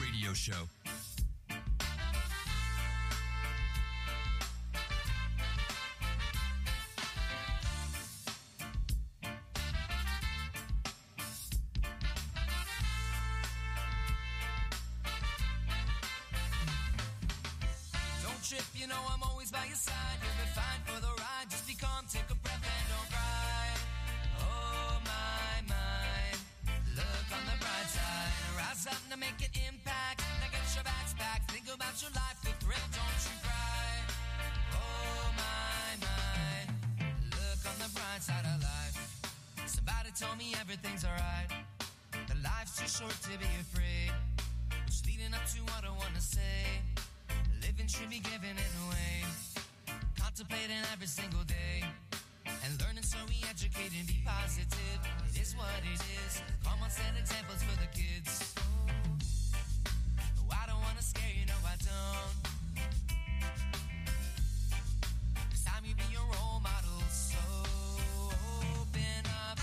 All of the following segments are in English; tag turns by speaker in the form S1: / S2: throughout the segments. S1: radio show.
S2: Don't trip, you know I'm always by your side. You'll be fine for the ride. Just be calm, take a breath, and don't cry. Oh my my, look on the bright side. Rise up to make an impact. Now get your backs back. Think about your life, the thrill. Don't you cry. Oh my my, look on the bright side of life. Somebody told me everything's alright. The life's too short to be afraid. It's leading up to what I wanna say. Living should be giving it away. Contemplating every single day. And learning so we educate and be positive. It is what it is. Come on, set examples for the kids. No, I don't wanna scare you, no, I don't. It's time you be your role model, so open up.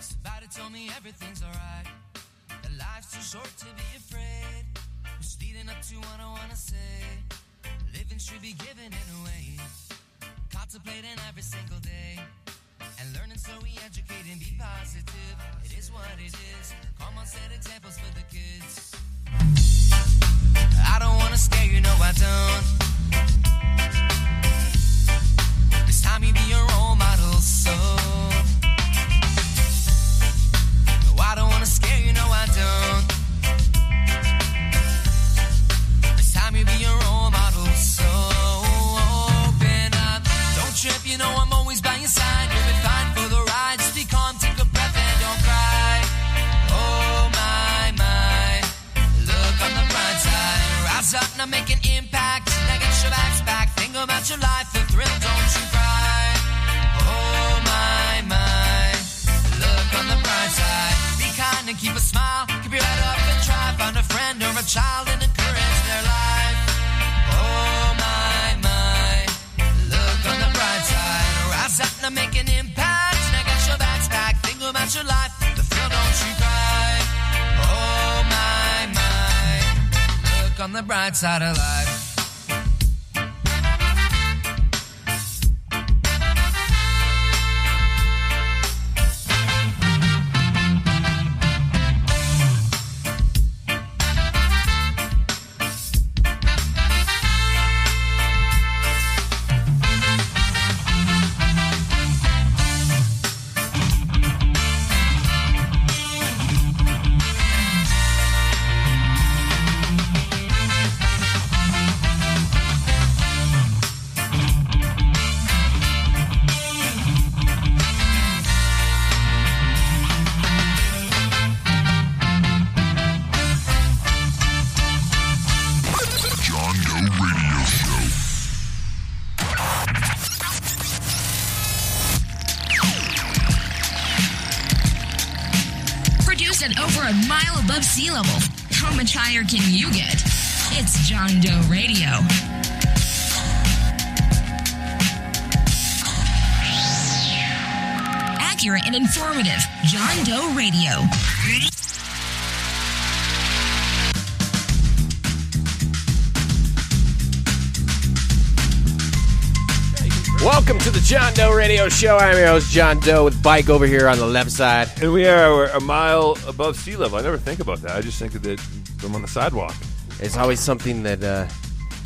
S2: Somebody told me everything's alright. That life's too short to be afraid. It's leading up to what I wanna say. Living should be giving it away. Contemplating every single day. And learning so we educate and be positive. It is what it is. Come on, set examples for the kids. I don't wanna scare you, no, I don't. It's time you be your role model, so. No, Oh, I don't wanna scare you, no, I don't. It's time you be your role model, so open up. Don't trip, you know I'm always by your side. You'll be fine for the ride. Just be calm, take a breath, and don't cry. Oh my my, look on the bright side. Rise up, now make an impact. Now get your backs back. Think about your life, the thrill, don't you cry. Oh my my. Look on the bright side. Be kind and keep a smile. Keep your head up and try. Find a friend or a child and encourage their life. Oh my my. Look on the bright side. Rise up and make an impact. Now get your backs back. Think about your life. The thrill don't you cry. Oh my my. Look on the bright side of life.
S3: John Doe Radio Show.
S4: Produced at over a mile above sea level. How much higher can you get? It's John Doe Radio. Accurate and informative. John Doe Radio.
S5: Welcome to the John Doe Radio Show. I'm your host, John Doe, with Bike over here on the left side.
S6: And we are a mile above sea level. I never think about that. I just think that I'm on the sidewalk.
S5: It's always something that uh,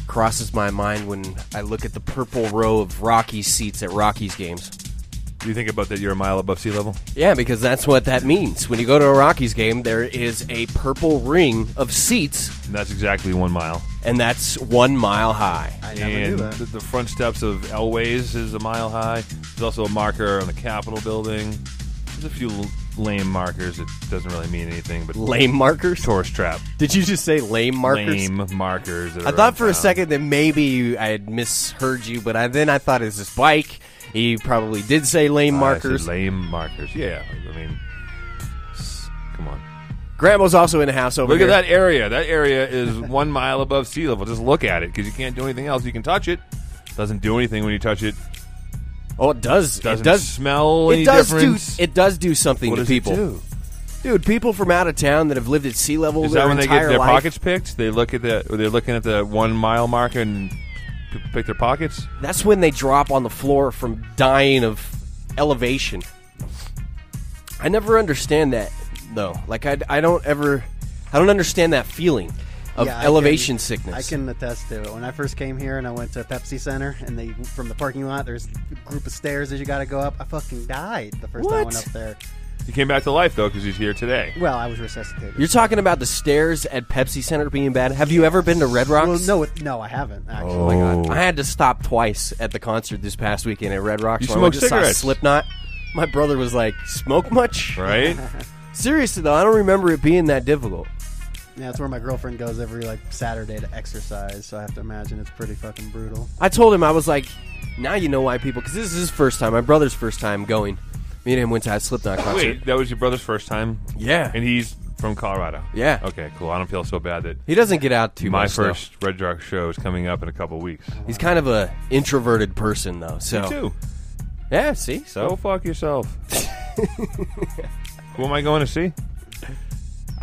S5: crosses my mind when I look at the purple row of Rockies seats at Rockies games.
S6: Do you think about that you're a mile above sea level?
S5: Yeah, because that's what that means. When you go to a Rockies game, there is a purple ring of seats,
S6: And that's exactly one mile.
S5: and that's one mile high.
S7: I never knew
S6: And
S7: that.
S6: the, the front steps of Elways is a mile high. There's also a marker on the Capitol building. There's a few l- lame markers. It doesn't really mean anything, but
S5: Lame markers?
S6: tourist trap.
S5: Did you just say lame markers?
S6: Lame markers. that
S5: I
S6: are
S5: thought for a
S6: around town.
S5: second that maybe I had misheard you, but I, then I thought it was this bike, He probably did say lame
S6: I said
S5: markers.
S6: lame markers. Yeah, I mean, s- come on.
S5: Grandma's also in the house over
S6: Look
S5: here.
S6: at that area. That area is one mile above sea level. Just look at it because you can't do anything else. You can touch it. Doesn't do anything when you touch it.
S5: Oh, it does.
S6: Doesn't
S5: it does
S6: smell any
S5: It does
S6: difference.
S5: do. It does do something
S6: What
S5: to
S6: does it
S5: people.
S6: do?
S5: Dude, people from out of town that have lived at sea level
S6: Is
S5: their
S6: that when they
S5: entire
S6: get their
S5: life.
S6: pockets picked? They look at the. Or they're looking at the one mile marker and p- pick their pockets.
S5: That's when they drop on the floor from dying of elevation. I never understand that though. Like I, I don't ever, I don't understand that feeling of
S1: Yeah, I
S5: elevation
S1: can-
S5: sickness.
S1: I can attest to it. When I first came here and I went to Pepsi Center and they from the parking lot, there's a group of stairs that you got to go up. I fucking died the first time I
S5: What?
S1: went up there.
S6: He came back to life though because he's here today.
S1: Well, I was resuscitated.
S5: You're talking about the stairs at Pepsi Center being bad. Have you ever been to Red Rocks?
S1: well, no, it, no, I haven't actually.
S5: Oh my god! I had to stop twice at the concert this past weekend at Red Rocks.
S6: You
S5: when I went
S6: smoke
S5: to saw
S6: cigarettes.
S5: Slipknot. My brother was like, "Smoke much?"
S6: Right?
S5: Seriously though, I don't remember it being that difficult.
S1: Yeah, that's where my girlfriend goes every like Saturday to exercise. So I have to imagine it's pretty fucking brutal.
S5: I told him I was like, now you know why people. Because this is his first time, my brother's first time going. Me and him went to a Slipknot concert.
S6: Wait, that was your brother's first time.
S5: Yeah.
S6: and he's from Colorado.
S5: Yeah.
S6: Okay, cool. I don't feel so bad that
S5: He doesn't get out too
S6: my
S5: much. though.
S6: first Red Rock show is coming up in a couple weeks.
S5: He's kind of a introverted person though. So
S6: Two.
S5: yeah, see, so
S6: Go fuck yourself. Who am I going to see?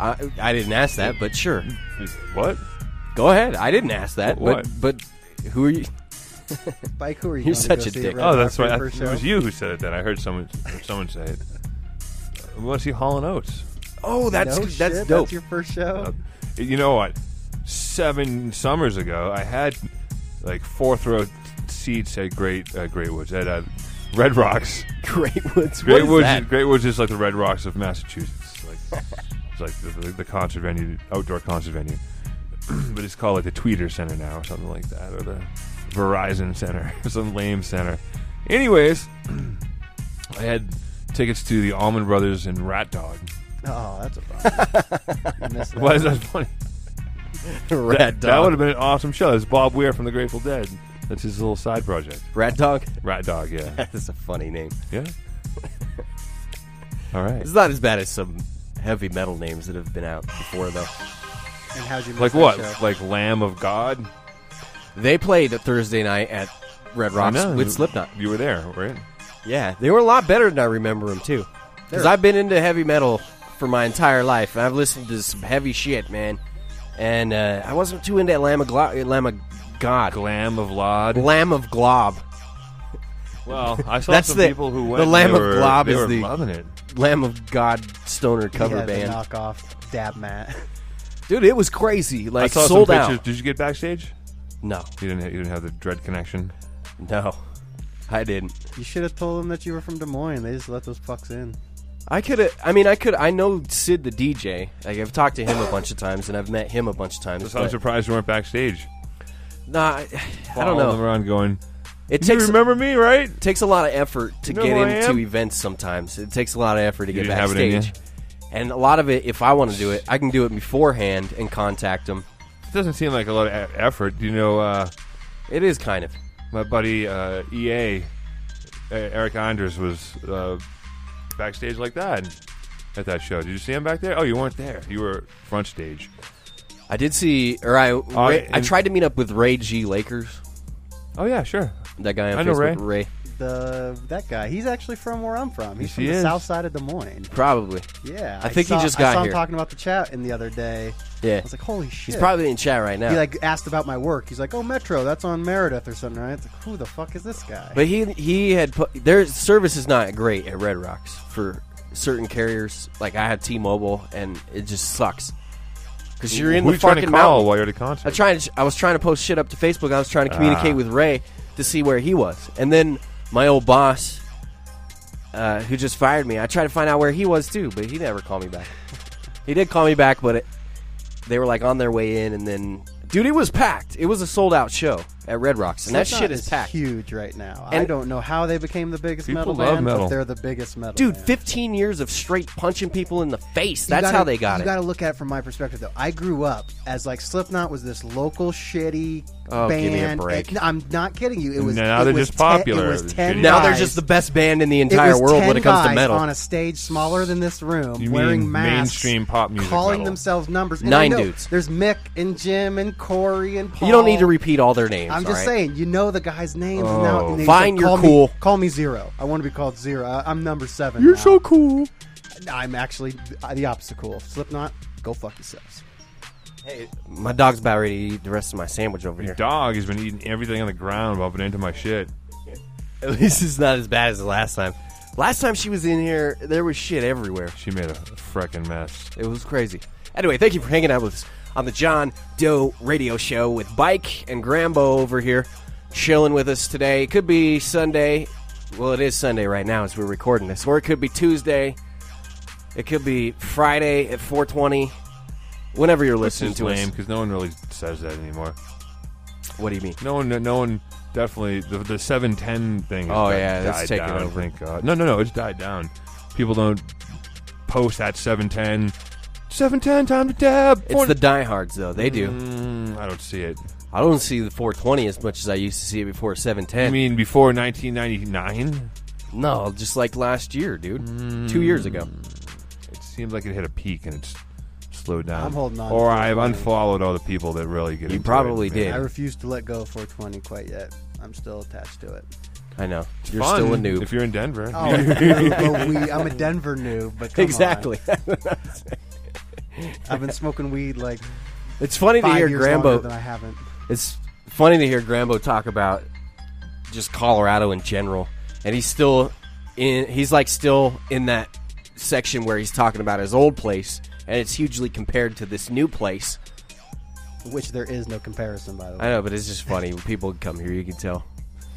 S5: I, I didn't ask that, but sure,
S6: What?
S5: go ahead. I didn't ask that,
S6: What?
S5: but but who are you?
S1: Bike, who are you?
S5: You're
S1: going to
S5: such
S1: go
S5: a
S1: see
S5: dick.
S1: at Red
S6: Oh, that's
S1: Rock
S6: right. I-
S1: for your
S6: It
S1: first show?
S6: was you who said it. That I heard someone someone say it. We want to see Hall and Oates.
S5: Oh, that's
S1: No
S5: that's
S1: shit,
S5: dope.
S1: That's your first show.
S6: You know what? Seven summers ago, I had like fourth row seats at Great uh, Great Woods at uh, Red Rocks.
S5: Great Woods.
S6: Great
S5: what is
S6: Woods,
S5: that?
S6: Great Woods is like the Red Rocks of Massachusetts. Like, it's like the, the, the concert venue, the outdoor concert venue. but it's called like the Tweeter Center now, or something like that, or the Verizon Center, or some lame center. Anyways, I had tickets to the Almond Brothers and Rat Dog.
S1: Oh, that's a bummer. I missed that.
S6: Why is that funny?
S5: Rat Dog.
S6: That would have been an awesome show. It's Bob Weir from the Grateful Dead. That's his little side project.
S5: Rat Dog.
S6: Rat Dog, yeah,
S5: That's a funny name.
S6: yeah. All right.
S5: It's not as bad as some heavy metal names that have been out before though.
S1: And how'd you miss
S6: Like
S1: that
S6: what?
S1: show?
S6: Like Lamb of God?
S5: They played Thursday night at Red
S6: I
S5: Rocks
S6: know.
S5: with Slipknot.
S6: You were there, right?
S5: Yeah, they were a lot better than I remember them too. Because
S1: They're-
S5: I've been into heavy metal for my entire life, and I've listened to some heavy shit, man. And uh, I wasn't too into Lamb of, Glo- Lamb of God,
S6: Glam of Lod.
S5: Lamb of Glob,
S6: Well, I saw
S5: That's
S6: some
S5: the-
S6: people who
S5: the
S6: went. and
S5: Lamb
S6: they
S5: of
S6: were,
S5: Glob
S6: they
S5: is
S6: were
S5: the-
S6: loving it.
S5: Lamb of God stoner cover
S1: yeah,
S5: band.
S1: The knockoff dab mat.
S5: Dude, it was crazy. Like
S6: I saw
S5: sold
S6: some
S5: out.
S6: pictures. Did you get backstage?
S5: No,
S6: You didn't. You didn't have the dread connection.
S5: no, I didn't.
S1: You should have told them that you were from Des Moines. They just let those fucks in.
S5: I could have. I mean, I could. I know Sid the DJ. Like I've talked to him a bunch of times, and I've met him a bunch of times.
S6: So I'm
S5: but-
S6: surprised you weren't backstage.
S5: Nah, I, I don't
S6: Following them
S5: know.
S6: around going.
S5: It
S6: You
S5: takes
S6: remember me, right?
S5: takes a lot of effort to
S6: You know
S5: get
S6: who I am?
S5: into events sometimes. It takes a lot of effort to
S6: You
S5: get
S6: didn't have it in
S5: backstage. And a lot of it, if I want to do it, I can do it beforehand and contact them.
S6: It doesn't seem like a lot of e- effort. You know, uh,
S5: It is kind of.
S6: my buddy uh, EA, E- Eric Anders, was uh, backstage like that at that show. Did you see him back there? Oh, you weren't there. You were front stage.
S5: I did see, or I, Ra- I
S6: Oh, and-
S5: tried to meet up with Ray G Lakers,
S6: Oh yeah, sure.
S5: that guy on
S6: I know
S5: Facebook.
S6: Ray.
S1: The that guy, he's actually from where I'm from. He's
S6: Yes,
S1: from
S6: he
S1: the
S6: is.
S1: south side of Des Moines.
S5: probably.
S1: Yeah,
S5: I think he
S1: saw,
S5: just
S1: I
S5: got
S1: saw
S5: here.
S1: him talking about the chat in the other day.
S5: Yeah,
S1: I was like, holy shit.
S5: he's probably in chat right now.
S1: He like asked about my work. He's like, oh Metro, that's on Meredith or something, right? It's like, who the fuck is this guy?
S5: but he he had put, their service is not great at Red Rocks for certain carriers. Like I had T-Mobile, and it just sucks because you're in
S6: Who
S5: the
S6: you trying to
S5: fucking
S6: call
S5: mountain.
S6: while you're at a concert?
S5: I trying to, I was trying to post shit up to Facebook. I was
S6: Ah.
S5: trying to communicate with Ray to see where he was, and then my old boss, uh, who just fired me, I tried to find out where he was too, but he never called me back. he did call me back, but it, they were like on their way in, and then dude, it was packed. It was a sold out show. at Red Rocks, and that
S1: Slipknot
S5: shit is packed.
S1: huge right now. I
S5: And-
S1: don't know how they became the biggest
S6: People
S1: metal
S6: love
S1: band,
S6: metal.
S1: but they're the biggest metal.
S5: Dude,
S1: band.
S5: 15 years of straight punching people in the face. That's
S1: gotta-
S5: how they got
S1: you
S5: it.
S1: got to look at it from my perspective, though. I grew up as like Slipknot was this local shitty
S5: Oh, give
S1: band.
S5: me a break.
S1: It- I'm not kidding you. It was
S6: Now
S1: it
S6: they're
S1: was
S6: just
S1: te-
S6: popular.
S1: it was
S6: They're
S1: ten
S6: shitty.
S5: now they're
S1: guys-
S5: just the best band in the
S1: it
S5: entire
S1: was
S5: world
S1: 10
S5: when it comes to
S1: guys
S5: metal.
S1: on a stage smaller than this room,
S6: You
S1: wearing
S6: mean
S1: masks,
S6: mainstream pop music
S1: calling
S6: metal.
S1: themselves numbers. And
S5: Nine
S1: I know
S5: dudes.
S1: There's Mick and Jim and Corey and Paul.
S5: you don't need to repeat all their names.
S1: I'm
S5: all
S1: just
S5: right?
S1: saying, you know the guy's names and now.
S6: Oh.
S1: And they
S5: Fine,
S1: said,
S5: you're
S1: call me-
S5: cool.
S1: call me Zero. I want to be called Zero. I- I'm number seven. now.
S5: cool.
S1: I'm actually the opposite of cool. Slipknot, go fuck yourselves.
S5: My dog's about ready to eat the rest of my sandwich over here.
S6: Dog has been eating everything on the ground, bumping into my shit.
S5: At least it's not as bad as the last time. Last time she was in here, there was shit everywhere.
S6: She made a freaking mess.
S5: It was crazy. Anyway, thank you for hanging out with us on the John Doe Radio Show with Bike and Grambo over here, chilling with us today. It could be Sunday. Well, it is Sunday right now as we're recording this, or it could be Tuesday. It could be Friday at 4:20. Whenever you're
S6: This
S5: listening
S6: is
S5: to
S6: lame because no one really says that anymore.
S5: us, what do you mean?
S6: No one, no one. Definitely, the, the seven ten thing. has
S5: Oh,
S6: di-
S5: yeah, that's
S6: died
S5: taken
S6: down,
S5: over.
S6: Thank God. No, no, no. It's died down. People don't post at seven ten. Seven ten time to dab.
S5: It's the diehards though. They do.
S6: Mm, I don't see it.
S5: I don't see the 420 as much as I used to see it before 710.
S6: I mean, before 1999,
S5: no, just like last year, dude.
S6: Mm.
S5: Two years ago.
S6: it seems like it hit a peak and it's slowed down.
S1: I'm holding on
S6: Or
S1: to it,
S6: I've
S1: man.
S6: unfollowed all the people that really get.
S5: You
S6: into
S5: probably
S6: it.
S5: did.
S1: I refuse to let go of 420 quite yet. I'm still attached to it.
S5: I know. You're
S6: Fun
S5: still a noob.
S6: If you're in Denver,
S1: Oh, a wee- I'm a Denver noob, but come on.
S5: exactly.
S1: I've been smoking weed like
S5: it's funny to
S1: five
S5: hear
S1: years longer than
S5: Grambo.
S1: I haven't.
S5: It's funny to hear Grambo talk about just Colorado in general, and he's still in. He's like still in that section where he's talking about his old place, and it's hugely compared to this new place.
S1: Which there is no comparison, by the
S5: I
S1: way.
S5: know, but it's just funny. When people come here, you can tell.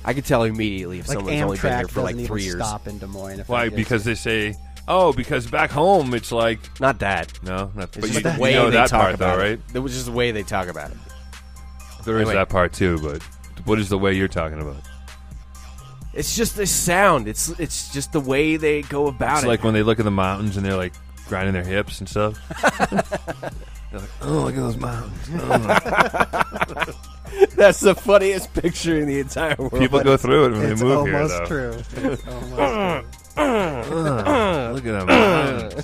S5: I could tell immediately if
S1: Like
S5: someone's only been
S1: Amtrak
S5: here for like
S1: doesn't
S5: three
S1: even
S5: years.
S1: stop in Des Moines. If
S6: why?
S1: it gets-
S6: Because they say, oh, because back home it's like
S5: Not that.
S6: no, not, but
S5: It's
S6: you,
S5: just the
S6: you
S5: way
S6: know
S5: they
S6: that
S5: talk
S6: part
S5: about
S6: though,
S5: it.
S6: right?
S5: It was just the way they talk about it.
S6: There is
S5: Anyway.
S6: that part too, but what is the way you're talking about?
S5: It's just the sound. It's it's just the way they go about
S6: It's
S5: it.
S6: like when they look at the mountains and they're like grinding their hips and stuff. they're like, oh, look at those mountains. Oh.
S5: That's the funniest picture in the entire world.
S6: People go through it when
S1: it's
S6: they move here,
S1: almost
S6: though.
S1: true. It's almost true.
S6: Look at them. mountains.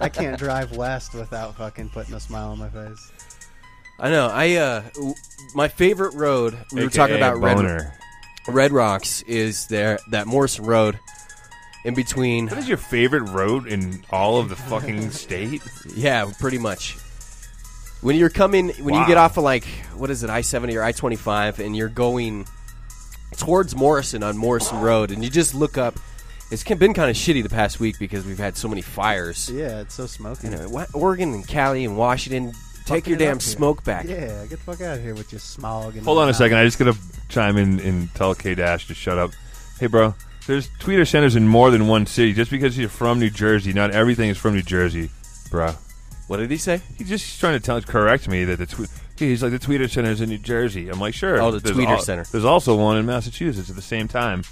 S1: I can't drive west without fucking putting a smile on my face.
S5: I know. I uh, w- my favorite road. We were
S6: AKA
S5: talking about Red,
S6: boner.
S5: Red Rocks. Is there that Morrison Road in between?
S6: What is your favorite road in all of the fucking state?
S5: Yeah, pretty much. When you're coming, when you
S6: Wow.
S5: get off of like what is it, I seventy or I twenty five, and you're going towards Morrison on Morrison Road, and you just look up. It's been kind of shitty the past week because we've had so many fires.
S1: Yeah, it's so smoky.
S5: You know, what, Oregon and Cali and Washington, take
S1: Fucking
S5: your
S1: it
S5: damn
S1: up here.
S5: smoke back.
S1: Yeah, get the fuck out of here with your smog. And
S6: Hold on a
S1: whatnot.
S6: second. I just gotta chime in and tell K Dash to shut up. Hey, bro. There's tweeter centers in more than one city. Just because you're from New Jersey, not everything is from New Jersey, bro.
S5: What did he say?
S6: He's just trying to tell, correct me that the tweet. He's like the tweeter center's in New Jersey. I'm like, sure.
S5: Oh, the
S6: There's
S5: tweeter
S6: al-
S5: center.
S6: There's also one in Massachusetts at the same time.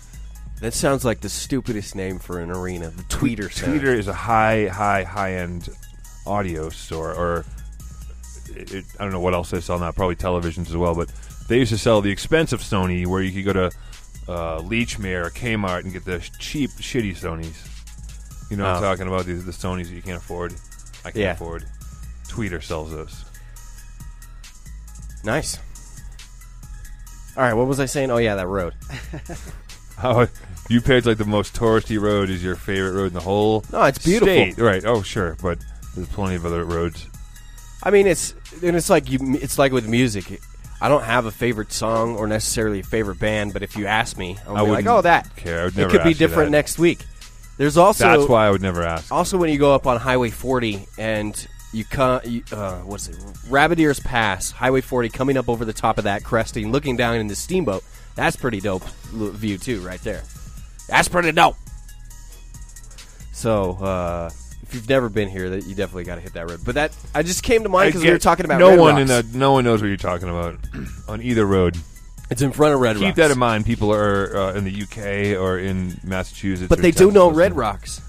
S5: That sounds like the stupidest name for an arena. The Tweeter Center.
S6: Tweeter is a high, high, high end audio store, or it, it, I don't know what else they sell now. Probably televisions as well, but they used to sell the expensive Sony, where you could go to uh, Leechmere or Kmart and get the sh- cheap, shitty Sonys. You know, what I'm
S5: Oh.
S6: talking about these the Sonys that you can't afford. I can't
S5: Yeah.
S6: afford. Tweeter sells those.
S5: Nice. All right, what was I saying? Oh yeah, that road.
S6: How you picked like the most touristy road is your favorite road in the whole?
S5: No, it's beautiful.
S6: state. right? Oh, sure, but there's plenty of other roads.
S5: I mean, it's and it's like you. It's like with music. I don't have a favorite song or necessarily a favorite band, but if you ask me, I'm
S6: I
S5: be like,
S6: wouldn't
S5: oh, that.
S6: care. I would
S5: it
S6: never
S5: could be
S6: ask you
S5: different
S6: that.
S5: next week. There's also
S6: That's why I would never ask.
S5: also when you go up on Highway 40 and you come, you, uh, what's it, Rabbit Ears Pass, Highway 40, coming up over the top of that cresting, looking down into Steamboat. That's pretty dope l- view too, right there. That's pretty dope. So uh, if you've never been here, that you definitely got to hit that road. But that I just came to mind because we
S6: get-
S5: were talking about
S6: no
S5: Red
S6: one
S5: Rocks.
S6: in the no one knows what you're talking about on either road.
S5: It's in front of Red
S6: Keep
S5: Rocks.
S6: that in mind. People are uh, in the UK or in Massachusetts,
S5: But
S6: or
S5: they do know
S6: Texas.
S5: Red Rocks.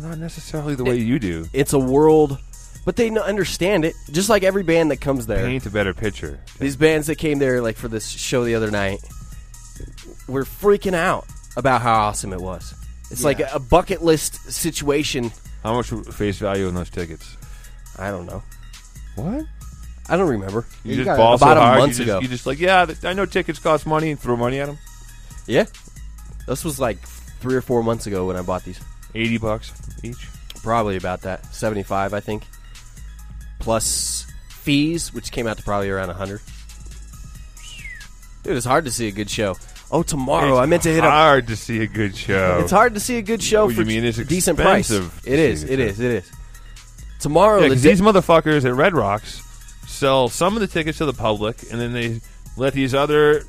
S6: Not necessarily the way you do.
S5: It's a world, but they n- understand it. Just like every band that comes there.
S6: Paint a better picture.
S5: These bands that came there, like for this show the other night, were freaking out about how awesome it was. It's like a bucket list situation.
S6: How much face value on those tickets?
S5: I don't know.
S6: What?
S5: I don't remember.
S6: You, just
S1: You got
S6: ball
S5: about
S6: so
S5: a
S6: hard. you
S5: month
S6: just,
S5: ago.
S6: You just like, yeah, th- I know tickets cost money and throw money at them.
S5: Yeah, this was like three or four months ago when I bought these.
S6: Eighty bucks each.
S5: Probably about that, seventy-five, I think, plus fees, which came out to probably around hundred. Dude, it's hard to see a good show. Oh, tomorrow I meant to hit up.
S6: hard Hard to see a good show.
S5: It's hard to see a good show
S6: What do
S5: for
S6: you mean? It's
S5: decent price. It
S6: expensive to see
S5: is.
S6: a
S5: It
S6: good
S5: is.
S6: show.
S5: It is. Tomorrow,
S6: Yeah,
S5: the
S6: 'cause
S5: di-
S6: these motherfuckers at Red Rocks sell some of the tickets to the public, and then they let these other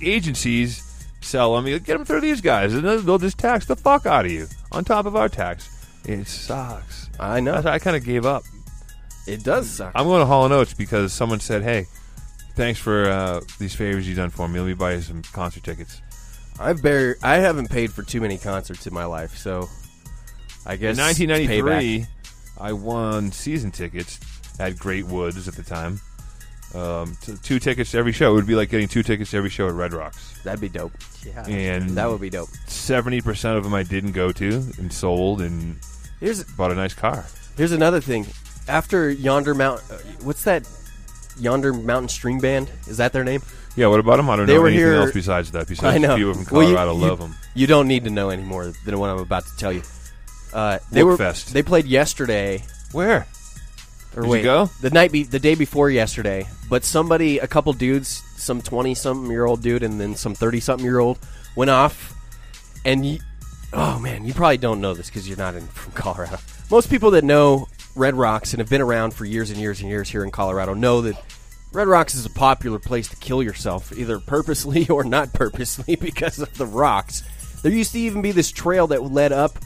S6: agencies sell them. You get them through these guys, and then they'll just tax the fuck out of you on top of our tax. It sucks.
S5: I know.
S6: That's why I kind of gave up.
S5: It does suck.
S6: I'm going to Hall and Oates because someone said, "Hey, thanks for uh, these favors you've done for me. Let me buy you some concert tickets."
S5: I've bar- I haven't paid for too many concerts in my life, so I guess
S6: In
S5: it's payback.
S6: 1993, I won season tickets at Great Woods at the time. Um, t- two tickets to every show. It would be like getting two tickets to every show at Red Rocks.
S5: That'd be dope.
S1: Yeah.
S6: And
S5: That would be dope.
S6: 70% of them I didn't go to and sold and
S5: Here's
S6: bought a nice car.
S5: here's another thing. After Yonder Mount, uh, what's that? Yonder Mountain String Band is that their name?
S6: Yeah, what about them? I don't
S5: They
S6: know
S5: were
S6: anything
S5: here-
S6: else besides that. Besides
S5: I know.
S6: a few from
S5: Well, you-
S6: Colorado, love
S5: you,
S6: them.
S5: You don't need to know any more than what I'm about to tell you. Uh, they
S6: Look
S5: were
S6: fest.
S5: they played yesterday
S6: Where?
S5: or
S6: Did you
S5: wait,
S6: go?
S5: the night be- the day before yesterday. But somebody, a couple dudes, some twenty something year old dude, and then some thirty something year old went off, and you, oh man, you probably don't know this because you're not in from Colorado. Most people that know Red Rocks and have been around for years and years and years here in Colorado know that Red Rocks is a popular place to kill yourself, either purposely or not purposely, because of the rocks. There used to even be this trail that led up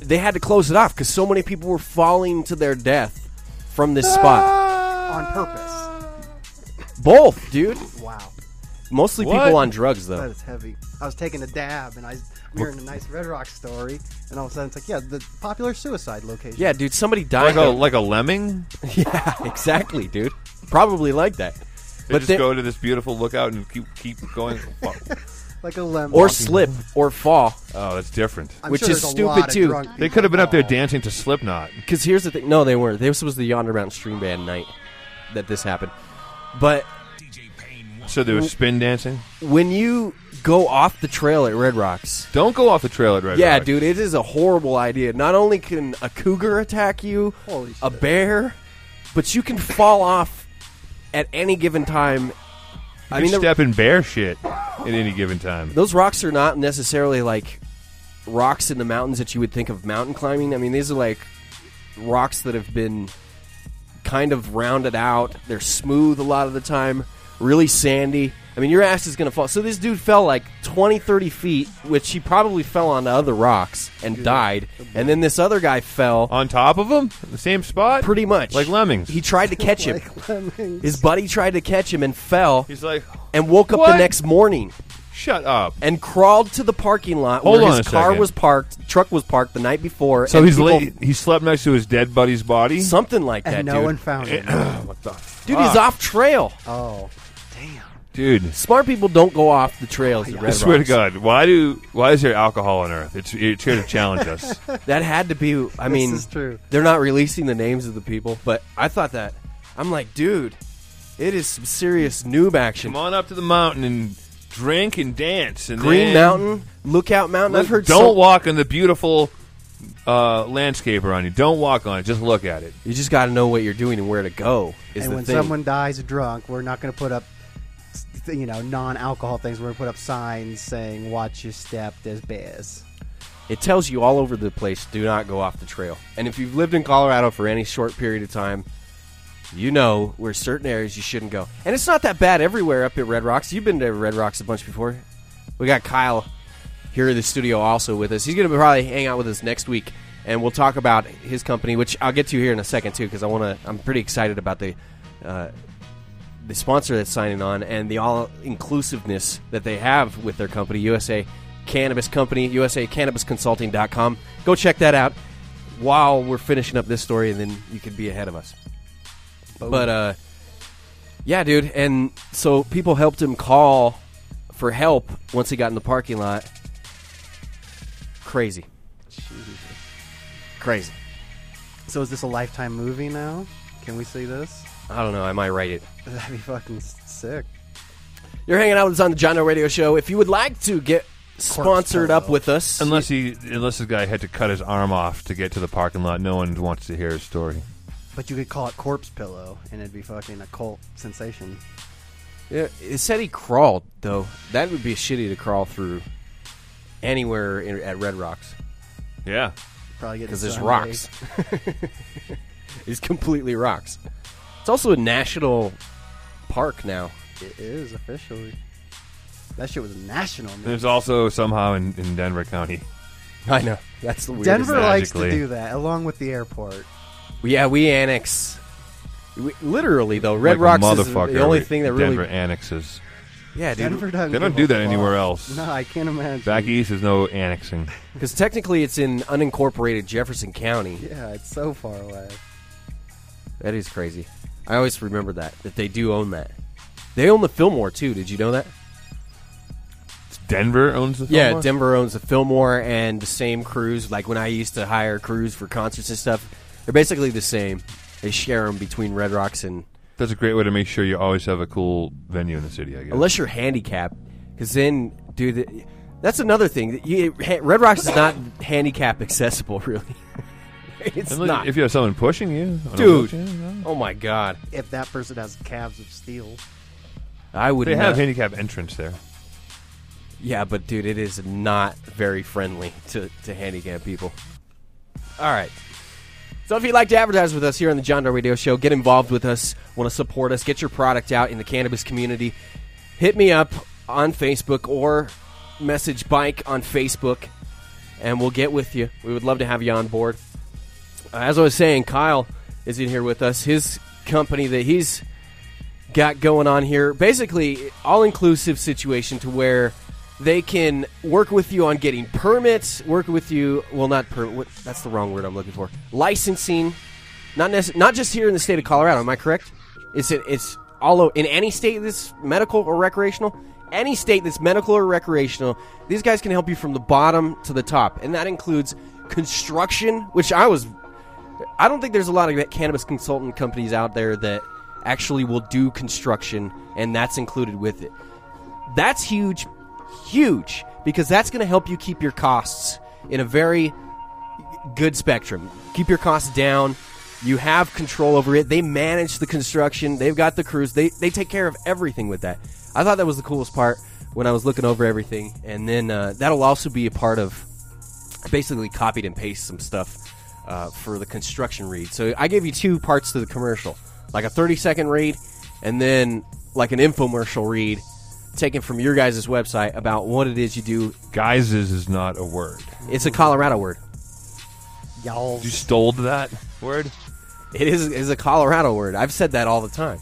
S5: they had to close it off because so many people were falling to their death from this spot.
S1: On purpose.
S5: Both, dude.
S1: Wow.
S5: Mostly
S6: What?
S5: people on drugs,
S1: That
S5: though.
S1: is heavy. I was taking a dab and I, I'm hearing a nice Red Rock story, and all of a sudden it's like, yeah, the popular suicide location.
S5: Yeah, dude. Somebody
S6: Like
S5: died.
S6: a, like a lemming?
S5: yeah, exactly, dude. Probably like that.
S6: They
S5: but
S6: just
S5: they-
S6: go to this beautiful lookout and keep keep going.
S1: Like a lemon.
S5: or slip or fall.
S6: oh, that's different.
S1: I'm
S5: which
S1: sure
S5: is
S1: there's a
S5: stupid,
S1: lot of
S5: too.
S1: drunk
S6: They
S1: people
S6: could have been up there
S1: involved.
S6: dancing to Slipknot.
S5: Because here's the thing. No, they weren't. This was the Yonder Mountain Stream Band night that this happened. But
S6: So there was spin dancing.
S5: when you go off the trail at Red Rocks,
S6: Don't go off the trail at Red
S5: yeah,
S6: Rocks.
S5: dude, it is a horrible idea. Not only can a cougar attack you,
S1: Holy
S5: a
S1: shit.
S5: bear, but you can fall off at any given time. I
S6: You
S5: mean, the-
S6: step in bear shit at any given time.
S5: those rocks are not necessarily like rocks in the mountains that you would think of mountain climbing. I mean, these are like rocks that have been kind of rounded out. They're smooth a lot of the time, really sandy. I mean, your ass is going to fall. So this dude fell like 20, 30 feet, which he probably fell onto other rocks and died. And then this other guy fell
S6: On top of them, the same spot,
S5: pretty much.
S6: Uh, like lemmings.
S5: He tried to catch him.
S1: Like lemmings.
S5: His buddy tried to catch him and fell
S6: He's like,
S5: and woke up the
S6: What?
S5: next morning
S6: shut up.
S5: and crawled to the parking lot
S6: Hold
S5: where
S6: on
S5: his
S6: a
S5: car
S6: second.
S5: was parked, truck was parked the night before.
S6: So
S5: and
S6: he's
S5: people-
S6: late. He slept next to his dead buddy's body.
S5: Something like that,
S1: and no
S5: dude.
S1: one found it.
S6: what the fuck?
S5: dude, he's off trail.
S1: oh, damn.
S6: dude.
S5: Smart people don't go off the
S1: Oh,
S5: trails. at
S6: I
S5: Red
S6: swear to
S5: Rocks.
S6: God, why do why is there alcohol on Earth? It's it's here to challenge us.
S5: that had to be. I mean,
S1: is true.
S5: They're not releasing the names of the people, but I thought that. I'm like, dude, it is some serious noob action.
S6: Come on up to the mountain and drink and dance. And
S5: Green
S6: then-
S5: Mountain, Lookout Mountain. I've heard.
S6: Don't
S5: so-
S6: walk on the beautiful uh, landscape around you. Don't walk on it. Just look at it.
S5: You just got to know what you're doing and where to go. Is
S1: and
S5: the
S1: when
S5: thing.
S1: someone dies drunk, we're not going to put up, th- you know, non-alcohol things. We're going to put up signs saying "Watch your step, there's bears."
S5: It tells you all over the place, do not go off the trail. And if you've lived in Colorado for any short period of time, you know where certain areas you shouldn't go. And it's not that bad everywhere up at Red Rocks. You've been to Red Rocks a bunch before. We got Kyle here in the studio also with us. He's going to probably hang out with us next week and we'll talk about his company, which I'll get to here in a second too because I want to I'm pretty excited about the uh, the sponsor that's signing on and the all inclusiveness that they have with their company, USA Cannabis Company, USACannabisConsulting.com. Go check that out while we're finishing up this story, and then you could be ahead of us. But uh, yeah, dude, and so people helped him call for help once he got in the parking lot. Crazy, crazy.
S1: So is this a lifetime movie now? Can we see this?
S5: I don't know. I might write it.
S1: That'd be fucking s- sick.
S5: You're hanging out with us on the John Doe Radio Show. If you would like to get sponsored up
S1: pillow.
S5: with us,
S6: Unless he, unless this guy had to cut his arm off to get to the parking lot, no one wants to hear his story.
S1: But you could call it Corpse Pillow, and it'd be fucking a cult sensation.
S5: Yeah, it said he crawled though. That would be shitty to crawl through anywhere in, at Red Rocks
S6: Yeah,
S1: Probably get
S5: because there's rocks. it's completely rocks. It's also a national park now.
S1: It is officially. That shit was national. man.
S6: there's also somehow in, in Denver County.
S5: I know that's the weirdest.
S1: Denver likes to
S6: magically.
S1: do that, along with the airport.
S5: Yeah, we annex. We, literally though, Red
S6: Like
S5: Rocks
S6: a
S5: is
S6: motherfucker,
S5: the only thing that really.
S6: Denver annexes.
S5: Yeah, dude.
S1: Denver doesn't.
S6: They don't
S1: give
S6: do
S1: a
S6: that anywhere
S1: fuck.
S6: else.
S1: No, I can't imagine.
S6: Back e- east, there's no annexing.
S5: Because technically, it's in unincorporated Jefferson County.
S1: Yeah, it's so far away.
S5: That is crazy. I always remember that that they do own that. They own the Fillmore too. Did you know that?
S6: Denver owns the
S5: Yeah,
S6: Fillmore?
S5: Denver owns the Fillmore and the same crews. Like when I used to hire crews for concerts and stuff, they're basically the same. They share them between Red Rocks and
S6: That's a great way to make sure you always have a cool venue in the city. I guess.
S5: unless you're handicapped, because then, dude, th- that's another thing. You, ha- Red Rocks is not handicap accessible, really. it's
S6: Unless-
S5: not,
S6: if you have someone pushing you, on a
S5: dude.
S6: wheelchair, no.
S5: Oh my god,
S1: If that person has calves of steel,
S5: I would.
S6: They have
S5: not-
S6: handicap entrance there.
S5: Yeah, but dude, it is not very friendly to, to handicap people. All right. So if you'd like to advertise with us here on the John Doe Radio Show, get involved with us, want to support us, get your product out in the cannabis community, hit me up on Facebook or message Bike on Facebook, and we'll get with you. We would love to have you on board. Uh, as I was saying, Kyle is in here with us. His company that he's got going on here. Basically, all inclusive situation to where they can work with you on getting permits, work with you. Well, not per. What, that's the wrong word I'm looking for. Licensing, not necess- not just here in the state of Colorado. Am I correct? It's it, it's all o- in any state that's medical or recreational. Any state that's medical or recreational, these guys can help you from the bottom to the top, and that includes construction, which I was I don't think there's a lot of cannabis consultant companies out there that actually will do construction, and that's included with it. That's huge, huge, because that's going to help you keep your costs in a very good spectrum. Keep your costs down. You have control over it. They manage the construction. They've got the crews. They they take care of everything with that. I thought that was the coolest part when I was looking over everything, and then uh, that'll also be a part of basically copied and pasted some stuff uh, for the construction read. So I gave you two parts to the commercial, like a 30 second read, and then like an infomercial read taken from your guys' website about what it is you do.
S6: Guises is not a word.
S5: It's a Colorado word.
S1: y'all.
S6: You stole that word.
S5: It is is a Colorado word. I've said that all the time.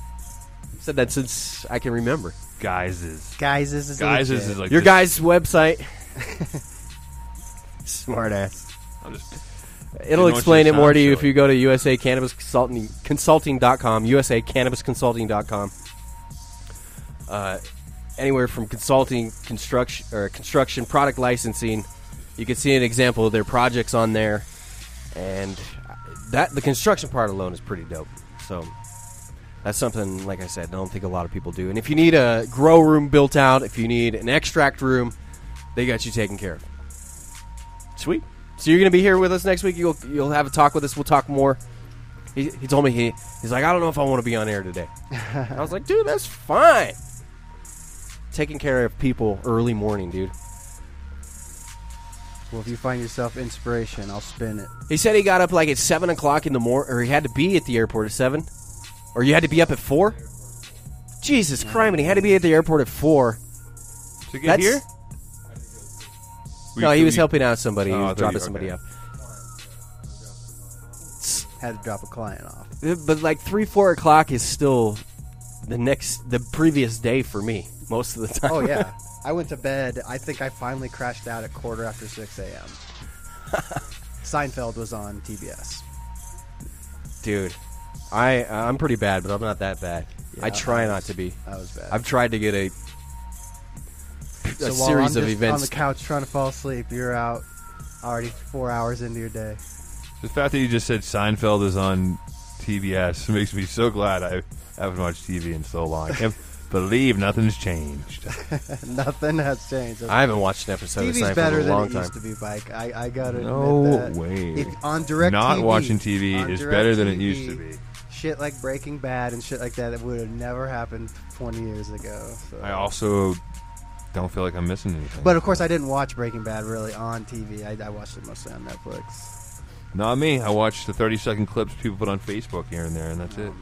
S5: I've said that since I can remember.
S6: Guises.
S1: Guys, this is
S6: Guises
S1: legit.
S6: is like
S5: Your
S6: this-
S5: guys' website. Smart ass.
S6: I'm just-
S5: It'll
S6: You know
S5: explain it
S6: what you
S5: more
S6: sound
S5: to you if
S6: silly.
S5: you go to USA Cannabis Consulting Consulting.com, USA Cannabis Consulting.com. Uh, anywhere from consulting, construction, or construction product licensing, you can see an example of their projects on there, and that the construction part alone is pretty dope. So that's something, like I said, I don't think a lot of people do. And if you need a grow room built out, if you need an extract room, they got you taken care of. Sweet. So you're gonna be here with us next week. You'll you'll have a talk with us. We'll talk more. He, he told me he he's like I don't know if I want to be on air today. I was like, dude, that's fine. Taking care of people early morning, dude.
S1: Well, if you find yourself inspiration, I'll spin it.
S5: He said he got up like at seven o'clock in the morning, or he had to be at the airport at seven, or you had to be up at four. Jesus Christ! And he had to be at the airport at four.
S6: to get
S5: That's-
S6: here.
S5: no,
S6: We-
S5: he was
S6: we-
S5: helping out somebody.
S6: Oh,
S5: he
S6: I
S5: was
S6: thought
S5: dropping
S6: you-
S5: somebody
S6: okay.
S5: off.
S1: Had to drop a client off.
S5: Uh, But like three, four o'clock is still the next the previous day for me most of the time.
S1: Oh yeah, I went to bed. I think I finally crashed out at quarter after six a.m. Seinfeld was on TBS.
S5: dude. I uh, I'm pretty bad, but I'm not that bad. I try not to be.
S1: I was bad.
S5: I've tried to get a, a
S1: So while
S5: series
S1: I'm
S5: of
S1: just
S5: events.
S1: on the couch trying to fall asleep. You're out already four hours into your day.
S6: The fact that you just said Seinfeld is on TBS makes me so glad I haven't watched TV in so long. I can't believe nothing's changed.
S1: Nothing has changed.
S5: I haven't watched an episode
S1: TV's
S5: of Seinfeld
S1: better
S5: in a
S1: than
S5: long
S1: it
S5: time.
S1: used to be, Mike. I, I gotta
S6: No
S1: admit that.
S6: way.
S1: If on direct
S6: Not
S1: TV,
S6: watching TV
S1: on
S6: is
S1: DirecTV,
S6: better than it used to be.
S1: Shit like Breaking Bad and shit like that that would have never happened 20 years ago. So.
S6: I also don't feel like I'm missing anything.
S1: But of course, I didn't watch Breaking Bad really on TV. I, I watched it mostly on Netflix.
S6: not me. I watch the 30 second clips people put on Facebook here and there, and that's it.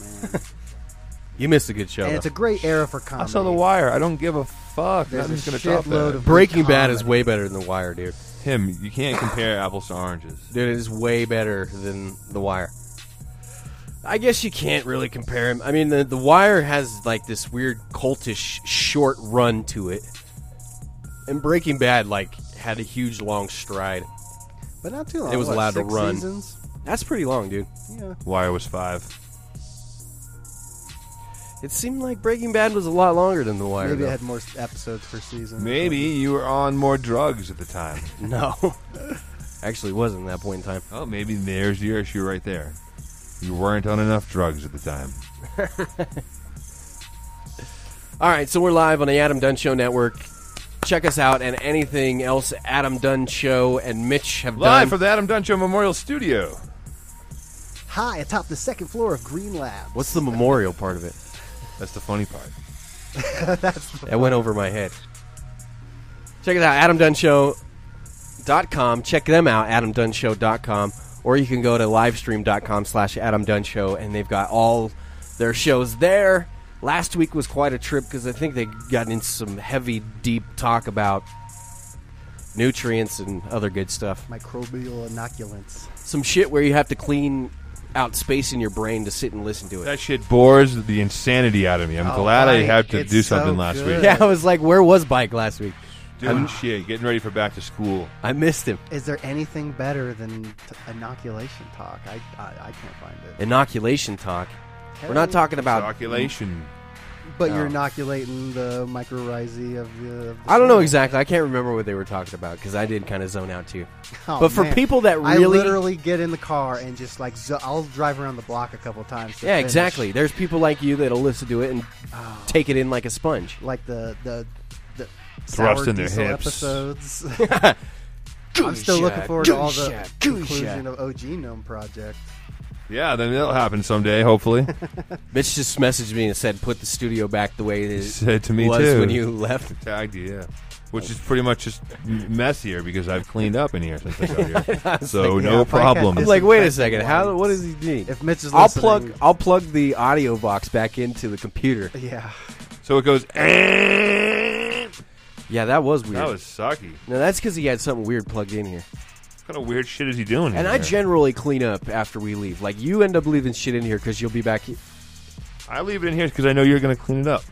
S5: You missed a good show.
S1: And it's
S5: though.
S1: a great era for comedy.
S6: I saw The Wire. I don't give a fuck.
S1: There's
S6: Nothing's
S1: a
S6: gonna top
S1: shitload
S6: that.
S1: of
S5: Breaking Bad is
S1: comedy.
S5: way better than The Wire, dude.
S6: Him, you can't compare apples to oranges.
S5: Dude, it is way better than The Wire. I guess you can't really compare him. I mean, The, the Wire has like this weird cultish short run to it, and Breaking Bad like had a huge long stride.
S1: but not too long.
S5: It was
S1: What,
S5: allowed to
S1: six
S5: run.
S1: Seasons?
S5: That's pretty long, dude.
S1: Yeah.
S6: Wire was five.
S5: It seemed like Breaking Bad was a lot longer than The Wire.
S1: Maybe
S5: though.
S1: it had more s- episodes per season.
S6: Maybe you were on more drugs at the time.
S5: no, actually, it wasn't at that point in time.
S6: Oh, maybe there's your issue right there. You weren't on enough drugs at the time.
S5: All right, so we're live on the Adam Dunn Show network. Check us out and anything else Adam Dunn Show and Mitch have
S6: Live
S5: done.
S6: from the Adam Duncho Memorial Studio.
S1: High atop the second floor of Green Lab.
S5: What's the memorial part of it?
S6: That's the funny part.
S5: That went over my head. Check it out, adamdunshow.com. Check them out, adamdunshow.com. Or you can go to livestream.com slash adamdunshow, and they've got all their shows there. Last week was quite a trip because I think they got into some heavy, deep talk about nutrients and other good stuff.
S1: Microbial inoculants.
S5: Some shit where you have to clean out space in your brain to sit and listen to it.
S6: That shit bores the insanity out of me. I'm
S1: Oh,
S6: glad I
S1: Mike,
S6: had to
S1: it's
S6: do
S1: so
S6: something last
S1: good.
S6: week.
S5: Yeah, I was like, where was Bike last week?
S6: Doing shit, getting ready for back to school.
S5: I missed him.
S1: Is there anything better than t- inoculation talk? I, I, I can't find it.
S5: Inoculation talk. We're not talking about
S6: Inoculation.
S1: But
S5: No.
S1: you're inoculating the mycorrhizae of the. Of the
S5: I don't know
S1: soil.
S5: exactly. I can't remember what they were talking about because I did kind of zone out too.
S1: Oh,
S5: but for
S1: man.
S5: people that
S1: I
S5: really,
S1: literally get in the car and just like zo- I'll drive around the block a couple times. to
S5: yeah,
S1: finish.
S5: exactly. There's people like you that'll listen to it and
S1: Oh.
S5: take it in like a sponge.
S1: Like the the the
S6: Thrust
S1: sour
S6: in their
S1: diesel
S6: hips.
S1: episodes. I'm still looking forward to all the conclusion of OG Gnome project.
S6: Yeah, then that'll happen someday, hopefully.
S5: Mitch just messaged me and said, "Put the studio back the way it is."
S6: said to me,
S5: was
S6: too.
S5: when you left.
S6: Tagged you, yeah. Which is pretty much just m- messier because I've cleaned up in here since I got here. so
S1: like, yeah,
S6: no
S1: if I had
S6: problem.
S5: I'm
S1: this-
S5: like, wait a
S1: Disinfectant
S5: second. How?
S1: wipes.
S5: What does he need?
S1: If Mitch is
S5: I'll
S1: listening-
S5: plug. I'll plug the audio box back into the computer.
S1: Yeah,
S6: So it goes. that
S5: Yeah, that was weird.
S6: was sucky.
S5: no, that's because he had something weird plugged in here.
S6: What kind of weird shit is he doing?
S5: And
S6: in
S5: I
S6: there?
S5: generally clean up after we leave. Like you end up leaving shit in here because you'll be back.
S6: I leave it in here because I know you're going to clean it up.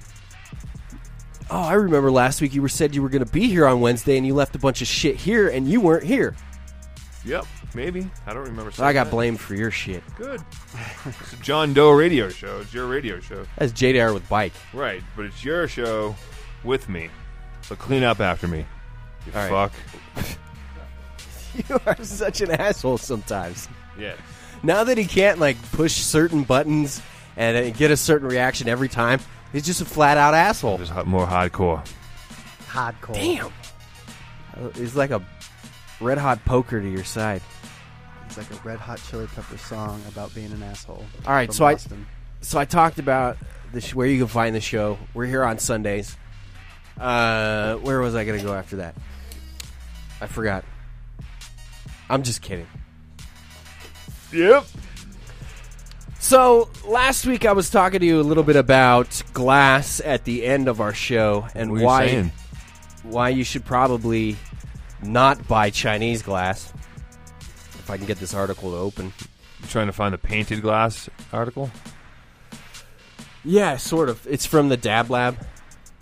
S5: Oh, I remember last week you were said you were going to be here on Wednesday and you left a bunch of shit here and you weren't here.
S6: Yep, maybe. I don't remember.
S5: So I got blamed for your shit.
S6: Good. it's a John Doe radio show. It's your radio show,
S5: That's JDR with bike.
S6: right? But it's your show with me. So clean up after me. You
S5: All right.
S6: fuck.
S5: You are such an asshole sometimes.
S6: Yeah.
S5: Now that he can't like push certain buttons and uh, get a certain reaction every time, he's just a flat out asshole.
S6: Just hot- more hardcore.
S1: hardcore.
S5: Damn. Uh, He's like a red hot poker to your side.
S1: It's like a Red Hot Chili Pepper song about being an asshole.
S5: All right,
S1: from
S5: so I-
S1: Boston.
S5: so I talked about the sh- where you can find the show. We're here on Sundays. Uh, where was I going to go after that? I forgot. I'm just kidding.
S6: Yep.
S5: So last week I was talking to you a little bit about glass at the end of our show and
S6: What are you
S5: why
S6: saying?
S5: why you should probably not buy Chinese glass. If I can get this article to open.
S6: You trying to find the painted glass article?
S5: Yeah, sort of. It's from the Dab Lab.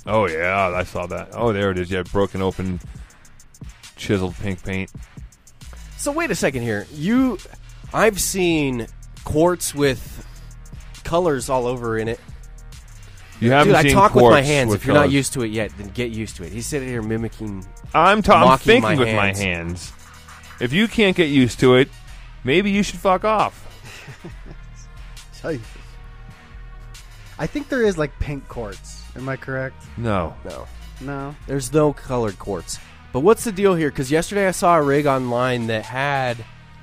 S6: Oh yeah, I saw that. Oh, there it is. Yeah, broken open, chiseled pink paint.
S5: So wait a second here. You, I've seen quartz with colors all over in it.
S6: You haven't
S5: Dude, I
S6: seen
S5: talk with my
S6: quartz
S5: hands.
S6: with
S5: if you're not
S6: colors.
S5: used to it yet, then get used to it. He's sitting here mimicking.
S6: I'm talking. I'm
S5: mocking
S6: thinking
S5: my
S6: with my
S5: hands.
S6: hands. If you can't get used to it, maybe you should fuck off.
S1: Tell you. I think there is like pink quartz. Am I correct?
S6: No.
S5: No,
S1: No.
S5: there's no colored quartz. But what's the deal here? Because yesterday I saw a rig online that had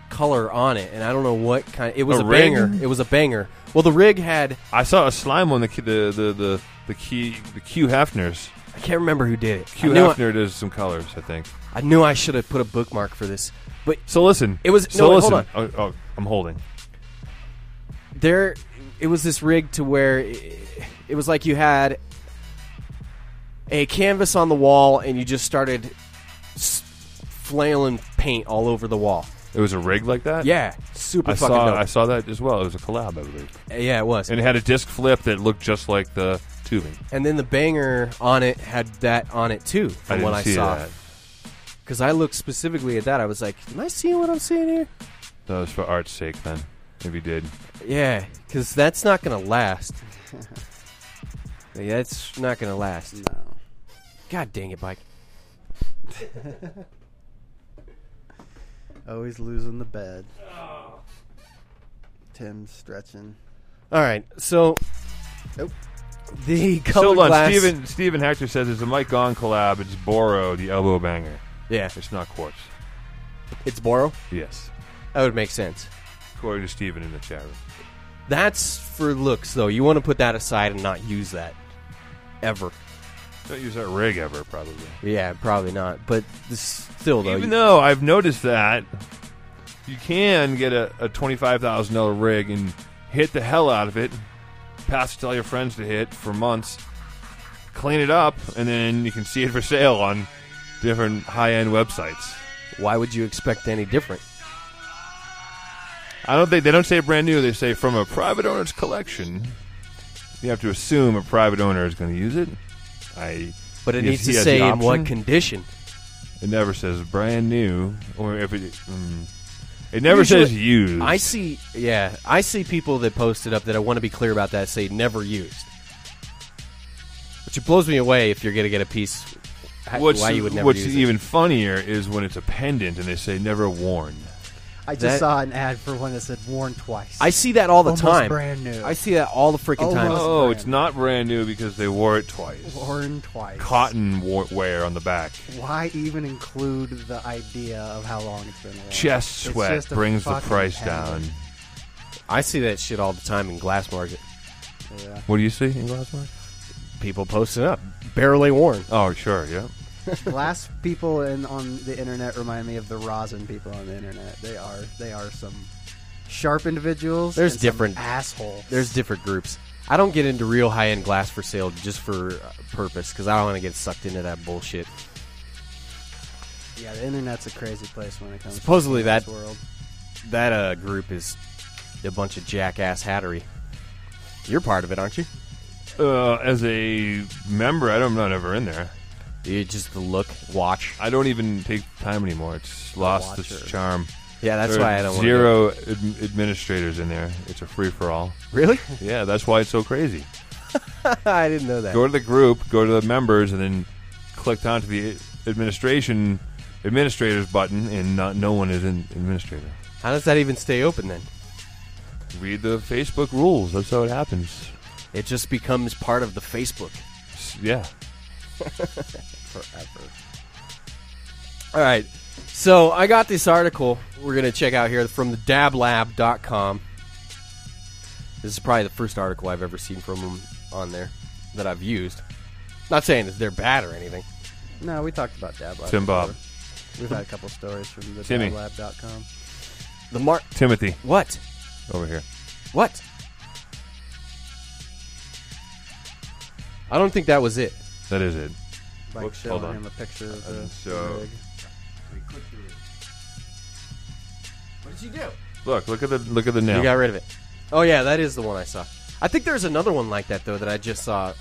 S5: color on it, and I don't know what kind. It was
S6: A
S5: a,
S6: rig?
S5: banger. It was a banger. Well, the rig had.
S6: I saw a slime on the ki- the the the the key the Q Hefner's.
S5: I can't remember who did it.
S6: Q
S5: I knew I-
S6: Hefner does some colors, I think.
S5: I knew I should have put a bookmark for this, but
S6: So listen,
S5: It was-
S6: so
S5: no, wait,
S6: listen.
S5: hold on.
S6: Oh, oh, I'm holding.
S5: there it was this rig to where it, it was like you had a canvas on the wall and you just started s- flailing paint all over the wall.
S6: It was a rig like that.
S5: Yeah, super
S6: I
S5: fucking
S6: saw I
S5: dope.
S6: saw that as well. It was a collab, I believe,
S5: yeah, it was.
S6: and it had a disc flip that looked just like the tubing.
S5: And then the banger on it had that on it too,
S6: I
S5: from
S6: didn't
S5: what I
S6: see
S5: saw.
S6: that.
S5: Because I looked specifically at that, I was like, "Am I seeing what I'm seeing here?"
S6: That was for art's sake, then. If you did,
S5: Yeah, because that's not gonna last. yeah, that's not gonna last.
S6: Mm.
S1: No.
S5: God dang it, Mike.
S1: Always losing the bed. Tim stretching.
S5: All right, so
S1: Nope.
S5: the color
S6: still on.
S5: glass.
S6: Oh. Steven Steven Hector says it's a Mike Gone collab. It's Boro, the elbow banger.
S5: Yeah,
S6: It's not quartz.
S5: it's Boro.
S6: Yes,
S5: That would make sense.
S6: according to Steven in the chat room.
S5: That's for looks, though. You want to put that aside and not use that ever.
S6: Don't use that rig ever, probably.
S5: Yeah, probably not. But this, still, though,
S6: Even
S5: you-
S6: though I've noticed that you can get a, a twenty-five thousand dollar rig and hit the hell out of it, pass it to all your friends to hit for months, clean it up, and then you can see it for sale on different high-end websites.
S5: why would you expect any different?
S6: I don't think they don't say brand new. They say from a private owner's collection. You have to assume a private owner is going to use it. I.
S5: But it
S6: Yes,
S5: needs
S6: he
S5: to
S6: has
S5: say
S6: the
S5: in what
S6: option.
S5: condition.
S6: It never says brand new, or if it. Mm, it never says
S5: Usually-
S6: used.
S5: I see. Yeah, I see people that post it up that I want to be clear about that say never used, which it blows me away. If you're gonna get a piece, ha-
S6: What's,
S5: why you would never
S6: what's
S5: use it.
S6: even funnier is when it's a pendant and they say never worn.
S1: I just
S5: That-
S1: saw an ad for one that said worn twice.
S5: I see that all the
S1: Almost
S5: time.
S1: brand new.
S5: I see that all the freaking time.
S1: Almost-
S6: Oh,
S1: brand.
S6: it's not brand new because they wore it twice.
S1: worn twice.
S6: Cotton war- wear on the back.
S1: Why even include the idea of how long it's been worn?
S6: Chest
S1: It's
S6: sweat
S1: just a
S6: brings the
S1: fucking
S6: price down.
S1: pattern.
S5: I see that shit all the time in glass market.
S1: Yeah.
S6: What do you see in Glassmark?
S5: People posting up, barely worn.
S6: Oh, sure, yeah.
S1: Glass people in, on the internet remind me of the rosin people on the internet. They are they are some sharp individuals.
S5: There's
S1: and some
S5: different-
S1: assholes.
S5: There's different groups. I don't get into real high end glass for sale just for uh, purpose because I don't want to get sucked into that bullshit.
S1: yeah, the internet's a crazy place when it comes.
S5: Supposedly
S1: to this
S5: that-
S1: world.
S5: That uh, group is a bunch of jackass hattery. You're part of it, aren't you?
S6: Uh, as a member, I don't, I'm not ever in there.
S5: You just the look, watch.
S6: I don't even take time anymore. It's lost its
S1: watcher.
S6: charm.
S5: Yeah, that's
S6: There are
S5: why I don't wanna do
S6: zero ad- administrators in there. It's a free for all.
S5: it. Really?
S6: Yeah, that's why it's so crazy.
S5: I didn't know that.
S6: Go to the group, go to the members, and then click onto the administration administrators button, and not, no one is an administrator.
S5: How does that even stay open then?
S6: Read the Facebook rules. That's how it happens.
S5: It just becomes part of the Facebook.
S6: S- Yeah,
S5: All right. So I got this article we're going to check out here from the dablab.com. This is probably the first article I've ever seen from them on there that I've used. Not saying that they're bad or anything.
S1: No, we talked about Dab Lab.
S6: Tim Bob,
S1: before. We've had a couple stories from the
S6: Timmy.
S1: dablab.com.
S5: The mark.
S6: Timothy
S5: What?
S6: over here.
S5: What? I don't think that was it.
S6: That is it.
S1: Like
S6: Whoops, hold
S1: showing
S6: on.
S1: him a picture of
S6: And
S1: the
S6: so-
S1: rig.
S5: What did you do?
S6: Look, look at the look at the nail.
S5: You got rid of it. Oh yeah, that is the one I saw. I think there's another one like that though that I just saw.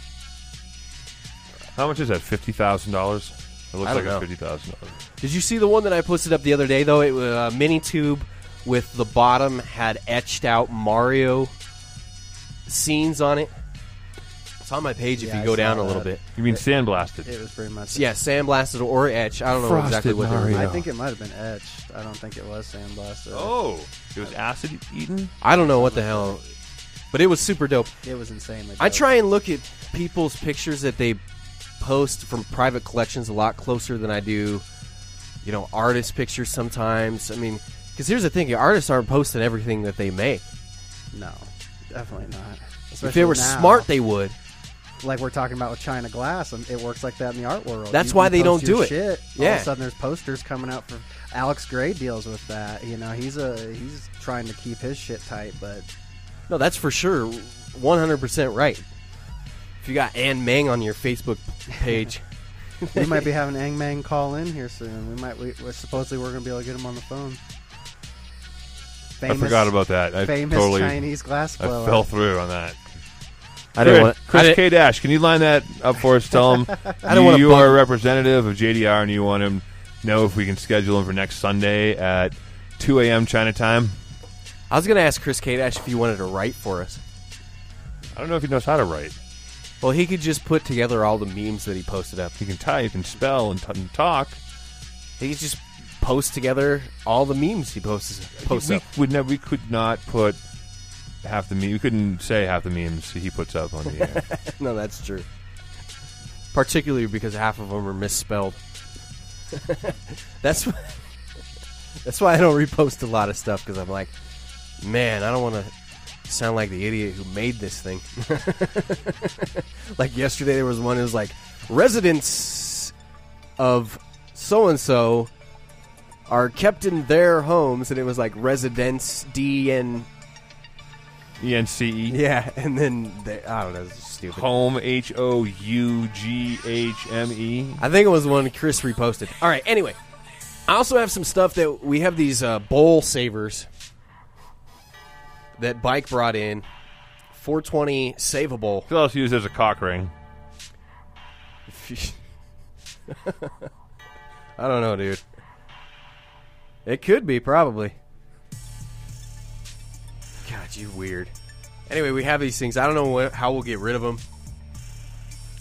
S6: How much is that? Fifty thousand dollars. It looks
S5: I don't
S6: like
S5: know.
S6: a fifty thousand dollars.
S5: Did you see the one that I posted up the other day though? It was a mini tube with the bottom had etched out Mario scenes on it. It's on my page if
S1: Yeah,
S5: you
S1: I
S5: go down
S1: saw
S5: a little
S1: that.
S5: bit.
S6: You mean sandblasted?
S1: It was pretty much.
S5: Yeah, sandblasted or etch. I don't know
S6: Frosted
S5: exactly what they were.
S6: Mario.
S1: I think it might have been etched. I don't think it was sandblasted.
S6: Oh, it was acid eaten.
S5: I don't know what the hell, but it was super dope.
S1: It was insanely.
S5: I
S1: dope.
S5: try and look at people's pictures that they post from private collections a lot closer than I do, you know, artist pictures sometimes. I mean, because here's the thing: your artists aren't posting everything that they make.
S1: No, definitely not.
S5: if they were smart, they would.
S1: like we're talking about with China Glass, and it works like that in the art world.
S5: That's
S1: You-
S5: why
S1: you
S5: they don't
S1: post
S5: do
S1: your
S5: it.
S1: Shit. All of
S5: Yeah.
S1: a sudden, there's posters coming out for Alex Gray deals with that. You know, he's a he's trying to keep his shit tight, but
S5: No, that's for sure, 100 percent right. If you got Ann Mang on your Facebook page,
S1: we might be having Ang Mang call in here soon. We might we we're, supposedly we're gonna be able to get him on the phone.
S6: I
S1: Famous,
S6: forgot about that. I
S1: famous
S6: totally.
S1: Chinese glass
S6: I
S1: blower.
S6: fell through on that.
S5: I didn't want.
S6: Chris K. Dash, can you line that up for us? Tell him
S5: don't
S6: you,
S5: wanna
S6: you
S5: bug-
S6: are a representative of JDR, and you want him to know if we can schedule him for next Sunday at 2 a.m. China time.
S5: I was gonna ask Chris Kadash if he wanted to write for us.
S6: I don't know if he knows how to write.
S5: Well, he could just put together all the memes that he posted up.
S6: He can type and spell and, t- and talk.
S5: He could just post together all the memes he posts. posts
S6: we
S5: up.
S6: would never. We could not put half the meme. We couldn't say half the memes he puts up on the air.
S5: No, that's true. Particularly because half of them are misspelled. that's why, that's why I don't repost a lot of stuff because I'm like, man, I don't want to sound like the idiot who made this thing. like yesterday, there was one who was like, residents of so and so are kept in their homes, and it was like residents D and
S6: E N C E.
S5: yeah, and then they, I don't know, it's just stupid.
S6: Home H O U G H M E.
S5: I think it was the one Chris reposted. All right. Anyway, I also have some stuff that we have these uh, bowl savers that Bike brought in. 420 savable.
S6: Still else used as a cock ring.
S5: I don't know, dude. It could be probably. God, you weird. Anyway, we have these things. I don't know what, how we'll get rid of them.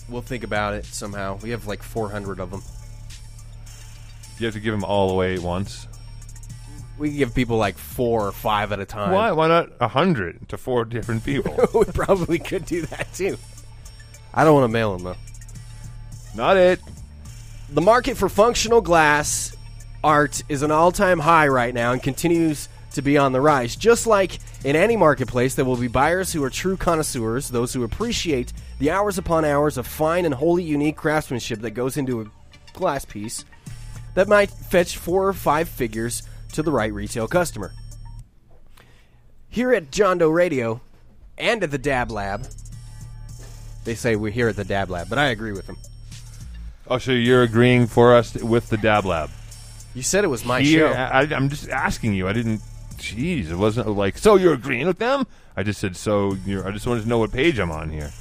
S5: We'll think about it somehow. We have like 400 of them.
S6: You have to give them all away at once.
S5: We can give people like four or five at a time.
S6: Why? Why not a hundred to four different people?
S5: we probably could do that too. I don't want to mail them though.
S6: not it.
S5: The market for functional glass art is an all time high right now and continues to be on the rise. Just like in any marketplace, there will be buyers who are true connoisseurs, those who appreciate the hours upon hours of fine and wholly unique craftsmanship that goes into a glass piece that might fetch four or five figures to the right retail customer. Here at John Doe Radio and at the Dab Lab, they say we're here at the Dab Lab, but I agree with them.
S6: Oh, so you're agreeing for us with the dab lab?
S5: You said it was my
S6: Here,
S5: show.
S6: I, I'm just asking you. I didn't. Jeez, it wasn't like so. You're agreeing with them? I just said so. You're, I just wanted to know what page I'm on here.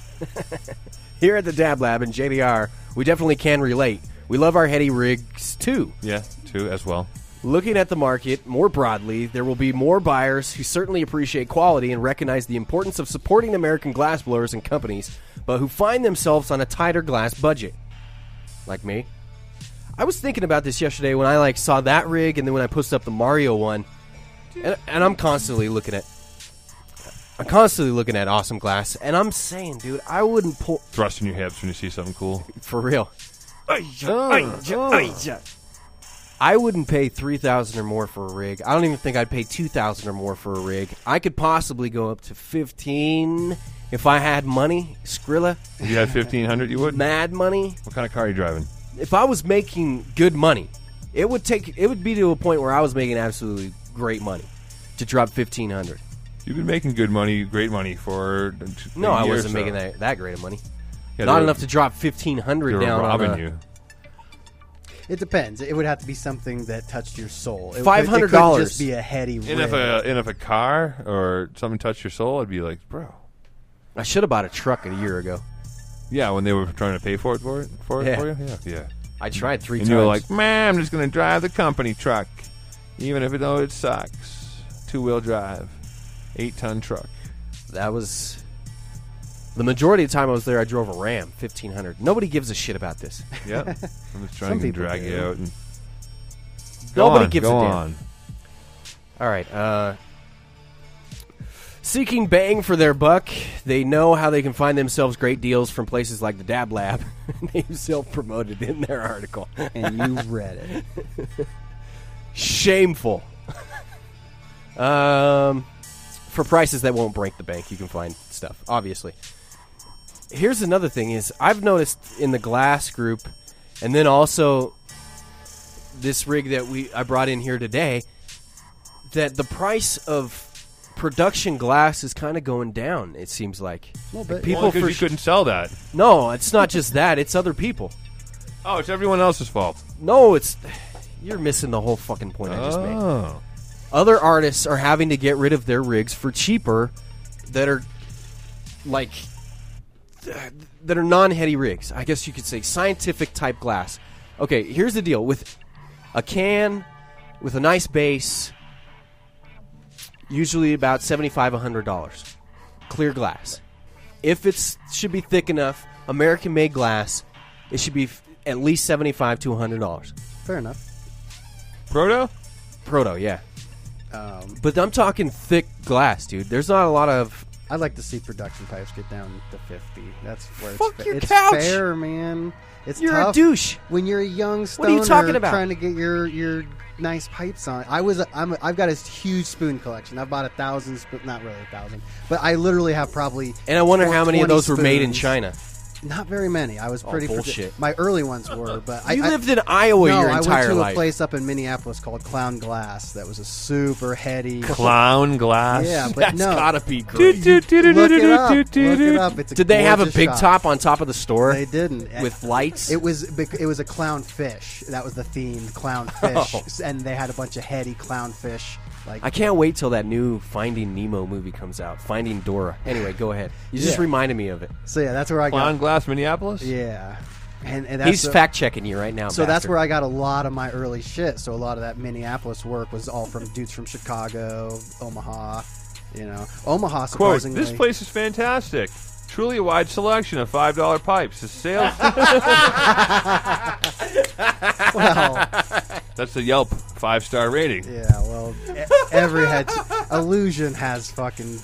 S5: Here at the Dab Lab and JDR, we definitely can relate. We love our heady rigs too.
S6: Yeah, two as well.
S5: Looking at the market more broadly, there will be more buyers who certainly appreciate quality and recognize the importance of supporting American glassblowers and companies, but who find themselves on a tighter glass budget. Like me. I was thinking about this yesterday when I like saw that rig and then when I posted up the Mario one. And, and I'm constantly looking at I'm constantly looking at awesome glass and I'm saying, dude, I wouldn't pull
S6: Thrusting your hips when you see something cool.
S5: for real. I wouldn't pay three thousand or more for a rig. I don't even think I'd pay two thousand or more for a rig. I could possibly go up to fifteen if I had money, Skrilla,
S6: If you had fifteen hundred, you would.
S5: mad money.
S6: What kind of car are you driving?
S5: If I was making good money, it would take it would be to a point where I was making absolutely great money to drop fifteen hundred.
S6: You've been making good money, great money for.
S5: No, I wasn't making that that great of money.
S6: Yeah,
S5: Not
S6: they're-
S5: enough to drop fifteen
S6: They
S5: hundred
S6: were
S5: down
S6: robbing
S5: on uh, a,
S6: you.
S1: It depends. It would have to be something that touched your soul. It- It,
S5: $500
S1: it couldn't Just be a heady.
S6: And if
S1: rig.
S6: a and if a car or something touched your soul, I'd be like, bro,
S5: I should have bought a truck a year ago.
S6: Yeah, when they were trying to pay for it for it for, it,
S5: Yeah.
S6: for you. Yeah, yeah.
S5: I tried three
S6: and
S5: times.
S6: you were like, man, I'm just gonna drive the company truck, even if it though it sucks. Two wheel drive, eight ton truck.
S5: that was the majority of the time I was there. I drove a Ram 1500. Nobody gives a shit about this.
S6: Yep. I'm just trying to
S1: people
S6: drag
S1: do.
S6: you out. And Go
S5: Nobody
S6: on,
S5: gives
S6: go
S5: a damn.
S6: on.
S5: All right. Uh, seeking bang for their buck, they know how they can find themselves great deals from places like the Dab Lab. they self-promoted in their article.
S1: and you read it.
S5: Shameful. um, for prices that won't break the bank, you can find stuff. Obviously. Here's another thing: is I've noticed in the glass group, and then also this rig that we I brought in here today, that the price of production glass is kind of going down. It seems like
S1: little bit.
S5: Like, people
S6: Well, 'cause
S5: for
S6: you
S5: sh-
S6: couldn't sell that.
S5: no, it's not just that; it's other people.
S6: Oh, it's everyone else's fault.
S5: No, it's you're missing the whole fucking point I just made.
S6: Oh,
S5: other artists are having to get rid of their rigs for cheaper that are like that are non-heady rigs. I guess you could say scientific type glass. Okay, here's the deal with a can with a nice base usually about 75 $100 clear glass. If it's should be thick enough, American made glass, it should be f- at least 75 to $100.
S1: Fair enough.
S6: proto.
S5: Proto, yeah.
S1: Um,
S5: But I'm talking thick glass, dude. There's not a lot of.
S1: I'd like to see production types get down to fifty. That's where
S5: Fuck
S1: it's, fa-
S5: your
S1: it's
S5: couch!
S1: fair, man. It's
S5: You're a
S1: tough.
S5: douche.
S1: when you're a young
S5: What
S1: stoner
S5: are you talking about?
S1: trying to get your your nice pipes on. I was I'm I've got a huge spoon collection. I bought a thousand, sp- not really a thousand, but I literally have probably
S5: And I wonder how many of
S1: 20
S5: those were made in
S1: spoons.
S5: China.
S1: Not very many. I was pretty
S5: Oh, bullshit.
S1: my early ones were, but I
S5: You
S1: I,
S5: lived in Iowa
S1: no,
S5: your
S1: I
S5: entire
S1: went to
S5: life.
S1: a place up in Minneapolis called Clown Glass that was a super heady.
S6: Clown glass.
S1: yeah, Uh, but
S5: That's
S1: no.
S5: gotta be
S6: Do,
S5: great.
S6: do, do, do,
S1: Look
S6: do,
S1: it
S6: do,
S1: up.
S6: do,
S1: Look
S6: do,
S1: it
S6: do.
S1: up. It's a
S5: Did they have a
S1: gorgeous
S5: big
S1: shop.
S5: top on top of the store
S1: They didn't.
S5: with lights?
S1: It was bec- it was a clownfish. That was the theme, clownfish, and they had a bunch of heady clownfish. Like
S5: Oh. I can't wait till that new Finding Nemo movie comes out. Finding Dora. Anyway, go ahead. You just
S1: Yeah.
S5: reminded me of it.
S1: so, yeah, that's where I
S6: Clown
S1: got.
S6: glass, Minneapolis.
S1: Yeah, and, and that's
S5: He's
S1: the-
S5: fact checking you right now.
S1: So that's where I got a lot of my early shit. So a lot of that Minneapolis work was all from dudes from Chicago, Omaha. You know, Omaha
S6: Quote,
S1: surprisingly.
S6: this place is fantastic. Truly a wide selection of $5 pipes. The sales.
S1: Well,
S6: That's the Yelp five star rating.
S1: yeah. Well, e- every head illusion has fucking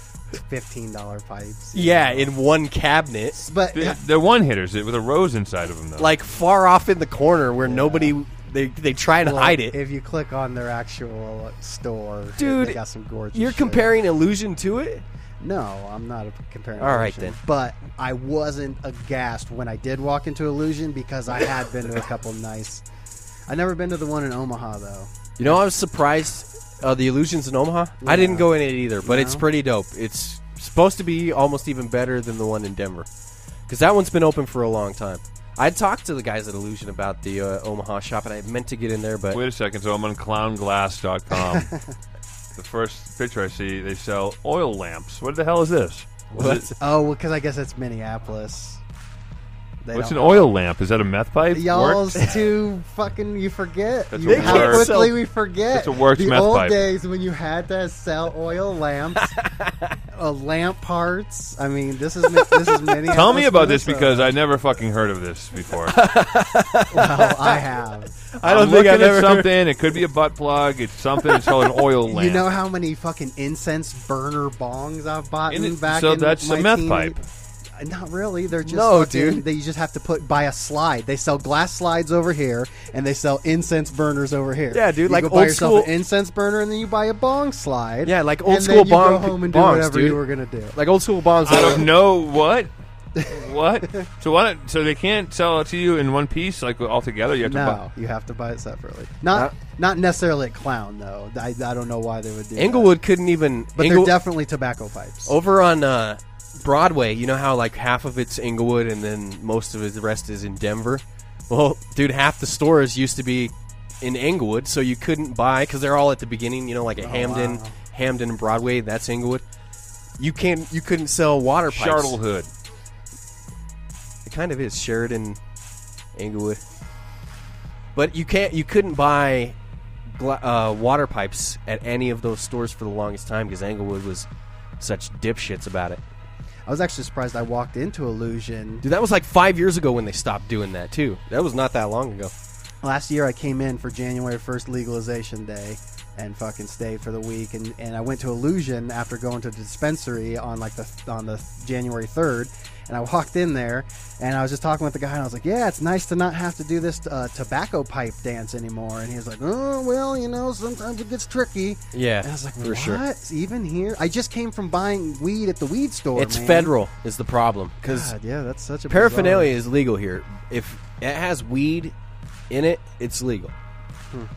S1: fifteen dollar pipes.
S5: Yeah, in one cabinet,
S1: But
S6: They- They're one hitters with a rose inside of them, though.
S5: like far off in the corner where nobody. They, they try and
S1: Well,
S5: hide it.
S1: If you click on their actual store, they-
S5: Dude,
S1: they got some gorgeous.
S5: You're
S1: shit.
S5: comparing illusion to it?
S1: No, I'm not a- comparing.
S5: All right,
S1: Illusion.
S5: then.
S1: But I wasn't aghast when I did walk into Illusion because I had been to a couple nice. I never been to the one in Omaha though.
S5: You know, I was surprised. Uh, the Illusions in Omaha. I didn't go in it either, but it's
S1: No?
S5: pretty dope. It's supposed to be almost even better than the one in Denver, because that one's been open for a long time. I talked to the guys at Illusion about the uh, Omaha shop, and I meant to get in there, but
S6: Wait a second. So I'm on clownglass.com. the first picture I see, they sell oil lamps. What the hell is this? Was
S5: What's-
S6: it-
S1: Oh, because I guess that's Minneapolis. They
S6: what's an
S1: don't-
S6: oil lamp? Is that a meth pipe?
S1: Y'all's
S6: Works?
S1: too fucking. You forget.
S6: That's
S1: You-
S6: a
S1: how
S6: word.
S1: quickly we forget.
S6: That's a works
S1: the
S6: meth
S1: old
S6: pipe.
S1: days when you had to sell oil lamps, uh, lamp parts. I mean, this is mi- this is many.
S6: Tell me about this because I never fucking heard of this before. I
S1: well, Oh, I have.
S5: I don't
S6: am
S5: think
S6: looking
S5: I've
S6: at
S5: ever-
S6: something. It could be a butt plug. It's something. It's called an oil lamp.
S1: You know how many fucking incense burner bongs I've bought
S6: And it-
S1: back
S6: so
S1: in
S6: that's
S1: my
S6: a meth
S1: teen- Uh,
S6: pipe.
S1: Not really. They're just
S5: No,
S1: fucking-
S5: dude.
S1: They you just have to put by a slide. They sell glass slides over here, and they sell incense burners over here.
S5: Yeah, dude,
S1: You
S5: like
S1: go buy
S5: old
S1: yourself
S5: school-
S1: an incense burner, and then you buy a bong slide.
S5: Yeah, like old
S1: and
S5: school
S1: then you
S5: bong-
S1: Go home and
S5: bongs,
S1: do whatever
S5: dude.
S1: you were gonna do.
S5: like old school bombs.
S6: I don't know what. What? So why don't, So they can't sell it to you in one piece, like all together. You have to buy.
S1: No, you have to buy it separately. Not
S5: Uh,
S1: not necessarily at Clown though. I, I don't know why they would do. that.
S5: Englewood couldn't even.
S1: but
S5: Englewood-
S1: they're definitely tobacco pipes.
S5: over on uh, Broadway, you know how like half of it's Inglewood and then most of it, the rest is in Denver. Well, dude, half the stores used to be in Inglewood, so you couldn't buy because they're all at the beginning. You know, like at Hamden, Hamden and Broadway. That's Inglewood. You can't. You couldn't sell water pipes.
S6: Chartle Hood.
S5: It kind of is Sheridan, Englewood. But you can't. You couldn't buy gla- uh, water pipes at any of those stores for the longest time because Englewood was such dipshits about it.
S1: I was actually surprised I walked into Illusion.
S5: Dude, that was like five years ago when they stopped doing that too. That was not that long ago.
S1: Last year I came in for January 1st legalization day and fucking stayed for the week and, and I went to Illusion after going to the dispensary on like the on the January 3rd and I walked in there and I was just talking with the guy and I was like, "Yeah, it's nice to not have to do this uh, tobacco pipe dance anymore." And he was like, "Oh, well, you know, sometimes it gets tricky."
S5: Yeah,
S1: And I was like,
S5: for
S1: "What?
S5: sure.
S1: Even here? I just came from buying weed at the weed store."
S5: It's
S1: man."
S5: federal is the problem because
S1: God, yeah, that's such a bizarre-
S5: paraphernalia is legal here. If it has weed in it, it's legal.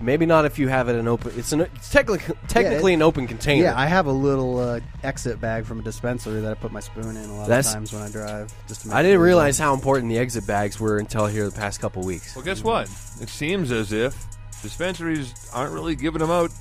S5: Maybe not if you have it in open. It's an it's technically technically
S1: Hmm. it-
S5: an open container.
S1: Yeah, I have a little uh, exit bag from a dispensary that I put my spoon in a lot
S5: That's-
S1: of times when I drive. Just to make
S5: I didn't
S1: sure.
S5: realize how important the exit bags were until here the past couple weeks.
S6: Well, guess what? It seems as if dispensaries aren't really giving them out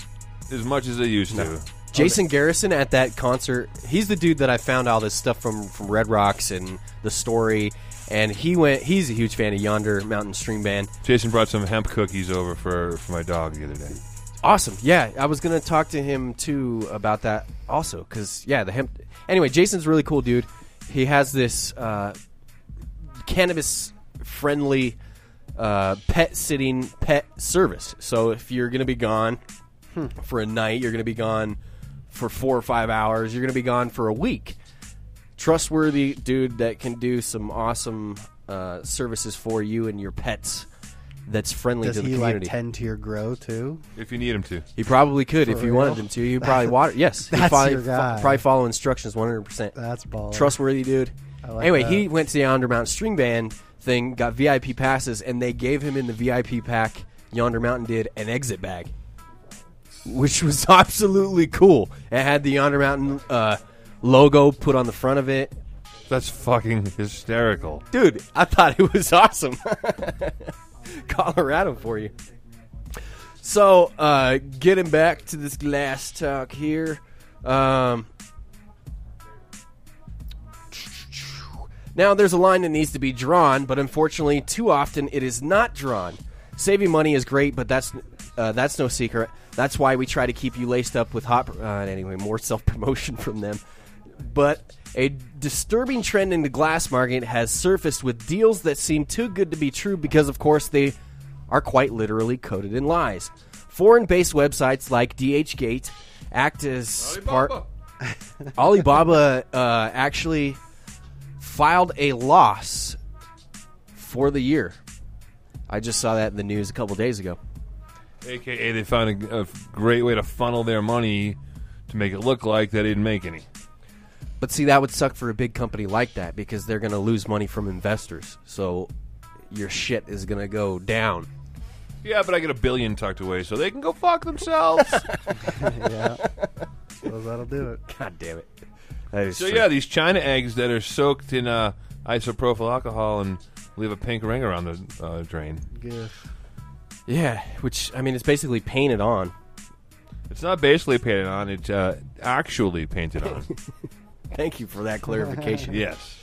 S6: as much as they used to.
S5: Jason Garrison at that concert, he's the dude that I found all this stuff from from Red Rocks and the story. And he went. He's a huge fan of Yonder Mountain Stream Band.
S6: Jason brought some hemp cookies over for, for my dog the other day.
S5: Awesome. Yeah, I was gonna talk to him too about that also because yeah, the hemp. Anyway, Jason's a really cool dude. He has this uh, cannabis friendly uh, pet sitting pet service. So if you're gonna be gone for a night, you're gonna be gone for four or five hours. You're gonna be gone for a week. Trustworthy dude that can do some awesome uh, services for you and your pets. That's friendly
S1: Does
S5: to the
S1: he like
S5: community.
S1: tend to your grow too?
S6: If you need him to.
S5: He probably could if you
S1: real?
S5: wanted him to. You probably water. Yes, he'd
S1: That's
S5: probably,
S1: your
S5: fo-
S1: guy.
S5: probably follow instructions 100. percent
S1: That's baller.
S5: Trustworthy dude.
S1: like
S5: anyway,
S1: that.
S5: he went to the Yonder Mountain String Band thing, got VIP passes, and they gave him in the VIP pack. Yonder Mountain did an exit bag, which was absolutely cool. It had the Yonder Mountain uh, logo put on the front of it.
S6: That's fucking hysterical.
S5: Dude, I thought it was awesome. Colorado for you. So, uh, getting back to this last talk here. Um, now, there's a line that needs to be drawn, but unfortunately, too often it is not drawn. Saving money is great, but that's uh, that's no secret. That's why we try to keep you laced up with hot. Uh, anyway, more self promotion from them. But a disturbing trend in the glass market has surfaced with deals that seem too good to be true because, of course, they are quite literally coated in lies. Foreign based websites like DHgate act as part. Alibaba uh, actually filed a loss for the year. I just saw that in the news a couple days ago.
S6: AKA, they found a, a great way to funnel their money to make it look like they didn't make any.
S5: But see, that would suck for a big company like that because they're going to lose money from investors. So your shit is going to go down.
S6: Yeah, but I get a billion tucked away so they can go fuck themselves.
S1: yeah, well, that'll do it.
S5: God damn it. That is
S6: so,
S5: true.
S6: yeah, these China eggs that are soaked in uh, isopropyl alcohol and leave a pink ring around the uh, drain.
S1: Good.
S5: Yeah, which, I mean, it's basically painted on.
S6: It's not basically painted on, it's uh, actually painted on.
S5: Thank you for that clarification.
S6: yes.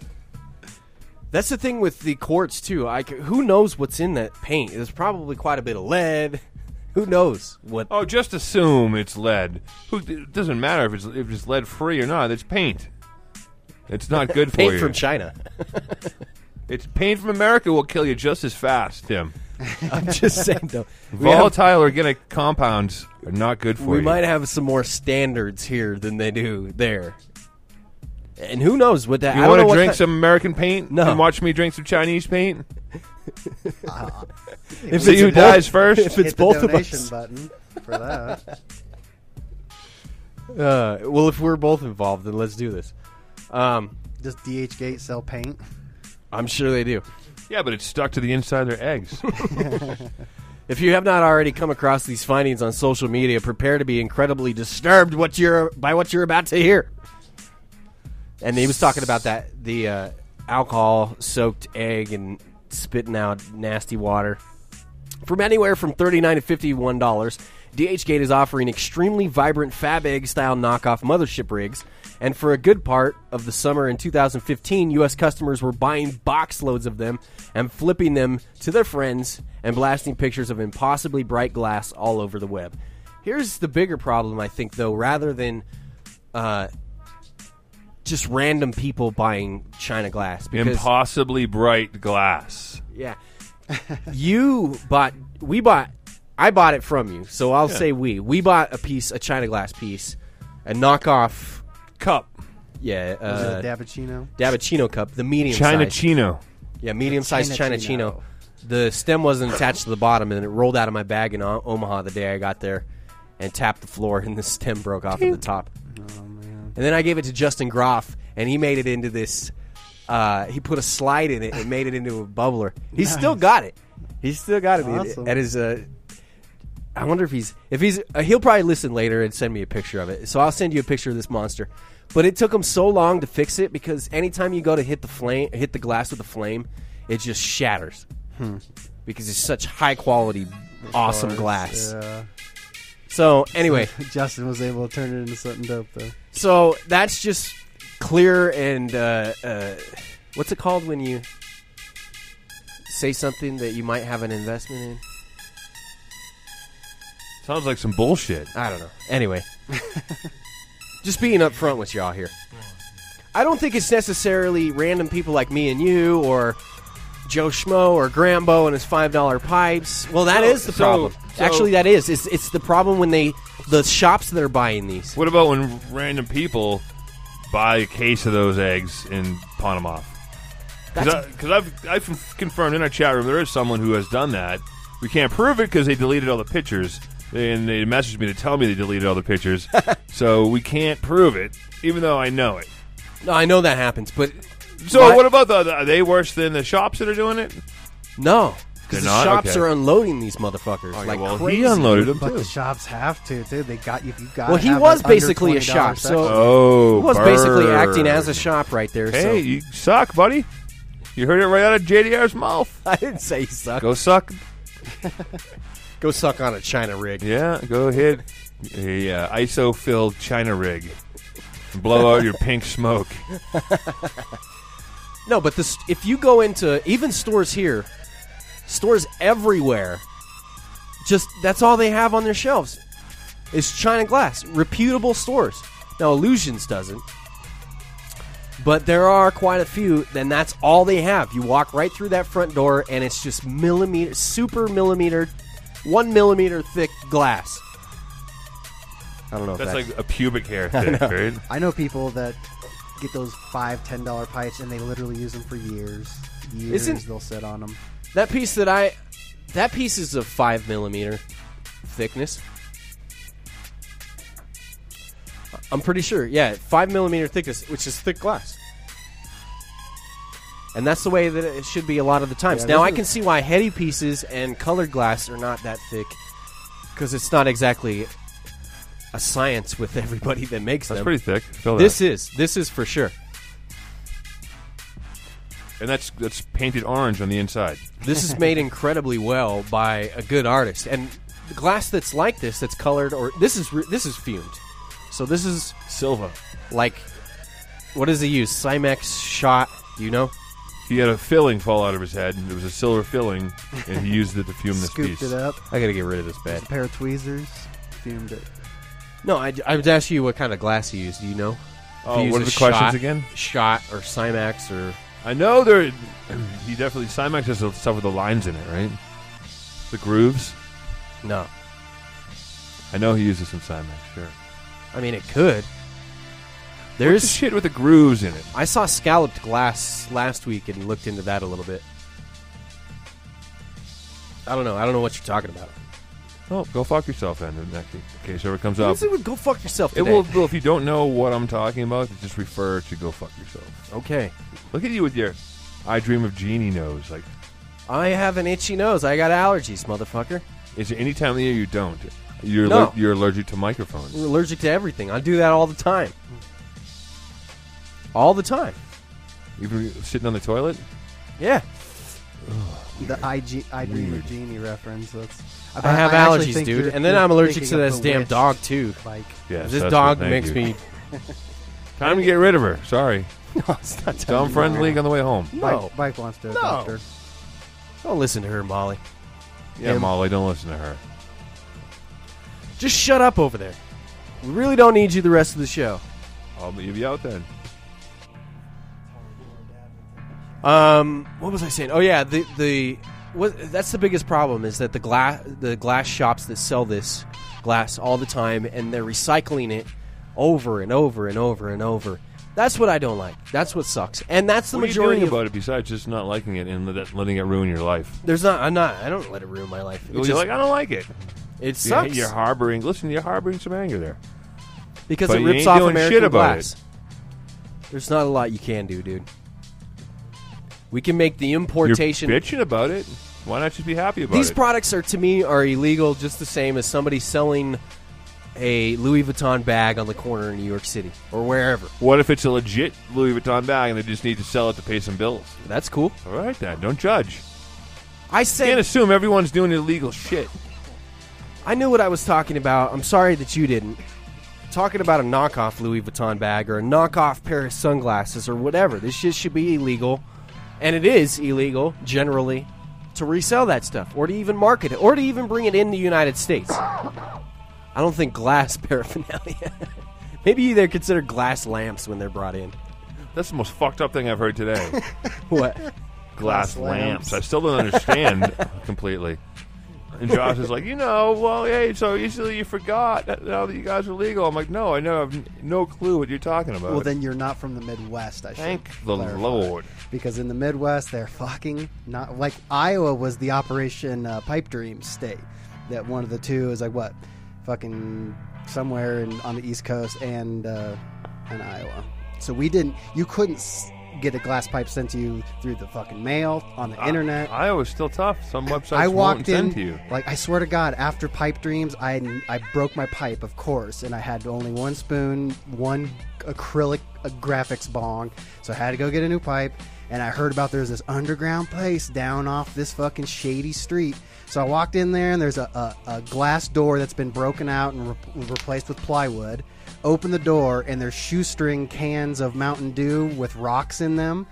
S5: That's the thing with the quartz, too. I, c- who knows what's in that paint? There's probably quite a bit of lead. Who knows what
S6: Oh, just assume it's lead. Who, it doesn't matter if it's if it's lead free or not. It's paint. It's not good for
S5: paint
S6: you.
S5: from China?
S6: it's paint from America will kill you just as fast, Tim.
S5: I'm just saying though. We, have-
S6: Volatile organic compounds are not good for
S5: we
S6: you.
S5: might have some more standards here than they do there. And who knows what that?
S6: you
S5: I don't
S6: want
S5: know
S6: to
S5: what
S6: drink
S5: ki-
S6: some American paint
S5: No.
S6: and watch me drink some Chinese paint?
S5: If
S6: See
S5: it's
S6: who
S5: both-
S6: dies first.
S5: If it's
S1: Hit the
S5: both of
S1: donation
S5: us,
S1: button for that.
S5: uh, well, if we're both involved, then let's do this. Um,
S1: Does DH Gate sell paint?
S5: I'm sure they do.
S6: yeah, but it's stuck to the inside of their eggs.
S5: If you have not already come across these findings on social media, prepare to be incredibly disturbed what you're by what you're about to hear. And he was talking about that the uh, alcohol soaked egg and spitting out nasty water. From anywhere from thirty nine to fifty one dollars, DHgate is offering extremely vibrant fab egg style knockoff mothership rigs and for a good part of the summer in 2015, U.S. customers were buying box loads of them and flipping them to their friends and blasting pictures of impossibly bright glass all over the web. Here's the bigger problem, I think, though, rather than uh, just random people buying china glass. Because
S6: Impossibly bright glass.
S5: yeah. you bought we bought I bought it from you, so I'll say we. We bought a piece a china glass piece, a knockoff
S6: Cup.
S5: yeah,
S1: Is it a
S5: uh
S1: Dappuccino?
S5: Dabbichino cup, the medium
S6: China
S5: size.
S6: Chino.
S5: yeah, medium sized china
S1: Chinachino.
S5: chino. The stem wasn't attached to the bottom and it rolled out of my bag in O- Omaha the day I got there and tapped the floor and the stem broke off at the top. And then I gave it to Justin Groff and he made it into this uh, he put a slide in it and made it into a bubbler. He's still got it. He's still got it in-
S1: Awesome.
S5: at his. Uh, I wonder if he's if he's uh, he'll probably listen later and send me a picture of it. So I'll send you a picture of this monster. But it took him so long to fix it because anytime you go to hit the flame, hit the glass with a flame, it just shatters because it's such high quality, awesome glass.
S1: Yeah.
S5: So anyway,
S1: Justin was able to turn it into something dope, though.
S5: so that's just clear and uh, uh, what's it called when you say something that you might have an investment in?
S6: Sounds like some bullshit.
S5: I don't know. Anyway, just being upfront with y'all here. I don't think it's necessarily random people like me and you or Joe Schmo or Grambo and his five dollar pipes. Well, that
S6: So-
S5: is the
S6: so-
S5: problem.
S6: so-
S5: Actually, that is. It's, it's the problem when they the shops that are buying these.
S6: What about when random people buy a case of those eggs and pawn them off? Because I've, I've confirmed in our chat room there is someone who has done that. We can't prove it because they deleted all the pictures. They, and they messaged me to tell me they deleted all the pictures. so we can't prove it, even though I know it.
S5: No, I know that happens, but
S6: So
S5: Why-
S6: what about the, the- Are they worse than the shops that are doing it?
S5: no,
S6: They're
S5: because the
S6: not?
S5: shops
S6: Okay. Oh,
S5: are unloading these motherfuckers like
S6: well,
S5: crazy.
S6: he unloaded them
S1: But
S6: too.
S1: the shops have to, too. They got you. you got
S5: Well, he was basically a shop, so
S6: Oh,
S5: he was basically
S6: burn.
S5: acting as a shop right there.
S6: Hey,
S5: so.
S6: you suck, buddy. You heard it right out of JDR's mouth.
S5: I didn't say he sucked.
S6: Go suck.
S5: Go suck on a China rig.
S6: Yeah, go ahead. A uh, ISO filled China rig. Blow out your pink smoke.
S5: No, but this if you go into even stores here, stores everywhere, just that's all they have on their shelves is China glass, reputable stores. Now Illusions doesn't. But there are quite a few, then that's all they have. You walk right through that front door and it's just millimeter super millimeter one millimeter thick glass. I don't know if
S6: That's
S5: that's,
S6: like a pubic hair thick, right?
S1: I know people that get those five, ten dollar pipes, and they literally use them for years. Years
S5: Isn't-
S1: they'll sit on them.
S5: That piece that I, that piece is of five millimeter thickness. I'm pretty sure, yeah, five millimeter thickness, which is thick glass. And that's the way that it should be a lot of the times.
S1: Yeah,
S5: now
S1: this
S5: I
S1: is-
S5: can see why heady pieces and colored glass are not that thick, because it's not exactly a science with everybody that makes
S6: That's
S5: them.
S6: pretty thick. Feel that.
S5: this is this is for sure.
S6: and that's that's painted orange on the inside.
S5: this is made incredibly well by a good artist and the glass that's like this that's colored or this is re- this is fumed so this is
S6: Silva.
S5: like what does he use simex shot do you know
S6: He had a filling fall out of his head. It was a silver filling, and he used it to fume this
S1: Scooped
S6: piece.
S1: it up,
S5: i gotta get rid of this bed
S1: a pair of tweezers, fumed it.
S5: no i, I was asking you what kind of glass he used do you know If
S6: Oh,
S5: he used
S6: what
S5: a
S6: are the questions
S5: shot-
S6: again?
S5: shot or simex or
S6: I know there. He definitely Simex has the stuff with the lines in it, right? The grooves.
S5: no
S6: I know he uses some Simex. Sure.
S5: i mean it could there's
S6: This shit with the grooves in it.
S5: I saw scalloped glass last week and looked into that a little bit. I don't know. I don't know what you're talking about.
S6: Oh, go fuck yourself then. In that case, ever comes up.
S5: Let's see what- Go fuck yourself.
S6: Um, It
S5: Today.
S6: will, well, if you don't know what I'm talking about, just refer to go fuck yourself.
S5: Okay.
S6: Look at you with your I dream of genie nose. Like,
S5: I have an itchy nose. I got allergies, motherfucker.
S6: is there any time of the year you don't? You're
S5: No.
S6: aller- you're allergic to microphones.
S5: I'm allergic to everything. I do that all the time. All the time.
S6: Even sitting on the toilet.
S5: Yeah.
S1: The IG, I Dream of Genie reference. That's,
S5: I have
S1: actually
S5: allergies,
S1: think
S5: dude.
S1: you're-
S5: And then
S1: you're
S5: I'm allergic to
S1: thinking of
S5: this
S1: the
S5: damn
S1: Wish
S5: dog too.
S1: Bike.
S6: Yes,
S5: this
S6: that's
S5: dog
S6: what- thank
S5: makes
S6: you.
S5: me
S6: Time to get rid of her. Sorry.
S1: No, it's not
S6: Tell 'em Friends League on the way home.
S5: No.
S1: Mike, Mike wants to adopt her.
S5: Don't listen to her, Molly.
S6: Yeah,
S1: Him.
S6: Molly, don't listen to her.
S5: Just shut up over there. We really don't need you the rest of the show.
S6: I'll leave you out then.
S5: Um, what was I saying? Oh yeah, the the what, that's the biggest problem is that the glass the glass shops that sell this glass all the time and they're recycling it over and over and over and over. That's what I don't like. That's what sucks. And that's the
S6: what are you
S5: majority
S6: doing
S5: of
S6: about it besides just not liking it and let- letting it ruin your life?
S5: there's not I'm not I don't let it ruin my life. It,
S6: You're
S5: just-
S6: like, I don't like it.
S5: it
S6: You hate-
S5: sucks
S6: You're harboring. Listen, you're harboring some anger there.
S5: because
S6: but
S5: it
S6: you
S5: rips
S6: ain't
S5: off
S6: doing
S5: American
S6: shit about
S5: glass. There's not a lot you can do, dude. We can make the importation
S6: You're bitching about it. Why not just be happy about
S5: These
S6: it?
S5: products are to me are illegal just the same as somebody selling a Louis Vuitton bag on the corner in New York City or wherever.
S6: what if it's a legit Louis Vuitton bag and they just need to sell it to pay some bills?
S5: That's cool.
S6: All right, then. Don't judge.
S5: I
S6: Can't
S5: said
S6: assume everyone's doing illegal shit.
S5: I knew what I was talking about. I'm sorry that you didn't. Talking about a knockoff Louis Vuitton bag or a knockoff pair of sunglasses or whatever. This shit should be illegal. And it is illegal generally to resell that stuff or to even market it or to even bring it in the United States. I don't think glass paraphernalia. Maybe they're considered glass lamps when they're brought in.
S6: That's the most fucked up thing I've heard today.
S5: What?
S6: Glass
S1: lamps.
S6: lamps. I still don't understand completely. And Josh is like, you know, well, hey, so easily you forgot that- now that you guys are legal. I'm like, no, I know, I have n- no clue what you're talking about.
S1: Well, then you're not from the Midwest. I should
S6: Thank the
S1: clarify.
S6: Lord.
S1: because in the Midwest they're fucking not like Iowa was the Operation uh, Pipe Dream state. That one of the two is like what, fucking somewhere in, on the East Coast and uh, in Iowa. So we didn't. You couldn't s- get a glass pipe sent to you through the fucking mail on the internet.
S6: Iowa's still tough. Some websites
S1: I
S6: won't
S1: walked in,
S6: send to you.
S1: like I swear to God, after Pipe Dreams, I I broke my pipe, of course, and I had only one spoon, one acrylic uh graphics bong, so I had to go get a new pipe. And I heard about there's this underground place down off this fucking shady street. So I walked in there, and there's a, a, a glass door that's been broken out and re- replaced with plywood. Open the door, and there's shoestring cans of Mountain Dew with rocks in them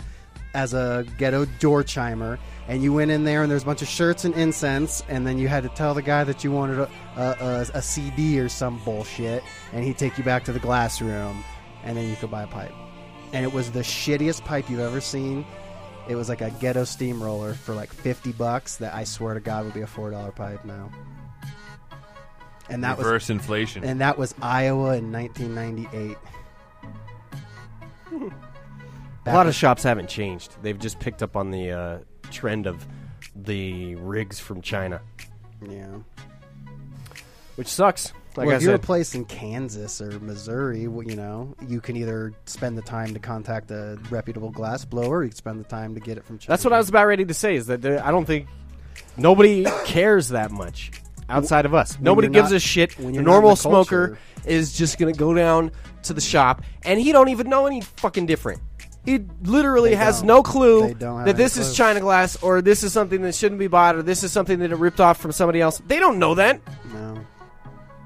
S1: as a ghetto door chimer, and you went in there and there's a bunch of shirts and incense, and then you had to tell the guy that you wanted a, a, a, a CD or some bullshit, and he'd take you back to the glass room, and then you could buy a pipe. And it was the shittiest pipe you've ever seen. It was like a ghetto steamroller for like 50 bucks that I swear to God would be a $4 pipe now. And that was
S6: Reverse inflation.
S1: and that was Iowa in 1998.
S5: A lot of shops haven't changed. They've just picked up on the uh, trend of the rigs from China,
S1: yeah.
S5: which sucks. Like
S1: well,
S5: I
S1: if you're
S5: said,
S1: a place in Kansas or Missouri, w- you know, you can either spend the time to contact a reputable glass blower, or you can spend the time to get it from China.
S5: that's what I was about ready to say. Is that there, I don't think nobody cares that much outside of us. Nobody
S1: you're
S5: gives
S1: not-
S5: a shit.
S1: when
S5: The
S1: you're not in
S5: normal
S1: the
S5: smoker
S1: culture.
S5: is just gonna go down to the shop, and he don't even know any fucking different. He literally
S1: They
S5: has
S1: don't.
S5: no clue
S1: They don't have
S5: that
S1: any
S5: this is
S1: clue.
S5: China glass, or this is something that shouldn't be bought, or this is something that it ripped off from somebody else. They don't know that.
S1: No.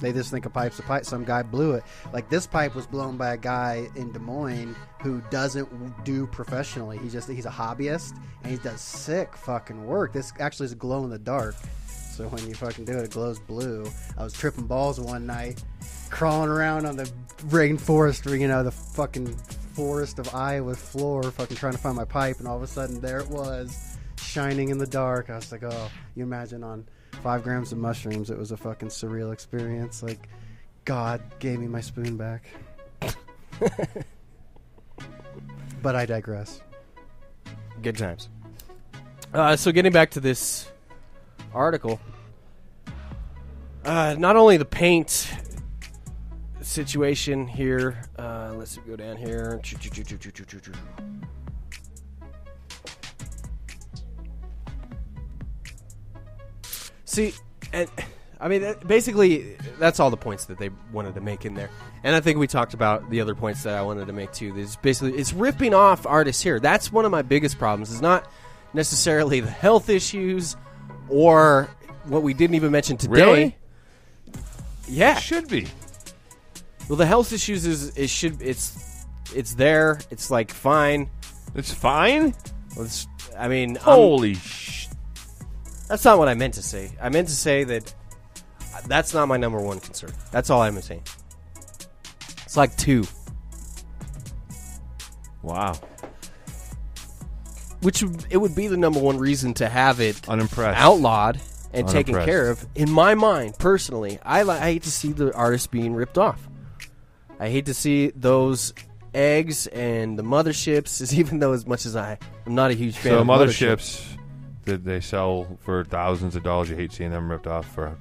S1: They just think a pipe's a pipe. Some guy blew it. Like this pipe was blown by a guy in Des Moines who doesn't w- do professionally. He just he's a hobbyist and he does sick fucking work. This actually is glow in the dark. So when you fucking do it, it glows blue. I was tripping balls one night, crawling around on the rainforest, or, you know, the fucking forest of Iowa floor, fucking trying to find my pipe, and all of a sudden there it was, shining in the dark. I was like, oh, you imagine on five grams of mushrooms. It was a fucking surreal experience. Like, God gave me my spoon back. but I digress.
S5: Good times. Uh, so getting back to this article, uh, not only the paint situation here. Uh, let's go down here. See, and I mean, that- basically, that's all the points that they wanted to make in there. And I think we talked about the other points that I wanted to make too. There's basically it's ripping off artists here. That's one of my biggest problems. Is not necessarily the health issues or what we didn't even mention today.
S6: Really?
S5: Yeah.
S6: Should be.
S5: Well, the health issues is it should it's it's there. It's like fine.
S6: It's fine.
S5: Let's. I mean, I'm-
S6: Holy sh!
S5: that's not what I meant to say. I meant to say that that's not my number one concern. That's all I'm saying. It's like two,
S6: Wow.
S5: which would- it would be the number one reason to have it
S6: Unimpressed.
S5: outlawed and taken
S6: Unimpressed.
S5: care of. In my mind, personally, I, li- I hate to see the artists being ripped off. I hate to see those eggs and the motherships, as even though as much as I, I'm not a huge fan
S6: So
S5: of
S6: motherships that they sell for thousands of dollars. You hate seeing them ripped off for.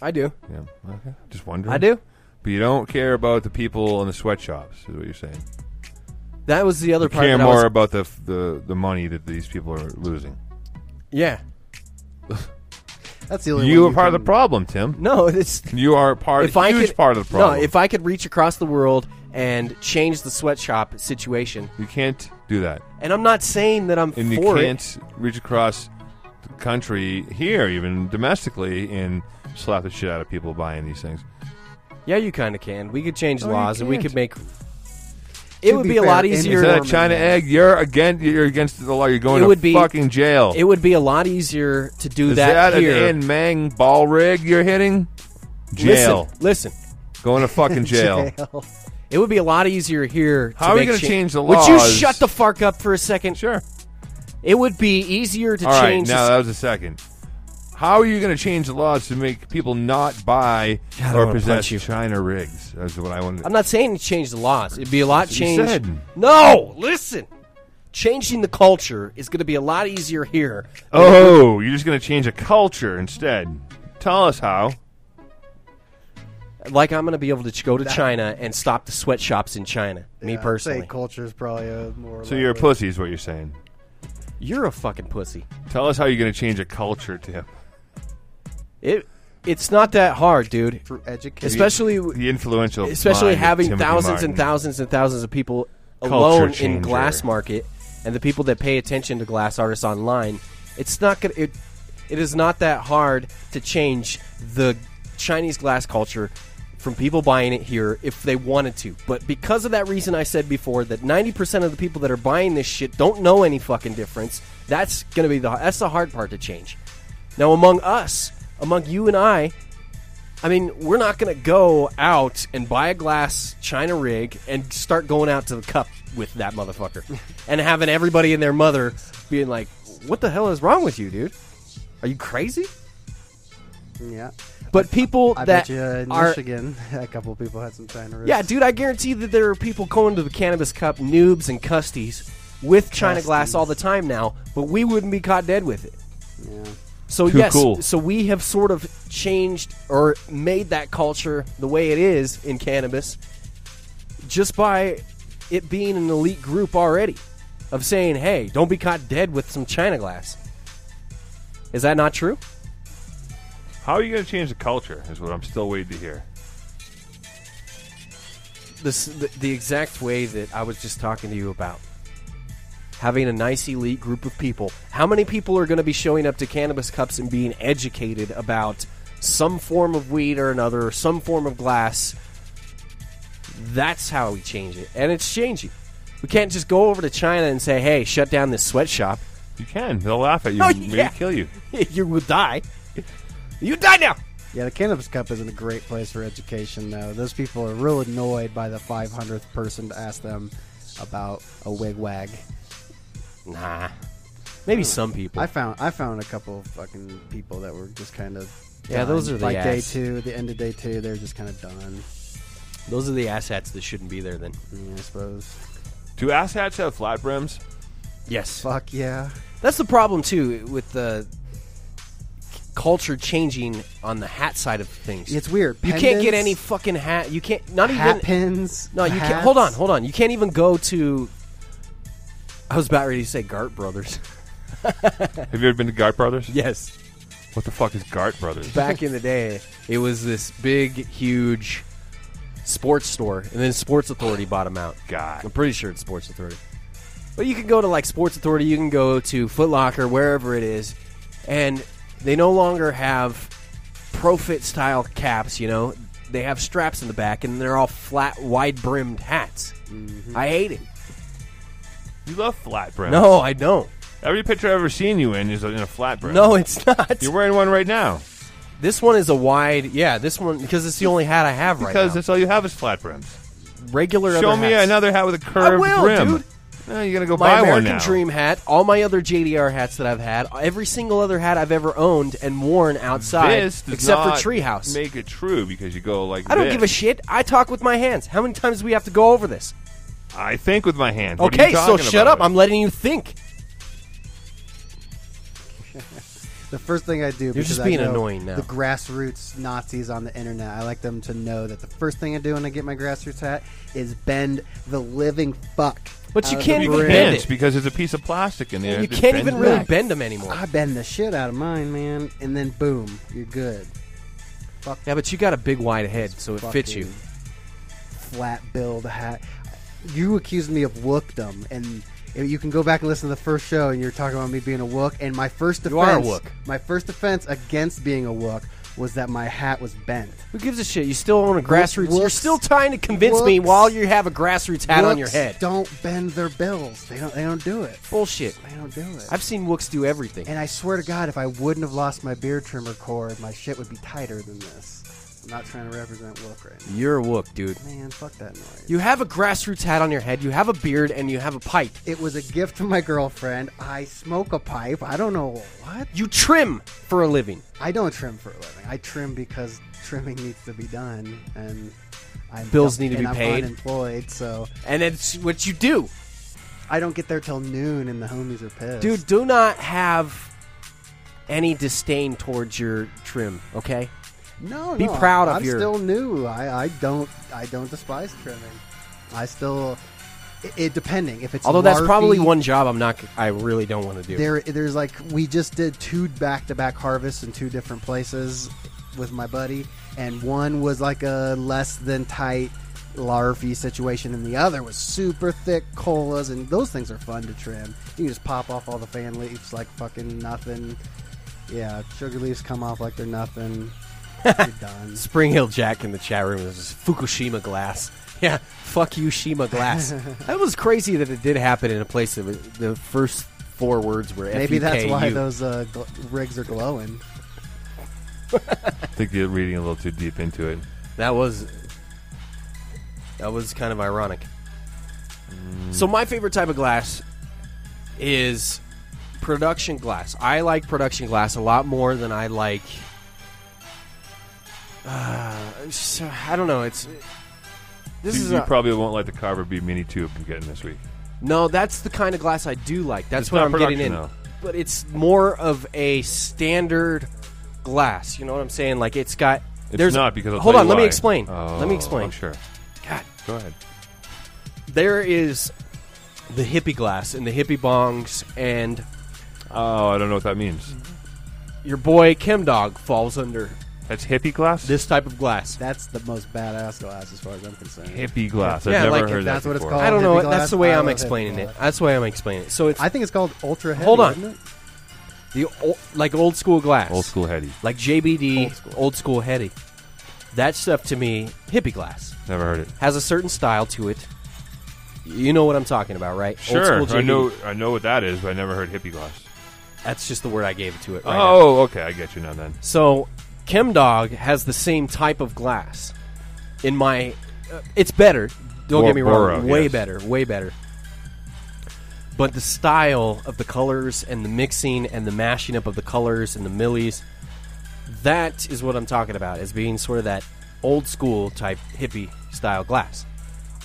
S5: I do.
S6: Yeah. Okay. Just wondering.
S5: I do.
S6: But you don't care about the people in the sweatshops, is what you're saying.
S5: That was the other
S6: You
S5: part.
S6: care
S5: that I was-
S6: more about the, f- the the money that these people are losing.
S5: yeah.
S1: That's the only.
S6: You
S1: one
S6: are part of
S1: can-
S6: the problem, Tim.
S5: No, it's
S6: You are part,
S5: if I
S6: huge
S5: could,
S6: part of the problem.
S5: No, if I could reach across the world and change the sweatshop situation,
S6: you can't do that,
S5: and I'm not saying that I'm
S6: and you
S5: for
S6: can't
S5: it.
S6: reach across the country here, even domestically, and slap the shit out of people buying these things.
S5: Yeah, you kind of can. We could change
S6: No, you
S5: laws, and we
S6: can't.
S5: could make. It
S1: To
S5: would
S1: be
S5: be, a lot
S1: fair, in
S5: easier.
S1: You're
S6: Instead
S1: Norman.
S6: of China egg, you're again you're against the law. You're going
S5: It
S6: to
S5: would be-
S6: fucking jail.
S5: It would be a lot easier to do
S6: Is that,
S5: here.
S6: an Ann Mang ball rig you're hitting? Jail.
S5: listen, listen.
S6: Going to fucking jail.
S1: Jail.
S5: It would be a lot easier here.
S6: How
S5: to
S6: are we
S5: make
S6: gonna
S5: cha-
S6: change the
S5: Would you
S6: laws?
S5: shut the fuck up for a second?
S6: Sure.
S5: It would be easier to
S6: All right,
S5: change.
S6: now
S5: the-
S6: that was a second. How are you going to change the laws to make people not buy
S5: God, I
S6: or
S5: wanna
S6: possess
S5: punch you.
S6: China rigs? That's what I wanted.
S5: I'm not saying to change the laws. It'd be a lot
S6: You
S5: change.
S6: said.
S5: No, listen. Changing the culture is going to be a lot easier here.
S6: oh, you're just going to change a culture instead. Tell us how.
S5: Like I'm going to be able to ch- go to China and stop the sweatshops in China. me
S1: Yeah, I'd
S5: personally,
S1: uh, say culture is probably a more.
S6: So you're a
S1: likely-
S6: pussy, is what you're saying.
S5: you're a fucking pussy.
S6: Tell us how you're going to change a culture, Tim.
S5: It it's not that hard, dude.
S1: through education.
S5: Especially
S6: The influential,
S5: especially
S6: mind of
S5: having
S6: Timothy
S5: thousands
S6: Martin.
S5: and thousands and thousands of people
S6: Culture
S5: alone in
S6: changer.
S5: glass market and the people that pay attention to glass artists online it's not gonna it, it is not that hard to change the chinese glass culture from people buying it here if they wanted to but because of that reason i said before that 90% of the people that are buying this shit don't know any fucking difference that's gonna be the that's the hard part to change now among us among you and i I mean, we're not going to go out and buy a glass China rig and start going out to the cup with that motherfucker and having everybody and their mother being like, what the hell is wrong with you, dude? Are you crazy?
S1: Yeah.
S5: But people
S1: I
S5: that
S1: bet you uh, in
S5: are.
S1: Michigan, a couple people had some China rigs.
S5: Yeah, dude, I guarantee that there are people going to the Cannabis Cup, noobs and custies, with China glass
S1: Custies.
S5: all the time now, but we wouldn't be caught dead with it.
S1: Yeah.
S5: So
S6: Too
S5: yes,
S6: cool.
S5: so we have sort of changed or made that culture the way it is in cannabis just by it being an elite group already of saying, "Hey, don't be caught dead with some china glass." Is that not true?
S6: How are you going to change the culture? Is what I'm still waiting to hear.
S5: This, the, the exact way that I was just talking to you about. Having a nice elite group of people. How many people are going to be showing up to cannabis cups and being educated about some form of weed or another, or some form of glass? That's how we change it. And it's changing. We can't just go over to China and say, hey, shut down this sweatshop.
S6: You can. They'll laugh at you.
S5: Oh,
S6: and maybe
S5: yeah.
S6: kill you.
S5: you will die. You die now.
S1: Yeah, the Cannabis Cup isn't a great place for education, though. Those people are real annoyed by the 500th person to ask them about a wigwag.
S5: Nah. Maybe some people.
S1: I found I found a couple of fucking people that were just kind of
S5: Yeah,
S1: done.
S5: those are the
S1: like day
S5: ass.
S1: two, the end of day two, they're just kind of done.
S5: Those are the asshats that shouldn't be there then.
S1: Yeah, I suppose.
S6: Do ass hats have flat brims?
S5: Yes.
S1: Fuck yeah.
S5: That's the problem too with the c- culture changing on the hat side of things.
S1: It's weird.
S5: you can't get
S1: Pendants,
S5: any fucking hat. You can't not
S1: hat
S5: even
S1: pins.
S5: no. You can't.
S1: hats.
S5: Hold on, hold on. You can't even go to. I was about ready to say Gart Brothers.
S6: Have you ever been to Gart Brothers?
S5: yes,
S6: What the fuck is Gart Brothers?
S5: back in the day, it was this big, huge sports store, and then Sports Authority bought them out.
S6: God.
S5: I'm pretty sure it's Sports Authority. But you can go to like Sports Authority, you can go to Foot Locker, wherever it is, and they no longer have ProFit style caps. You know, they have straps in the back and they're all flat, wide brimmed hats.
S6: Mm-hmm.
S5: I hate it.
S6: You love flat brim.
S5: No, I don't.
S6: Every picture I've ever seen you in is in a flat brim.
S5: No, it's not.
S6: You're wearing one right now
S5: This one is a wide. Yeah, this one because it's the only hat I have right
S6: because
S5: now.
S6: that's all you have is flat brims.
S5: regular.
S6: Show
S5: other
S6: me
S5: hats.
S6: another hat with a curved
S5: will,
S6: brim.
S5: dude.
S6: No, you're gonna go
S5: My
S6: buy
S5: American
S6: one now.
S5: Dream hat, all my other JDR hats that I've had, every single other hat I've ever owned and worn outside,
S6: This does
S5: except for
S6: not
S5: Treehouse.
S6: Make it true because you go like
S5: I don't
S6: this.
S5: give a shit. I talk with my hands. How many times do we have to go over this?
S6: I think with my hands. What are
S5: Okay,
S6: you
S5: so
S6: talking
S5: shut up.
S6: about?
S5: I'm letting you think.
S1: The first thing I do. You're
S5: just being annoying now.
S1: The grassroots Nazis on the internet. I like them to know that the first thing I do when I get my grassroots hat is bend the living fuck.
S5: But you
S1: out of
S5: can't
S1: the
S5: even
S1: brim.
S5: bend
S6: Bends
S5: it.
S6: because there's a piece of plastic in there.
S5: you
S6: It
S5: can't
S6: bends
S5: even really
S6: back.
S5: bend them anymore.
S1: I bend the shit out of mine, man, and then boom, you're good.
S5: Yeah, but you got a big wide head, so it fits you.
S1: Fucking Flat billed hat. You accused me of wookdom, and you can go back and listen to the first show, and you're talking about me being a wook. And my first defense,
S5: You are a wook.
S1: my first defense against being a wook was that my hat was bent.
S5: Who gives a shit? You still own a grassroots. You're
S1: Wooks-
S5: still trying to convince me
S1: Wooks-
S5: while you have a grassroots hat on your
S1: Wooks
S5: head.
S1: Don't bend their bills. They don't. They don't do it.
S5: Bullshit.
S1: They don't do it.
S5: I've seen Wooks do everything.
S1: and I swear to God, if I wouldn't have lost my beard trimmer cord, my shit would be tighter than this. I'm not trying to represent wook right now.
S5: You're a Wook, dude.
S1: Man, fuck that noise.
S5: You have a grassroots hat on your head, you have a beard, and you have a pipe.
S1: It was a gift to my girlfriend. I smoke a pipe. I don't know what.
S5: You trim for a living.
S1: I don't trim for a living. I trim because trimming needs to be done, and I'm
S5: Bills need to
S1: and
S5: be
S1: I'm
S5: paid.
S1: Unemployed, so
S5: And it's what you do.
S1: I don't get there till noon, and the homies are pissed.
S5: Dude, do not have any disdain towards your trim, okay?
S1: No,
S5: Be
S1: no,
S5: proud of
S1: I'm
S5: your-
S1: still new. I, I don't I don't despise trimming. I still it, it depending if it's
S5: Although that's probably
S1: larfy,
S5: one job I'm not I really don't want to do.
S1: There, there's like we just did two back to back harvests in two different places with my buddy, and one was like a less than tight larvae situation, and the other was super thick colas, and those things are fun to trim. You just pop off all the fan leaves like fucking nothing. Yeah, sugar leaves come off like they're nothing. You're done.
S5: Spring Hill Jack in the chat room is Fukushima glass. Yeah, fuck you, Shima glass. that was crazy that it did happen in a place that was- the first four words were
S1: Maybe that's why
S5: FUKU.
S1: those uh, gl- rigs are glowing.
S6: I think you're reading a little too deep into it.
S5: That was that was kind of ironic. So my favorite type of glass is production glass. I like production glass a lot more than I like. Uh, it's- I don't know. It's this
S6: You,
S5: is
S6: you
S5: a,
S6: probably won't let the Carver B mini tube I'm getting this week.
S5: no. That's the kind of glass I do like. That's
S6: It's
S5: what
S6: not
S5: I'm getting in.
S6: production, though.
S5: But it's more of a standard glass. You know what I'm saying? Like it's got.
S6: It's
S5: there's
S6: not because I'll
S5: hold
S6: tell
S5: on.
S6: you
S5: Let me
S6: why.
S5: explain.
S6: Oh,
S5: let me explain.
S6: oh, sure.
S5: God
S6: Go ahead.
S5: there is the hippie glass and the hippie bongs, and
S6: Oh, I don't know what that means.
S5: Mm-hmm. your boy Chem Dog falls under
S6: That's hippie glass.
S5: this type of glass.
S1: That's the most badass glass, as far as I'm concerned.
S6: hippie glass.
S5: Yeah,
S6: I've never
S5: like,
S6: heard
S1: if
S6: that
S1: that's what it's
S6: before.
S1: called.
S5: I don't know.
S1: hippie glass,
S5: That's the way
S1: I
S5: I'm
S1: love
S5: explaining
S1: hippie
S5: it.
S1: glass.
S5: That's the way I'm explaining it. So it's
S1: I think it's called ultra heavy.
S5: Hold on.
S1: isn't it?
S5: the old, like old school glass,
S6: Old school heady.
S5: like JBD, old
S1: Old
S5: school.
S1: school.
S5: heady. That stuff to me, hippie glass
S6: Never heard it.
S5: has a certain style to it. You know what I'm talking about, right?
S6: Sure,
S5: Old school
S6: I
S5: JBD.
S6: know. I know what that is, but I never heard hippie glass.
S5: That's just the word I gave to it. Right now.
S6: oh, okay. I get you now. Then
S5: So, Chemdog has the same type of glass. In my, uh, it's better. Don't
S6: Bor-
S5: get me wrong.
S6: Boro,
S5: way
S6: yes.
S5: better. Way better. But the style of the colors and the mixing and the mashing up of the colors and the millies, that is what I'm talking about as being sort of that old school type hippie style glass.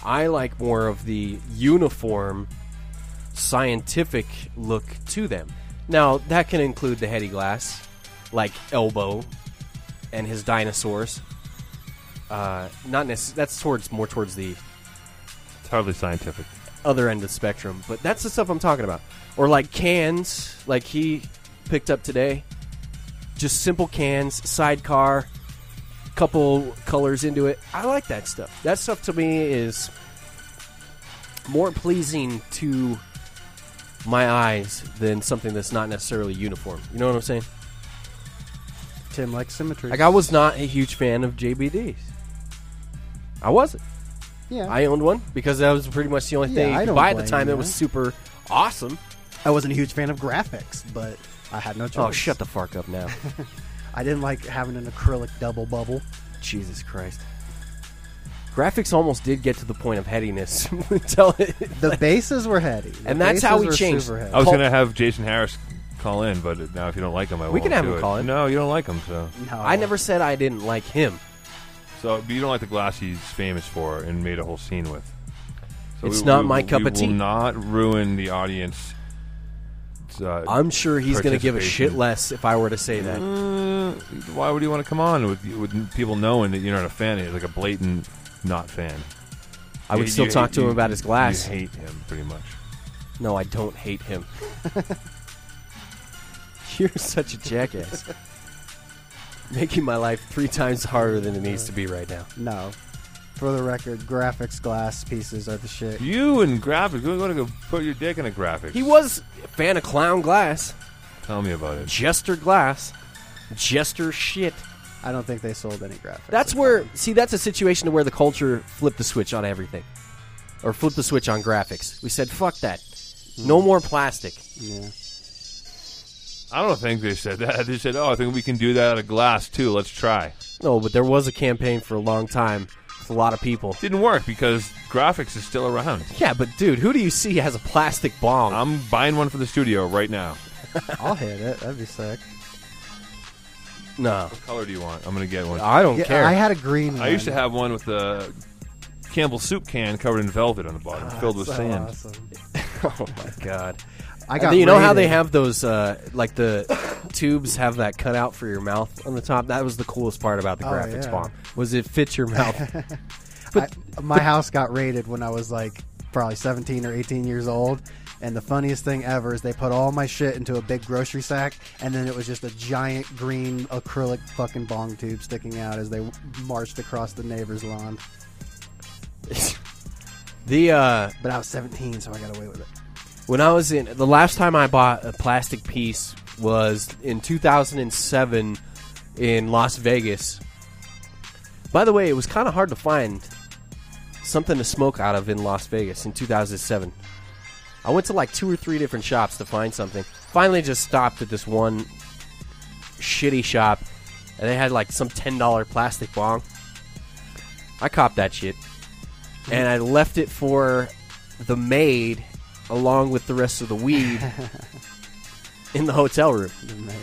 S5: I like more of the uniform, scientific look to them. Now, that can include the heady glass, like Elbow and his dinosaurs. Uh, not necess- that's towards more towards the
S6: it's hardly scientific.
S5: other end of the spectrum, but that's the stuff I'm talking about. Or like cans, like he picked up today. Just simple cans, sidecar, couple colors into it. I like that stuff. That stuff to me is more pleasing to my eyes than something that's not necessarily uniform. You know what I'm saying?
S1: Tim likes symmetry.
S5: Like I was not a huge fan of JBDs. I wasn't.
S1: Yeah, I,
S5: I owned one because that was pretty much the only
S1: Yeah,
S5: thing
S1: I
S5: you could
S1: don't
S5: buy at the
S1: blame
S5: time.
S1: you.
S5: It was super awesome.
S1: wasn't a huge fan of graphics, but I had no choice.
S5: Oh, shut the fuck up now.
S1: I didn't like having an acrylic double bubble.
S5: Jesus Christ. Graphics almost did get to the point of headiness until it,
S1: The bases were heady, The
S5: And that's how
S1: bases
S5: we
S1: were
S5: changed. Oh,
S1: super heady.
S6: I was
S5: Paul-
S6: gonna have Jason Harris call in, but now if you don't like him, I
S5: We can
S6: won't
S5: have
S6: do
S5: him
S6: it.
S5: call in.
S6: No, you don't like him, so
S1: No.
S5: I never said I didn't like him.
S6: so but you don't like the glass he's famous for and made a whole scene with. So
S5: It's not my
S6: we
S5: cup of tea.
S6: Will not ruin the audience. Uh,
S5: I'm sure he's going to give a shit
S6: Participation.
S5: less if I were to say that.
S6: Uh, why would you want to come on with with people knowing that you're not a fan? He's like a blatant not fan.
S5: I would
S6: You-
S5: still
S6: you
S5: talk
S6: hate-
S5: to him
S6: you-
S5: about his glass.
S6: You hate him pretty much.
S5: No, I don't hate him. You're such a jackass. Making my life three times harder than it needs to be right now.
S1: No. For the record, graphics glass pieces are the shit.
S6: You and graphics. We're going to go put your dick in a graphic.
S5: He was a fan of Clown Glass,
S6: Tell me about it.
S5: Jester Glass, Jester shit.
S1: I don't think they sold any graphics.
S5: That's where, see, that's a situation to where the culture flipped the switch on everything. Or flipped the switch on graphics. We said, fuck that. No more plastic.
S1: Yeah.
S6: I don't think they said that. They said, "Oh, I think we can do that out of glass too. Let's try."
S5: No, but there was a campaign for a long time with a lot of people.
S6: Didn't work because graphics is still around.
S5: Yeah, but dude, who do you see has a plastic bong?
S6: I'm buying one for the studio right now.
S1: I'll hit it. That'd be sick.
S5: no.
S6: What color do you want? I'm going to get one.
S5: I don't
S1: Yeah,
S5: care.
S1: I had a green one.
S6: I used to have one with a Campbell soup can covered in velvet on the bottom, filled with
S1: So
S6: sand.
S1: awesome.
S5: oh my god.
S1: I got
S5: you know how they
S1: raided.
S5: have those uh, like the tubes have that cutout for your mouth on the top? That was the coolest part about the
S1: Oh,
S5: graphics
S1: yeah.
S5: bomb. Was it fits your mouth.
S1: I- my house got raided when I was like probably 17 or 18 years old. And the funniest thing ever is they put all my shit into a big grocery sack, and then it was just a giant green acrylic fucking bong tube sticking out as they marched across the neighbor's lawn.
S5: the uh,
S1: But I was 17, so I got away with it.
S5: when I was in the last time I bought a plastic piece was in 2007 in Las Vegas. By the way, it was kind of hard to find something to smoke out of in Las Vegas in 2007. I went to like two or three different shops to find something. Finally, just stopped at this one shitty shop, and they had like some ten dollar plastic bong. I copped that shit, and I left it for the maid along with the rest of the weed in the hotel room.
S1: Made.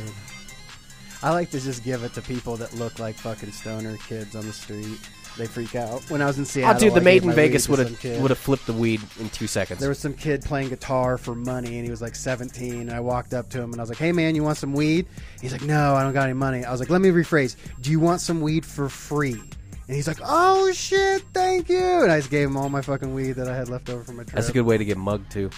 S1: I like to just give it to people that look like fucking stoner kids on the street. They freak out. When I was in Seattle,
S5: oh, dude,
S1: I
S5: the
S1: gave
S5: maid in
S1: my weed
S5: Vegas
S1: to
S5: would
S1: some
S5: have
S1: kid.
S5: would have flipped the weed in two seconds.
S1: There was some kid playing guitar for money, and he was like 17. And I walked up to him and I was like, "Hey, man, you want some weed?" He's like, "No, I don't got any money." I was like, "Let me rephrase. Do you want some weed for free?" And he's like, "Oh shit, thank you." And I just gave him all my fucking weed that I had left over from my trip.
S5: That's a good way to get mugged too,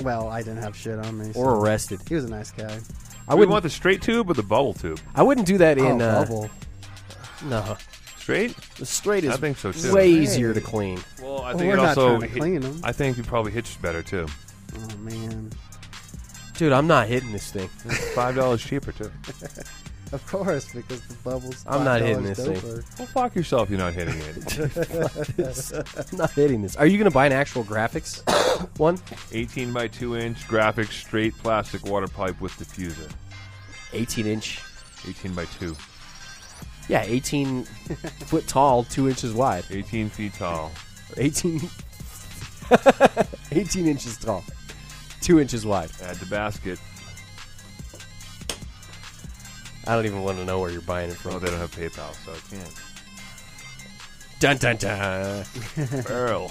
S1: Well, I didn't have shit on me. so-
S5: or arrested.
S1: he was a nice guy.
S5: I
S6: Do we
S5: wouldn't.
S6: want the straight tube or the bubble tube?
S5: I wouldn't do that in
S1: oh,
S5: uh,
S1: bubble.
S5: no.
S6: Straight?
S5: The straight is
S6: I think so, too.
S5: way
S1: Hey.
S5: easier to clean.
S6: Well, I
S1: Well,
S6: think
S1: we're
S6: it
S1: not
S6: also.
S1: trying to
S6: hit-
S1: clean 'em.
S6: I think it probably hitches better too.
S1: Oh man,
S5: Dude, I'm not hitting this thing.
S6: Five dollars cheaper too.
S1: of course, because the bubbles.
S5: I'm not hitting
S1: $5
S5: this thing.
S1: doper.
S6: Well, fuck yourself. You're not hitting it.
S5: I'm not hitting this. Are you going to buy an actual graphics one?
S6: 18 by 2 inch graphic straight plastic water pipe with diffuser.
S5: 18 inch.
S6: 18 by 2.
S5: Yeah, 18 foot tall, 2 inches wide.
S6: 18 feet tall.
S5: 18, 18 inches tall, 2 inches wide.
S6: Add the basket.
S5: I don't even want to know where you're buying it
S6: Oh,
S5: from.
S6: they don't have PayPal, so I
S5: Dun, dun, dun.
S6: can't. Earl.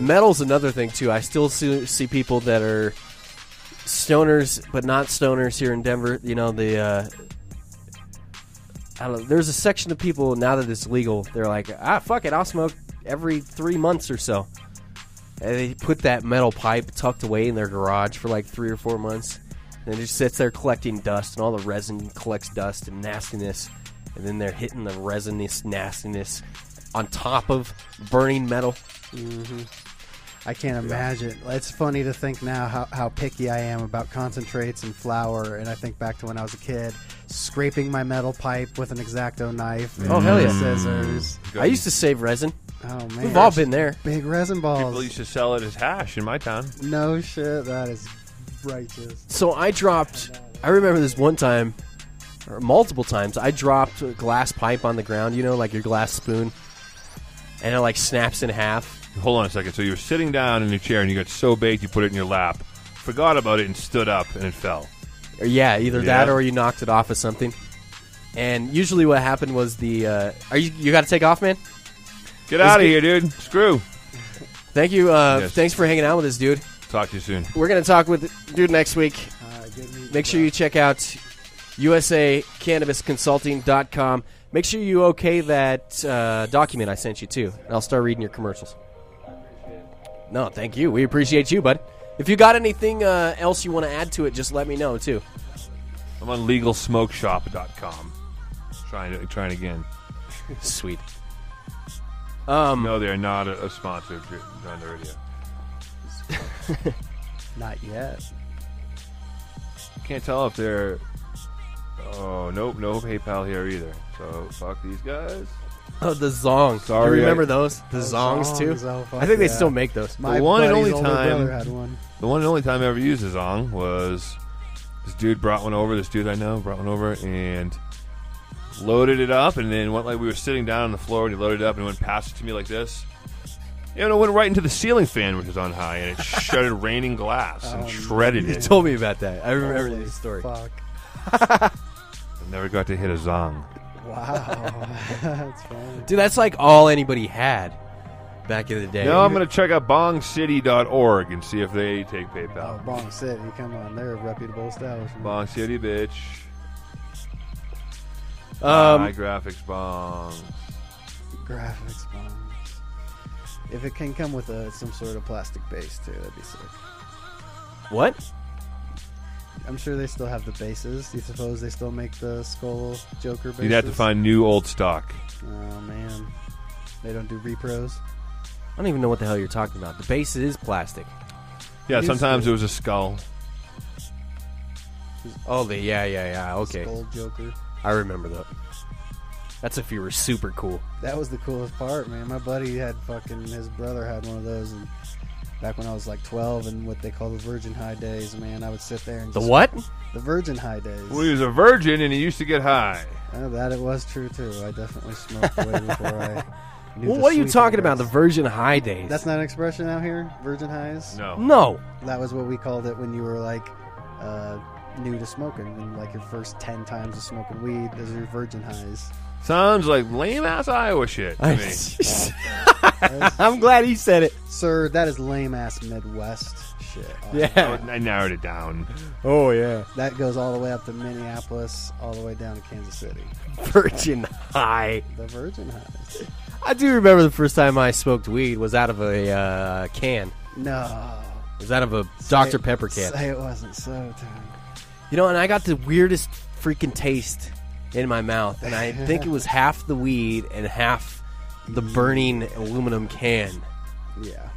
S5: Metal's another thing, too. I still see, see people that are stoners, but not stoners here in Denver. You know, the. Uh, I don't know. There's a section of people now that it's legal. They're like, ah, fuck it, I'll smoke every three months or so. And they put that metal pipe tucked away in their garage for like three or four months. And it just sits there collecting dust, and all the resin collects dust and nastiness. And then they're hitting the resinous nastiness on top of burning metal.
S1: I can't imagine. It's funny to think now how, how picky I am about concentrates and flour. And I think back to when I was a kid, scraping my metal pipe with an exacto knife. And
S5: Oh, hell yeah.
S1: Scissors.
S5: I used to save resin.
S1: Oh man,
S5: We've all been there.
S1: big resin
S6: People
S1: balls.
S6: used to sell it as hash in my town.
S1: No shit, that is righteous.
S5: So I dropped. I remember this one time, or multiple times. I dropped a glass pipe on the ground. You know, like your glass spoon, and it like snaps in half.
S6: Hold on a second. So you were sitting down in your chair and you got so baked you put it in your lap, forgot about it and stood up and it fell.
S5: Or yeah, either that
S6: Yeah.
S5: or you knocked it off of something. And usually, what happened was the. Uh, are you? You got to take off, man.
S6: Get out of
S5: good.
S6: here, dude. Screw.
S5: Thank you. Uh,
S6: Yes.
S5: Thanks for hanging out with us, dude.
S6: Talk to you soon.
S5: We're gonna talk with dude next week.
S1: Uh, good meat.
S5: Make sure you check out usacannabisconsulting.com. Make sure you okay that uh, document I sent you too, and I'll start reading your commercials. No, thank you. We appreciate you, bud. If you got anything uh, else you want to add to it, just let me know too.
S6: I'm on legalsmokeshop.com. Trying to trying again.
S5: Sweet. Um,
S6: No, they are not a, a sponsor of Dr- John the Radio.
S1: Not yet.
S6: Can't tell if they're. Oh nope, no PayPal here either. So fuck these guys.
S5: Oh, the zongs.
S6: Sorry,
S5: you remember
S6: I-
S5: those? The zongs too.
S1: Zongs, oh, fuck
S5: I think they
S1: yeah.
S5: still make those.
S1: My
S6: one and
S1: buddy's
S6: only
S1: older
S6: time-
S1: brother had one.
S6: The one and only time I ever used a Zong was this dude brought one over, this dude I know brought one over and loaded it up and then went like we were sitting down on the floor and he loaded it up and went past it to me like this. And it went right into the ceiling fan which was on high and it started raining glass
S1: Oh,
S6: and shredded
S5: You
S6: it.
S5: told me about that. I remember
S1: Holy
S5: this story.
S1: Fuck.
S6: I never got to hit a Zong.
S1: Wow. That's fun.
S5: Dude, that's like all anybody had back in the day.
S6: Now I'm going to check out bongcity.org and see if they take PayPal.
S1: Oh, Bong City, come on. They're a reputable establishment.
S6: Bong City, bitch.
S5: Um,
S6: High graphics bong.
S1: Graphics bongs. If it can come with a, some sort of plastic base, too, that'd be sick.
S5: what?
S1: I'm sure they still have the bases. Do you suppose they still make the Skull Joker bases?
S6: You'd have to find new old stock.
S1: Oh, man. They don't do repros?
S5: I don't even know what the hell you're talking about. The base is plastic.
S6: Yeah,
S1: Used
S6: sometimes
S1: to.
S6: it was a skull.
S5: Oh, the yeah, yeah, yeah. Okay,
S1: Skull Joker.
S5: I remember that. That's if you were super cool.
S1: That was the coolest part, man. My buddy had fucking his brother had one of those, and back when I was like 12, and what they call the Virgin High days, man, I would sit there and
S5: The
S1: just-
S5: what?
S1: The Virgin High days.
S6: Well, he was a virgin and he used to get high.
S1: Uh, that it was true too. I definitely smoked way before I. Knew
S5: Well,
S1: the
S5: what are you
S1: sweet
S5: talking about? The
S1: embrace.
S5: Virgin High days?
S1: That's not an expression out here. Virgin highs.
S6: No.
S5: no.
S1: That was what we called it when you were like uh, new to smoking, and like your first ten times of smoking weed, those are your virgin highs.
S6: Sounds like lame ass Iowa shit to me.
S5: I'm glad he said it.
S1: Sir, that is lame ass Midwest shit. Uh,
S6: I,
S5: Yeah.
S6: would- I narrowed it down.
S5: Oh yeah.
S1: That goes all the way up to Minneapolis, all the way down to Kansas City.
S5: Virgin High.
S1: The virgin highs.
S5: I do remember the first time I smoked weed was out of a uh, can.
S1: No.
S5: It was out of a Dr
S1: Say-
S5: Pepper can.
S1: Say it wasn't so, Tom.
S5: You know, and I got the weirdest freaking taste in my mouth, and I think it was half the weed and half the burning aluminum can.
S1: Yeah.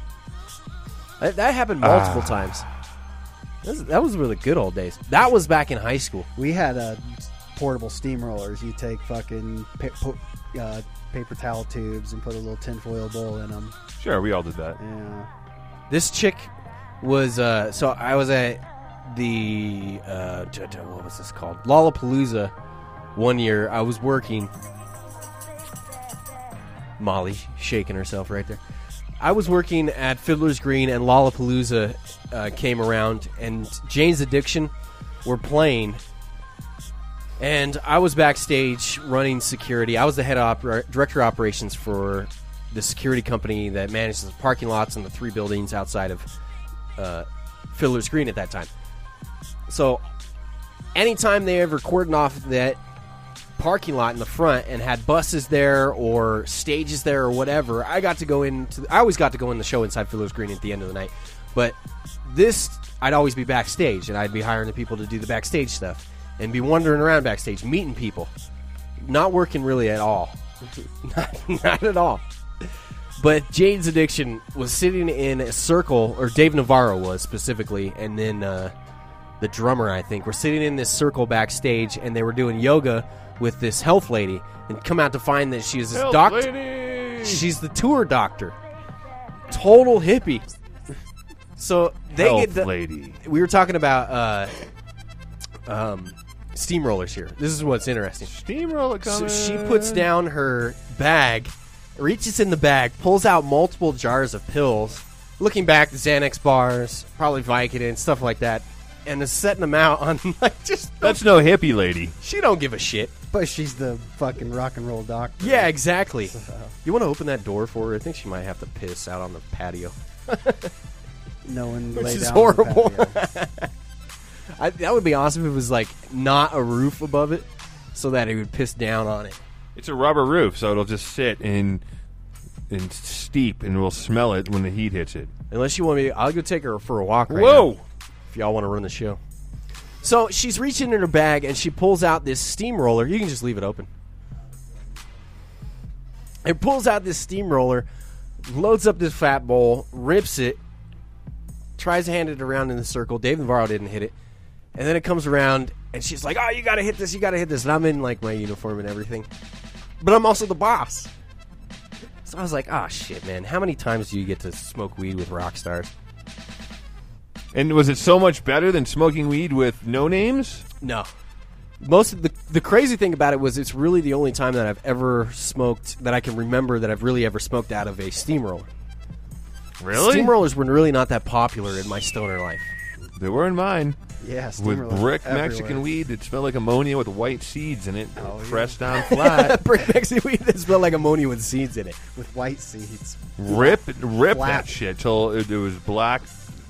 S5: That, that happened multiple times. That was, that was really good old days. That was back in high school.
S1: We had uh, portable steamrollers. You take fucking pa- po- uh, paper towel tubes and put a little tinfoil bowl in them.
S6: Sure, we all did that.
S1: Yeah.
S5: This chick was uh, so I was at the uh, t- t- what was this called Lollapalooza one year. I was working. Molly shaking herself right there. I was working at Fiddler's Green and Lollapalooza uh, came around, and Jane's Addiction were playing. And I was backstage running security. I was the head oper- director of operations for the security company that manages the parking lots and the three buildings outside of uh, Fiddler's Green at that time. So, anytime they ever cordoned off that parking lot in the front and had buses there or stages there or whatever, I got to go into. I always got to go in the show inside Fiddler's Green at the end of the night, but this I'd always be backstage and I'd be hiring the people to do the backstage stuff and be wandering around backstage meeting people, not working really at all, not, not at all. But Jane's addiction was sitting in a circle, or Dave Navarro was specifically, and then uh, the drummer, I think, were sitting in this circle backstage, and they were doing yoga with this health lady, and come out to find that she is this doctor. She's the tour doctor. Total hippie. So they
S6: Health
S5: get the,
S6: lady.
S5: we were talking about uh, um, steamrollers here. This is what's interesting.
S6: Steamroller
S5: So
S6: coming.
S5: she puts down her bag, reaches in the bag, pulls out multiple jars of pills. Looking back, Xanax bars, probably Vicodin, stuff like that, and is setting them out on like just.
S6: That's no hippie lady.
S5: She don't give a shit.
S1: But she's the fucking rock and roll doctor.
S5: Yeah, exactly. You want to open that door for her? I think she might have to piss out on the patio.
S1: No one
S5: Which
S1: lay
S5: is
S1: down on the
S5: horrible.
S1: patio.
S5: I, that would be awesome if it was like not a roof above it, so that it would piss down on it.
S6: It's a rubber roof, so it'll just sit and and steep, and we'll smell it when the heat hits it.
S5: Unless you want me, I'll go take her for a walk. Right now.
S6: Whoa!
S5: if y'all want to run the show. So she's reaching in her bag and she pulls out this steamroller. You can just leave it open. It pulls out this steamroller, loads up this fat bowl, rips it, tries to hand it around in the circle. Dave Navarro didn't hit it. And then it comes around and she's like, oh, you got to hit this, you got to hit this. And I'm in like my uniform and everything. But I'm also the boss. So I was like, oh, shit, man. How many times do you get to smoke weed with rock stars?
S6: And was it so much better than smoking weed with no names?
S5: No. Most of the the crazy thing about it was it's really the only time that I've ever smoked that I can remember that I've really ever smoked out of a steamroller.
S6: Really?
S5: Steamrollers were really not that popular in my stoner life.
S6: They were in mine.
S1: yeah,
S6: With
S1: steamrollers
S6: brick
S1: everywhere.
S6: Mexican weed that smelled like ammonia with white seeds in it,
S1: yeah.
S6: pressed down flat.
S5: Brick Mexican weed that smelled like ammonia with seeds in it.
S1: with white seeds.
S6: rip, rip
S1: Flat.
S6: that shit till it, it was black,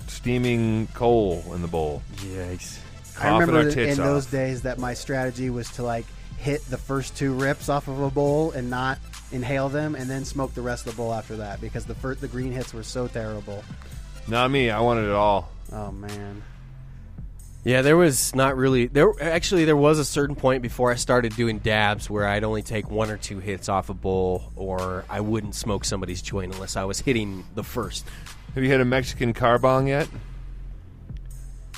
S6: steaming coal in the bowl.
S5: Yikes.
S1: I
S6: Coughing
S1: remember
S6: our tits
S1: in
S6: off.
S1: those days that my strategy was to like hit the first two rips off of a bowl and not inhale them, and then smoke the rest of the bowl after that because the first, the green hits were so terrible.
S6: Not me. I wanted it all.
S1: Oh man,
S5: Yeah, there was not really there actually there was a certain point before I started doing dabs where I'd only take one or two hits off a bowl or I wouldn't smoke somebody's joint unless I was hitting the first.
S6: Have you had a Mexican car bong yet?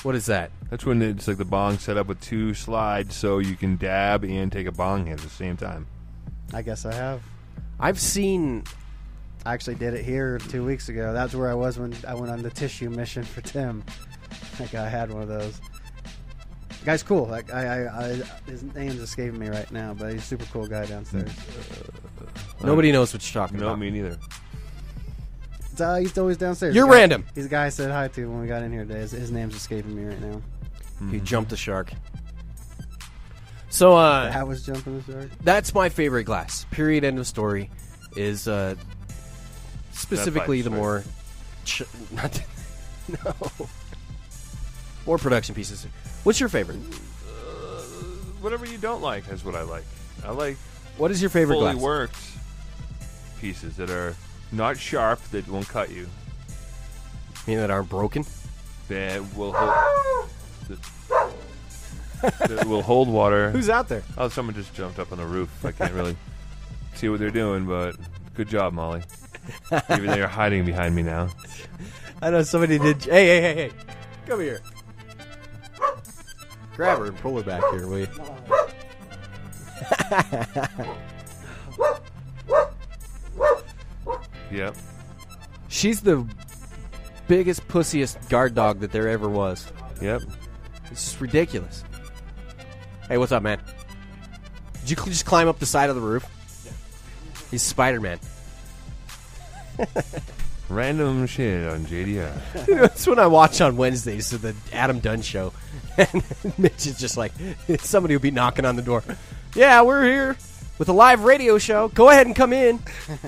S5: What is that?
S6: That's when it's like the bong set up with two slides, so you can dab and take a bong hit at the same time.
S1: I guess I have.
S5: I've seen
S1: I actually did it here two weeks ago. That's where I was when I went on the tissue mission for Tim. Like I had one of those. The guy's cool. Like I, I, I his name's escaping me right now, but he's a super cool guy downstairs.
S5: nobody knows what you're talking
S6: Uh, No,
S5: about.
S6: me neither.
S1: It's, uh, he's always downstairs.
S5: You're
S1: The guy-
S5: random.
S1: He's a guy I said hi to when we got in here today. His, his name's escaping me right now.
S5: He jumped the shark. So uh,
S1: I was jumping the shark.
S5: that's my favorite glass. Period. End of story. Is uh, specifically
S6: That
S5: the
S6: bites,
S5: more ch- not no more production pieces. What's your favorite?
S6: Whatever you don't like is what I like. I like
S5: What is your favorite
S6: fully
S5: glass?
S6: worked pieces that are not sharp, that won't cut you,
S5: You mean that aren't broken?
S6: that will hold, that, that will hold water.
S5: Who's out there?
S6: Oh, someone just jumped up on the roof. I can't really see what they're doing, but good job, Molly. Even they are hiding behind me now.
S5: I know somebody did. Hey, hey, hey, hey! Come here. Grab her and pull her back here, will you?
S6: Yep.
S5: She's the biggest pussiest guard dog that there ever was.
S6: Yep.
S5: It's just ridiculous. Hey, what's up, man? Did you cl- just climb up the side of the roof? He's Spider Man.
S6: Random shit on JDR.
S5: That's what I watch on Wednesdays, so the Adam Dunn show. And Mitch is just like, somebody will be knocking on the door. Yeah, we're here with a live radio show. Go ahead and come in.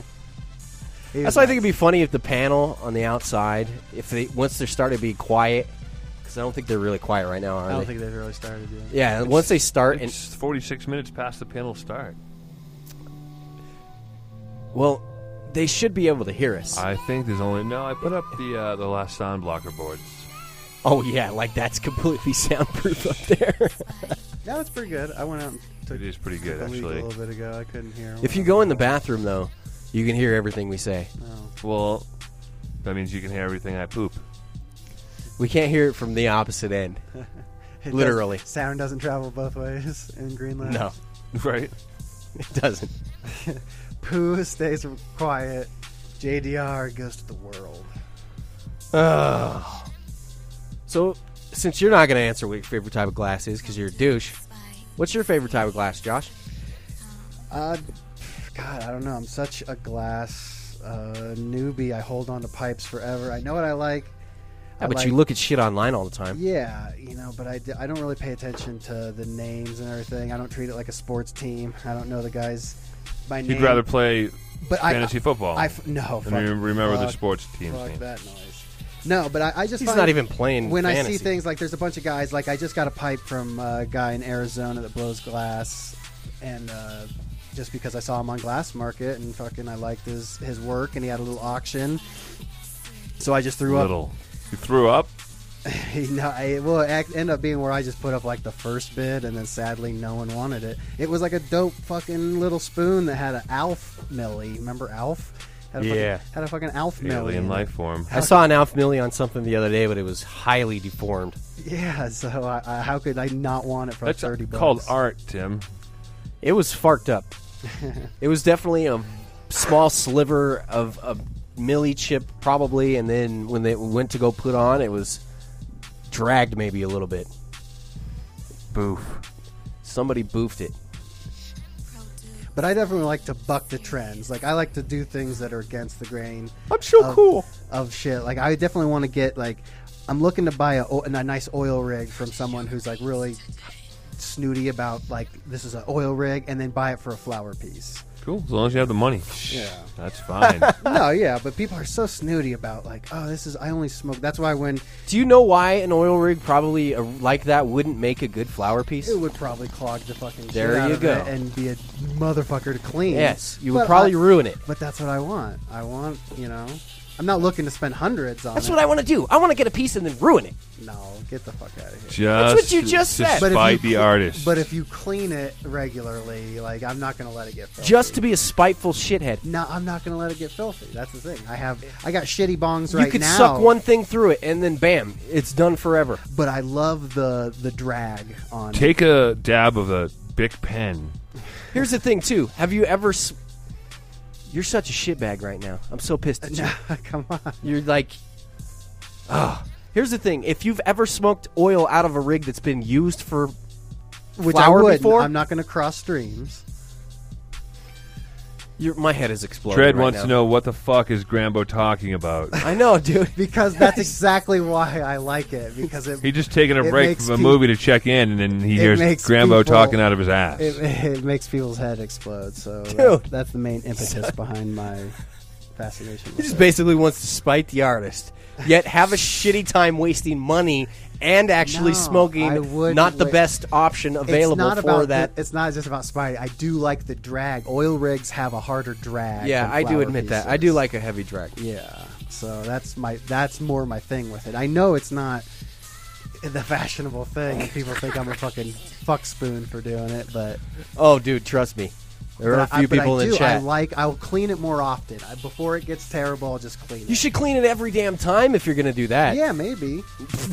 S1: He was
S5: That's why I think
S1: nice.
S5: it'd be funny if the panel on the outside, if they once they started to be quiet, because I don't think they're really quiet right now, are
S1: I don't
S5: they?
S1: think they've really started yet.
S5: yeah, once they start, and
S6: It's 46 minutes past the panel start.
S5: well, they should be able to hear us.
S6: I think there's only no. I put up the uh, the last sound blocker boards.
S5: Oh yeah, like that's completely soundproof up there.
S1: No, it's pretty good. I went out and took
S6: It is pretty good
S1: a leak a
S6: actually.
S1: little bit ago. I couldn't hear.
S5: if
S1: when
S5: you
S1: I
S5: go
S1: was
S5: in the
S1: out.
S5: bathroom though, You can hear everything we say.
S6: Well, that means you can hear everything I poop.
S5: We can't hear it from the opposite end.
S1: It
S5: Literally.
S1: does- sound doesn't travel both ways in Greenland.
S5: No,
S6: Right?
S5: it doesn't.
S1: Pooh stays quiet. JDR goes to the world.
S5: So, since you're not going to answer what your favorite type of glass is because you're a douche, what's your favorite type of glass, Josh?
S1: Uh, God, I don't know. I'm such a glass uh, newbie. I hold on to pipes forever. I know what I like. I
S5: Yeah, but
S1: like-
S5: you look at shit online all the time.
S1: Yeah, you know, but I, d- I don't really pay attention to the names and everything. I don't treat it like a sports team. I don't know the guys by name.
S6: You'd rather play
S1: Mm. but I-
S6: fantasy football.
S1: I f- no,
S6: than you
S1: fuck-
S6: remember the
S1: fuck-
S6: sports team's
S1: Fuck
S6: name.
S1: that noise. No, but I, I just
S5: He's
S1: find
S5: not even playing
S1: When I
S5: fantasy.
S1: see things like there's a bunch of guys like I just got a pipe from a guy in Arizona that blows glass, and uh, just because I saw him on Glass Market and fucking I liked his his work and he had a little auction, so I just threw up.
S6: Little. You threw up?
S1: no, I, well, it act- ended up being where I just put up like the first bid, and then sadly no one wanted it. It was like a dope fucking little spoon that had an Alf Millie. Remember Alf? Had a
S5: Yeah.
S1: Fucking, had a fucking Alf Millie.
S6: Alien
S1: in it.
S6: life form.
S5: I saw an Alf Millie on something the other day, but it was highly deformed.
S1: Yeah, so I, I, how could I not want it for
S6: That's
S1: thirty bucks?
S6: called art, Tim.
S5: It was farked up. it was definitely a small sliver of a milli chip, probably, and then when they went to go put on, it was dragged maybe a little bit. Boof. Somebody boofed it.
S1: But I definitely like to buck the trends. Like I like to do things that are against the grain.
S5: I'm so
S1: of-
S5: cool.
S1: of shit. Like I definitely want to get like I'm looking to buy a, o- a nice oil rig from someone who's like really snooty about like this is an oil rig and then buy it for a flower piece.
S6: Cool. As long as you have the money.
S1: Yeah.
S6: That's fine.
S1: no, yeah, but people are so snooty about like oh this is I only smoke. That's why when
S5: Do you know why an oil rig probably uh, like that wouldn't make a good flower piece?
S1: it would probably clog the fucking shit
S5: There
S1: out
S5: you
S1: of
S5: go.
S1: it and be a motherfucker to clean.
S5: Yes, you would
S1: But
S5: probably
S1: I-
S5: ruin it.
S1: But that's what I want. I want, you know, I'm not looking to spend hundreds on
S5: That's
S1: it.
S5: what I want to do. I want to get a piece and then ruin it.
S1: No, get the fuck out of here.
S6: Just
S5: what you just said. But
S1: if
S6: Despite
S1: you
S6: the
S1: cle-
S6: artist.
S1: But if you clean it regularly, like I'm not gonna let it get filthy.
S5: Just to be a spiteful shithead.
S1: no, I'm not gonna let it get filthy. That's the thing. I have I got shitty bongs
S5: you
S1: right
S5: could
S1: now.
S5: suck one thing through it and then bam, it's done forever.
S1: but I love the the drag on. it.
S6: Take a dab of a Bic pen.
S5: Here's the thing, too. Have you ever? S- You're such a shitbag right now. I'm so pissed at you.
S1: Come on.
S5: You're like, Ugh. Here's the thing. If you've ever smoked oil out of a rig that's been used for
S1: Which
S5: flour
S1: I would.
S5: before,
S1: I'm not gonna cross streams.
S5: Your- my head is exploding.
S6: Tread
S5: right
S6: wants
S5: now.
S6: to know what the fuck is Grambo talking about.
S5: I know, dude.
S1: Because that's exactly why I like it. Because it
S6: He just taking a
S1: It
S6: break
S1: makes
S6: from a
S1: peop-
S6: movie to check in, and then he
S1: It
S6: hears
S1: makes
S6: Grambo
S1: people-
S6: talking out of his ass.
S1: it, it makes people's head explode. So that-
S5: Dude.
S1: that's the main impetus behind my fascination.
S5: He
S1: With
S5: just
S1: it.
S5: basically wants to spite the artist, yet have a shitty time wasting money and actually
S1: No, I
S5: smoking
S1: wouldn't
S5: not the
S1: wa-
S5: best option available
S1: it's not
S5: for
S1: about
S5: that.
S1: The, it's not just about spite. I do like the drag. Oil rigs have a harder drag.
S5: yeah,
S1: than
S5: I do
S1: flower
S5: admit that. I
S1: pieces.
S5: do like a heavy drag.
S1: Yeah, so that's my that's more my thing with it. I know it's not the fashionable thing. and People think I'm a fucking fuck spoon for doing it, but
S5: Oh, dude, trust me. There are a
S1: but I,
S5: few
S1: but I
S5: people in
S1: do.
S5: the chat.
S1: I like. I'll clean it more often. I, before it gets terrible, I'll just clean it.
S5: you should clean it every damn time if you're going to do that.
S1: Yeah, maybe.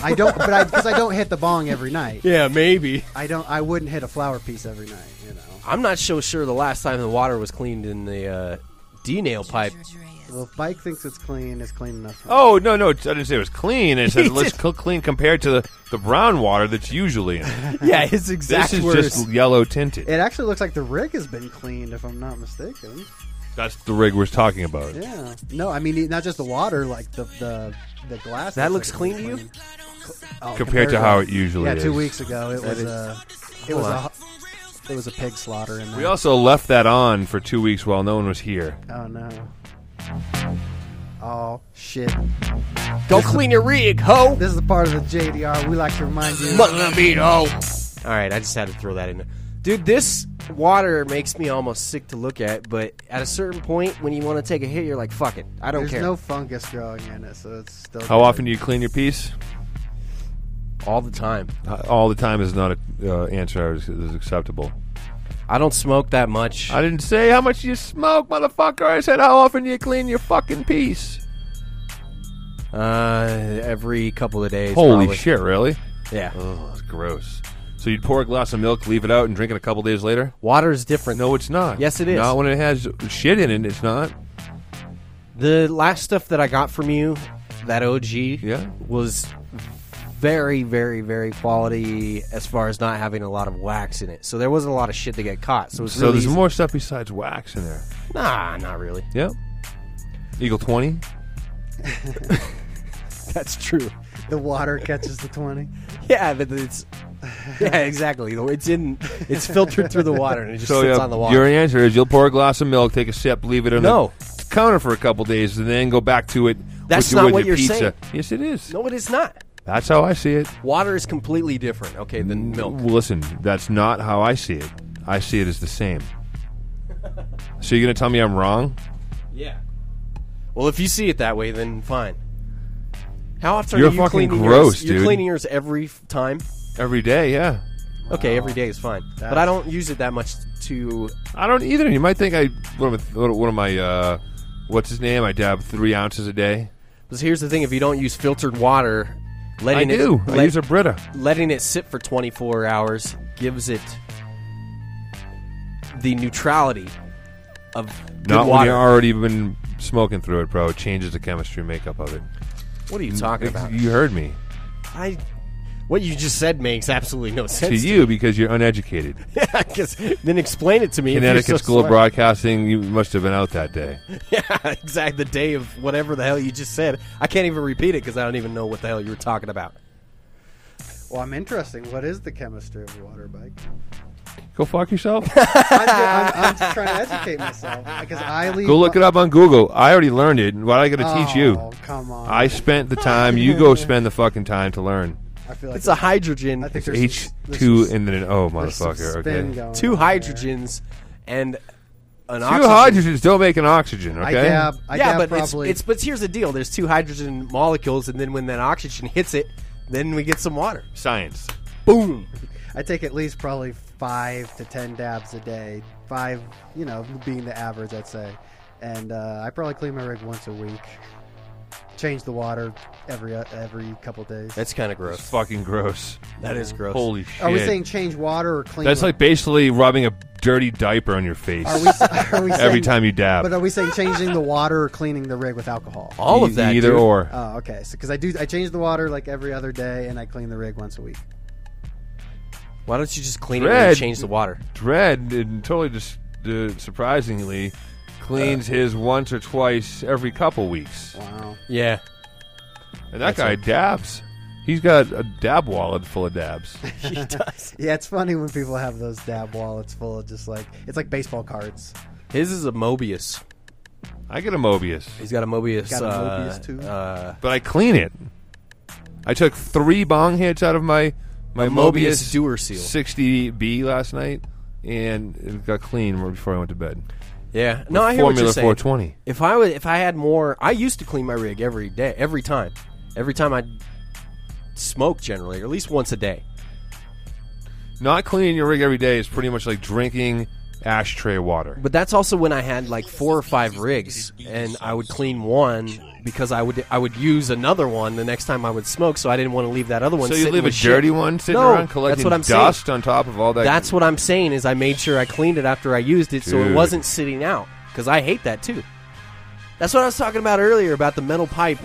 S1: I don't, but I because I don't hit the bong every night.
S5: Yeah, maybe.
S1: I don't. I wouldn't hit a flower piece every night. You know.
S5: I'm not so sure the last time the water was cleaned in the uh, D nail pipe.
S1: Well, if Mike thinks it's clean, it's clean enough. For
S6: Oh no, no! I didn't say it was clean. I said
S5: He
S6: let's
S5: just-
S6: cl- clean compared to the, the brown water that's usually in. it.
S5: yeah, it's
S6: This
S5: exactly
S6: is just yellow tinted.
S1: me. It actually looks like the rig has been cleaned, if I'm not mistaken.
S6: That's the rig we're talking about.
S1: Yeah. No, I mean not just the water, like the the the glass.
S5: That looks
S1: like
S5: clean
S1: it's
S5: to
S1: been
S5: you?
S1: cleaned. Oh,
S6: Compared to how it usually
S1: yeah,
S6: is.
S1: two weeks ago it was
S5: is-
S1: a it was a it was a pig slaughter in there.
S6: We also left that on for two weeks while no one was here.
S1: oh no. Oh shit!
S5: Go clean your rig, ho!
S1: This is the part of the JDR we like to remind you.
S5: All right, I just had to throw that in there. Dude, this water makes me almost sick to look at, but at a certain point, when you want to take a hit, you're like, fuck it. I don't
S1: There's
S5: care.
S1: no fungus growing in it, so it's still.
S6: How
S1: good.
S6: often do you clean your piece?
S5: All the time.
S6: Uh, All the time is not an uh, answer is, is acceptable.
S5: I don't smoke that much.
S6: I didn't say how much you smoke, motherfucker. I said how often you clean your fucking piece.
S5: Uh, every couple of days.
S6: Holy
S5: probably.
S6: shit, really?
S5: Yeah,
S6: Oh, that's gross. So you'd pour a glass of milk, leave it out, and drink it a couple days later?
S5: water is different.
S6: No, it's not.
S5: Yes, it is.
S6: Not when it has shit in it. It's not.
S5: The last stuff that I got from you, that OG,
S6: Yeah.
S5: was very, very, very quality as far as not having a lot of wax in it. So there wasn't a lot of shit to get caught. So it was
S6: So
S5: really
S6: there's
S5: easy-
S6: more stuff besides wax in there.
S5: Nah, not really.
S6: Yep. Eagle twenty.
S5: That's true.
S1: The water catches the twenty.
S5: Yeah, but it's yeah, exactly. It's in. It's filtered through the water and it just
S6: So
S5: sits
S6: yeah,
S5: on the water.
S6: your answer is you'll pour a glass of milk, take a sip, leave it on
S5: No.
S6: the counter for a couple days, and then go back to it.
S5: That's
S6: with your,
S5: not
S6: with
S5: what you're
S6: your pizza.
S5: saying.
S6: Yes, it is.
S5: no, it is not.
S6: That's how I see it.
S5: Water is completely different. Okay, than milk.
S6: Well, listen, that's not how I see it. I see it as the same. so you're gonna tell me I'm wrong?
S5: Yeah. Well, if you see it that way, then fine. How often
S6: You're
S5: are you
S6: fucking
S5: cleaning
S6: gross,
S5: yours? You're
S6: dude.
S5: cleaning yours every f- time.
S6: Every day, yeah.
S5: Okay, every day is fine, but I don't use it that much to.
S6: I don't either. You might think I one of my, one of my uh, what's his name? I dab three ounces a day.
S5: Because here's the thing: if you don't use filtered water, letting
S6: I do.
S5: it
S6: I
S5: let-
S6: use a Brita.
S5: letting it sit for 24 hours gives it the neutrality of good
S6: Not when
S5: water.
S6: you've already been smoking through it, bro. It changes the chemistry makeup of it.
S5: what are you talking
S6: Ex-
S5: about?
S6: You heard me.
S5: I. What you just said makes absolutely no sense.
S6: To you, because you're unaeducated.
S5: Yeah, 'cause- then explain it to me. if you're
S6: Connecticut
S5: so
S6: School of
S5: smart.
S6: Broadcasting, you must have been out that day.
S5: Yeah, exactly. The day of whatever the hell you just said. I can't even repeat it because I don't even know what the hell you were talking about.
S1: Well, I'm interesting. What is the chemistry of a water bike?
S6: Go fuck yourself.
S1: I'm, I'm, I'm just trying to educate myself because I leave.
S6: Go look it up on Google. I already learned it. Why do I got to teach
S1: Oh,
S6: you?
S1: come on.
S6: I spent the time. You go spend the fucking time to learn.
S1: I feel like
S5: It's a hydrogen,
S1: I think there's
S6: H
S1: some- there's
S6: two
S1: some-
S6: and then an O,
S1: there's some
S6: motherfucker.
S1: spin
S6: Okay.
S1: going
S5: two
S1: on there.
S5: hydrogens, and an
S6: Two
S5: oxygen.
S6: hydrogens don't make an oxygen. Okay.
S1: I dab. I
S5: yeah,
S1: dab
S5: but it's,
S1: probably.
S5: it's but here's the deal: there's two hydrogen molecules, and then when that oxygen hits it, then we get some water.
S6: Science.
S5: Boom.
S1: I take at least probably five to ten dabs a day. Five, you know, being the average, I'd say. And uh, I probably clean my rig once a week. Change the water every uh, every couple days.
S5: That's kind of
S6: It's
S5: gross.
S6: fucking gross.
S5: That is gross.
S6: Holy shit.
S1: Are we saying change water or clean?
S6: That's
S1: wa-
S6: like basically rubbing a dirty diaper on your face
S1: Are we, are we
S6: every
S1: saying-
S6: time you dab.
S1: But are we saying changing the water or cleaning the rig with alcohol?
S5: all
S6: E-
S5: of that.
S6: either
S5: dude.
S6: or.
S1: Oh, okay. So because I do, I change the water like every other day, and I clean the rig once a week.
S5: Why don't you just clean it
S6: Red.
S5: and change the water?
S6: Dread and totally just uh, surprisingly cleans his once or twice every couple weeks,
S1: Uh. Wow.
S5: Yeah.
S6: and that
S5: That's
S6: guy
S5: it.
S6: dabs. He's got a dab wallet full of dabs.
S1: Yeah, it's funny when people have those dab wallets full of just like it's like baseball cards.
S5: His is a Mobius.
S6: I get a Mobius,
S5: He's got a Mobius.
S1: Got a
S5: uh,
S1: Mobius, too.
S5: Uh,
S6: but I clean it. I took three bong hits out of my my
S5: A
S6: Mobius,
S5: Mobius Dewar Seal.
S6: 60B last night, and it got clean right before I went to bed.
S5: yeah. No, I hear what
S6: Formula
S5: you're saying.
S6: 420.
S5: If I would, if I had more, I used to clean my rig every day, every time, every time I smoke generally, or at least once a day.
S6: Not cleaning your rig every day is pretty much like drinking ashtray water.
S5: But that's also when I had like four or five rigs, and I would clean one because I would I would use another one the next time I would smoke, so I didn't want to leave that other one.
S6: So you
S5: sitting
S6: leave a
S5: with shit.
S6: dirty one sitting
S5: No,
S6: around collecting
S5: that's what I'm
S6: dust
S5: Saying.
S6: on top of all that.
S5: That's what I'm saying is I made sure I cleaned it after I used it, so it
S6: Dude.
S5: wasn't sitting out because I hate that too. That's what I was talking about earlier about the metal pipe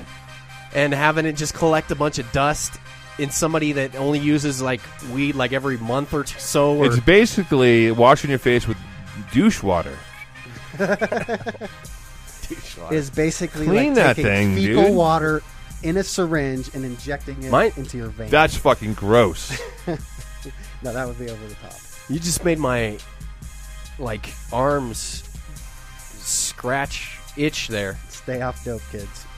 S5: and having it just collect a bunch of dust in somebody that only uses like weed like every month or t- so. Or
S6: it's basically washing your face with douche water.
S1: Is basically
S6: Clean
S1: like
S6: that
S1: taking
S6: thing,
S1: fecal
S6: dude.
S1: water in a syringe and injecting it
S5: Mine-
S1: into your vein.
S6: That's fucking gross.
S1: no, that would be over the top.
S5: you just made my like arms scratch itch there.
S1: Stay off dope, kids.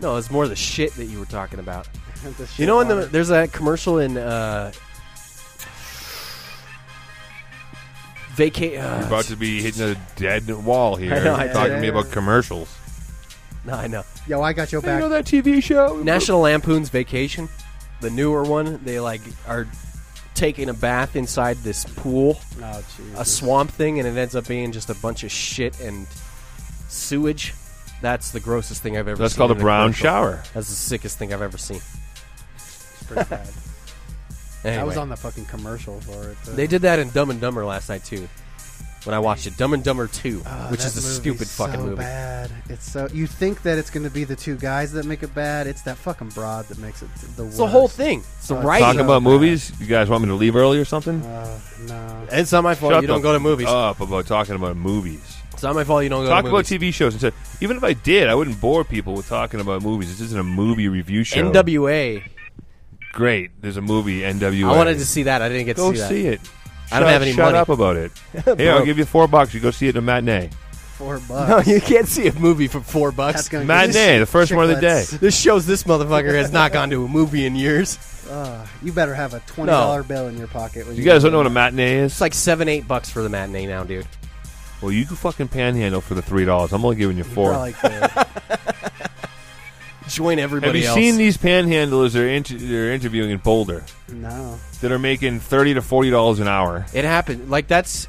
S5: No, it's more the shit that you were talking about.
S1: The shit
S5: You know, in the,
S1: water.
S5: there's a commercial in uh, vaca. Uh,
S6: You're about to be hitting a dead wall here.
S5: I know, I
S6: talking to
S1: did.
S6: me about commercials.
S5: no, I know.
S1: yo, I got your
S6: You know that
S1: back.
S6: TV show?
S5: National Lampoon's Vacation, the newer one. They like are taking a bath inside this pool,
S1: Oh,
S5: a
S1: Jesus.
S5: swamp thing, and it ends up being just a bunch of shit and sewage. That's the grossest thing I've ever
S6: That's
S5: seen.
S6: called a
S5: in
S6: brown
S5: commercial.
S6: shower.
S5: That's the sickest thing I've ever seen.
S1: It's pretty bad.
S5: Anyway.
S1: I was on the fucking commercial for it. but-
S5: They did that in Dumb and Dumber last night too. When I watched it, Dumb and Dumber Two,
S1: Oh,
S5: which
S1: that
S5: is a
S1: movie's
S5: stupid fucking
S1: so
S5: movie.
S1: Bad. It's so you think that it's going to be the two guys that make it bad. It's that fucking broad that makes it the worst.
S5: It's the whole thing. It's the
S1: Oh,
S5: writing.
S6: Talking
S1: so
S6: about
S1: bad.
S6: movies, you guys want me to leave early or something?
S1: Uh, no.
S5: It's not my fault
S6: Shut
S5: you don't
S6: the
S5: go to movies.
S6: Up about talking about movies.
S5: it's not my fault you don't go
S6: Talk
S5: to
S6: about
S5: movies.
S6: TV shows instead. Even if I did, I wouldn't bore people with talking about movies. This isn't a movie review show.
S5: NWA.
S6: Great. There's a movie. NWA.
S5: I wanted to see that. I didn't get to
S6: go
S5: see that.
S6: see it.
S5: I don't
S6: Shut-
S5: have any
S6: Shut
S5: money.
S6: up about it. Here, I'll
S5: Bro.
S6: give you four bucks. You go see it in a matinee.
S1: Four
S5: No,
S1: bucks.
S5: you can't see a movie for four bucks.
S1: That's gonna
S6: Matinee, the first one of the day.
S1: Chiclets.
S5: This shows this motherfucker has not gone to a movie in years.
S1: Uh, you better have a twenty dollar bill in your pocket. When
S6: You guys don't know what a matinee is?
S5: It's like seven, eight bucks for the matinee now, dude.
S6: well, you can fucking panhandle for the three dollars. I'm only giving you
S1: You
S6: four.
S1: probably could.
S5: Join
S6: Have
S5: everybody
S6: you
S5: else.
S6: seen these panhandlers they're, inter- they're interviewing in Boulder
S1: no.
S6: that are making thirty to forty dollars an hour?
S5: it happened. Like that's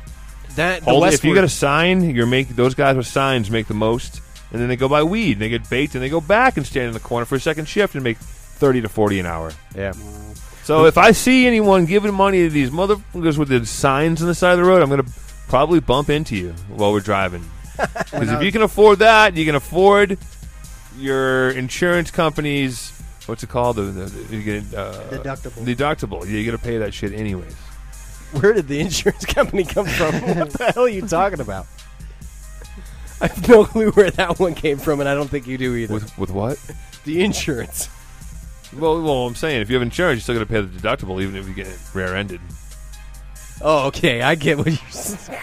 S5: that. The
S6: Hold it.
S5: Westward,
S6: if you got a sign, you're make those guys with signs make the most, and then they go buy weed and they get baked and they go back and stand in the corner for a second shift and make thirty to forty an hour.
S5: yeah.
S6: So if I see anyone giving money to these motherfuckers with the signs on the side of the road, I'm gonna probably bump into you while we're driving. Because if you can afford that, you can afford your insurance company's what's it called? The, the, the- you get, uh,
S1: Deductible.
S6: Deductible. You gotta pay that shit anyways.
S5: Where did the insurance company come from? what the hell are you talking about? I have no clue where that one came from, and I don't think you do either.
S6: With with what?
S5: the insurance.
S6: Well, well, I'm saying if you have insurance, you're still gonna pay the deductible, even if you get it rare ended.
S5: Oh, okay. I get what you're saying.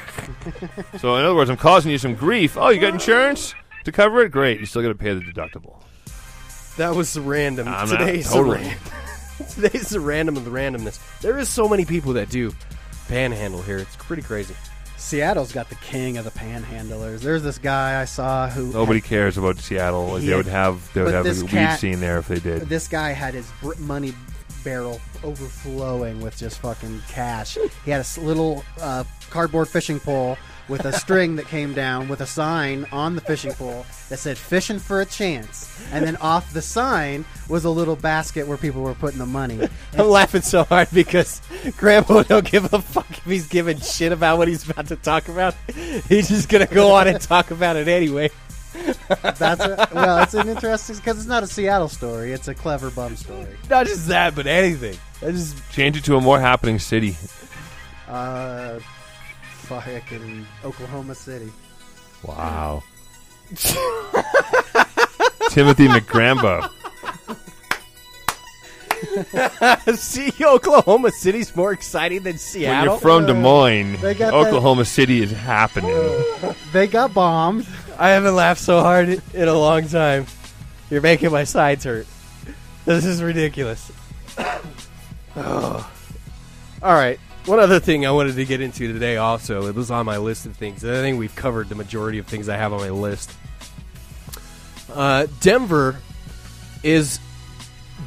S6: So in other words, I'm causing you some grief. Oh, you got insurance to cover it? Great. You're still gonna pay the deductible.
S5: That was random.
S6: I'm not-
S5: Today's the
S6: totally.
S5: ran- Today's the random of the randomness. There is so many people that do panhandle here. It's pretty crazy.
S1: Seattle's got the king of the panhandlers. There's this guy I saw who
S6: Nobody cares about Seattle. Like, They
S1: Yeah.
S6: would have they would
S1: But
S6: have a
S1: this
S6: weed
S1: cat-
S6: scene there if they did.
S1: this guy had his br- money barrel overflowing with just fucking cash. He had a s- little uh, cardboard fishing pole with a string that came down with a sign on the fishing pole that said "fishing for a chance," and then off the sign was a little basket where people were putting the money.
S5: I'm laughing so hard because Grandpa don't give a fuck if he's giving shit about what he's about to talk about. He's just gonna go on and talk about it anyway.
S1: That's a, well, it's an interesting because it's not a Seattle story; it's a clever bum story.
S5: Not just that, but anything. I just
S6: Change it to a more happening city.
S1: Uh, fucking Oklahoma City.
S6: Wow. Timothy McGrambo.
S5: see Oklahoma City's more exciting than
S6: When you're
S5: Seattle.
S6: from Des Moines,
S1: They got that-
S6: Oklahoma City is happening.
S1: They got bombed.
S5: I haven't laughed so hard in a long time. You're making my sides hurt. This is ridiculous. Oh. All right. One other thing I wanted to get into today, also, it was on my list of things. I think we've covered the majority of things I have on my list. Uh, Denver is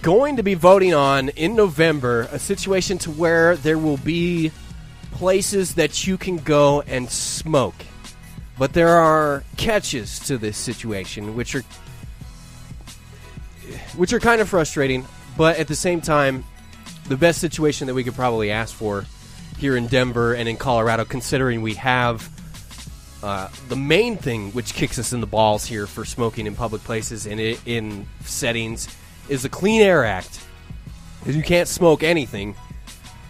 S5: going to be voting on in November a situation to where there will be places that you can go and smoke. But there are catches to this situation which are which are kind of frustrating, but at the same time the best situation that we could probably ask for here in Denver and in Colorado considering we have uh, the main thing which kicks us in the balls here for smoking in public places and i in settings is the Clean Air Act. 'Cause you can't smoke anything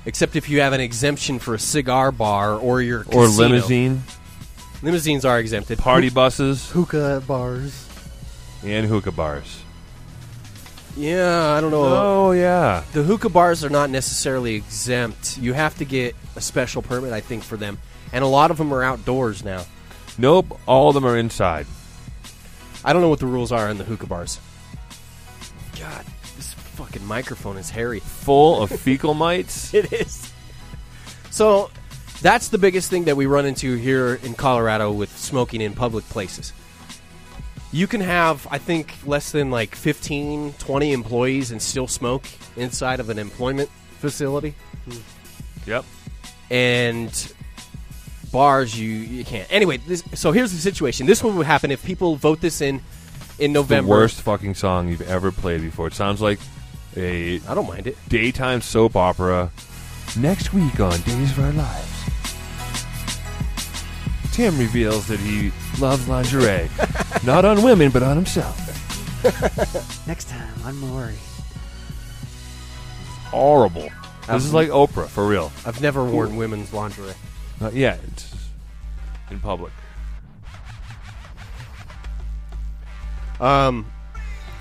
S5: except if you have an exemption for a cigar bar or your
S6: or
S5: casino.
S6: limousine,
S5: Limousines are exempted.
S6: party buses,
S1: Hookah bars.
S6: and hookah bars.
S5: Yeah, I don't know.
S6: Oh, yeah.
S5: The hookah bars are not necessarily exempt. You have to get a special permit, I think, for them. And a lot of them are outdoors now.
S6: Nope, all of them are inside.
S5: I don't know what the rules are on the hookah bars. God, this fucking microphone is hairy.
S6: Full of fecal mites.
S5: It is. So that's the biggest thing that we run into here in Colorado with smoking in public places. You can have, I think, less than like 15, 20 employees and still smoke inside of an employment facility.
S6: Yep.
S5: and bars you you can't. Anyway, this, so here's the situation. This one would happen if people vote this in in
S6: The
S5: November.
S6: worst fucking song you've ever played before. It sounds like a
S5: I don't mind it.
S6: daytime soap opera. Next week on Days of Our Lives, Tim reveals that he loves lingerie, not on women but on himself.
S1: Next time on Maury.
S6: Horrible. This is like Oprah for real.
S5: I've never worn women's lingerie.
S6: Not yet. It's in public.
S5: Um,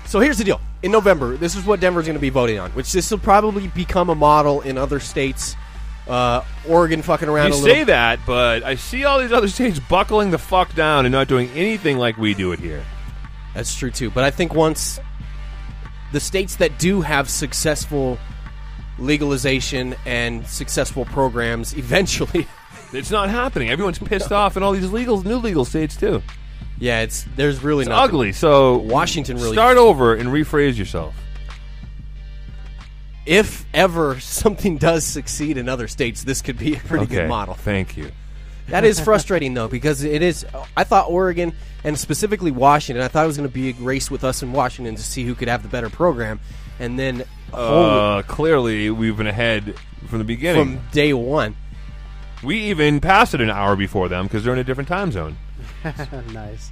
S5: so here's the deal. In November, this is what Denver's going to be voting on, which this will probably become a model in other states. Uh, Oregon fucking around
S6: You
S5: a
S6: say
S5: little.
S6: that, but I see all these other states buckling the fuck down and not doing anything like we do it here.
S5: That's true too. But I think once the states that do have successful legalization and successful programs, eventually
S6: It's not happening. Everyone's pissed off in all these legal, new legal states too.
S5: Yeah, it's there's really
S6: It's
S5: nothing.
S6: ugly. So
S5: Washington really-
S6: start over and rephrase yourself.
S5: If ever something does succeed in other states, this could be a pretty
S6: Okay.
S5: good model.
S6: Thank you.
S5: That is frustrating though because it is. I thought Oregon and specifically Washington. I thought it was going to be a race with us in Washington to see who could have the better program, and then holy-
S6: Uh, clearly, we've been ahead from the beginning.
S5: Oh. from day one,
S6: we even passed it an hour before them because they're in a different time zone.
S1: Oh, nice.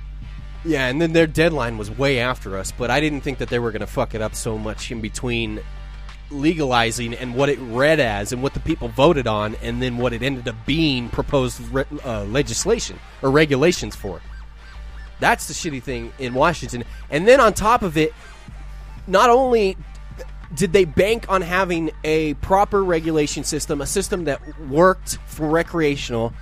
S5: yeah, and then their deadline was way after us. But I didn't think that they were going to fuck it up so much in between legalizing and what it read as and what the people voted on, and then what it ended up being proposed re- uh, legislation or regulations for. That's the shitty thing in Washington. And then on top of it, not only did they bank on having a proper regulation system, a system that worked for recreational,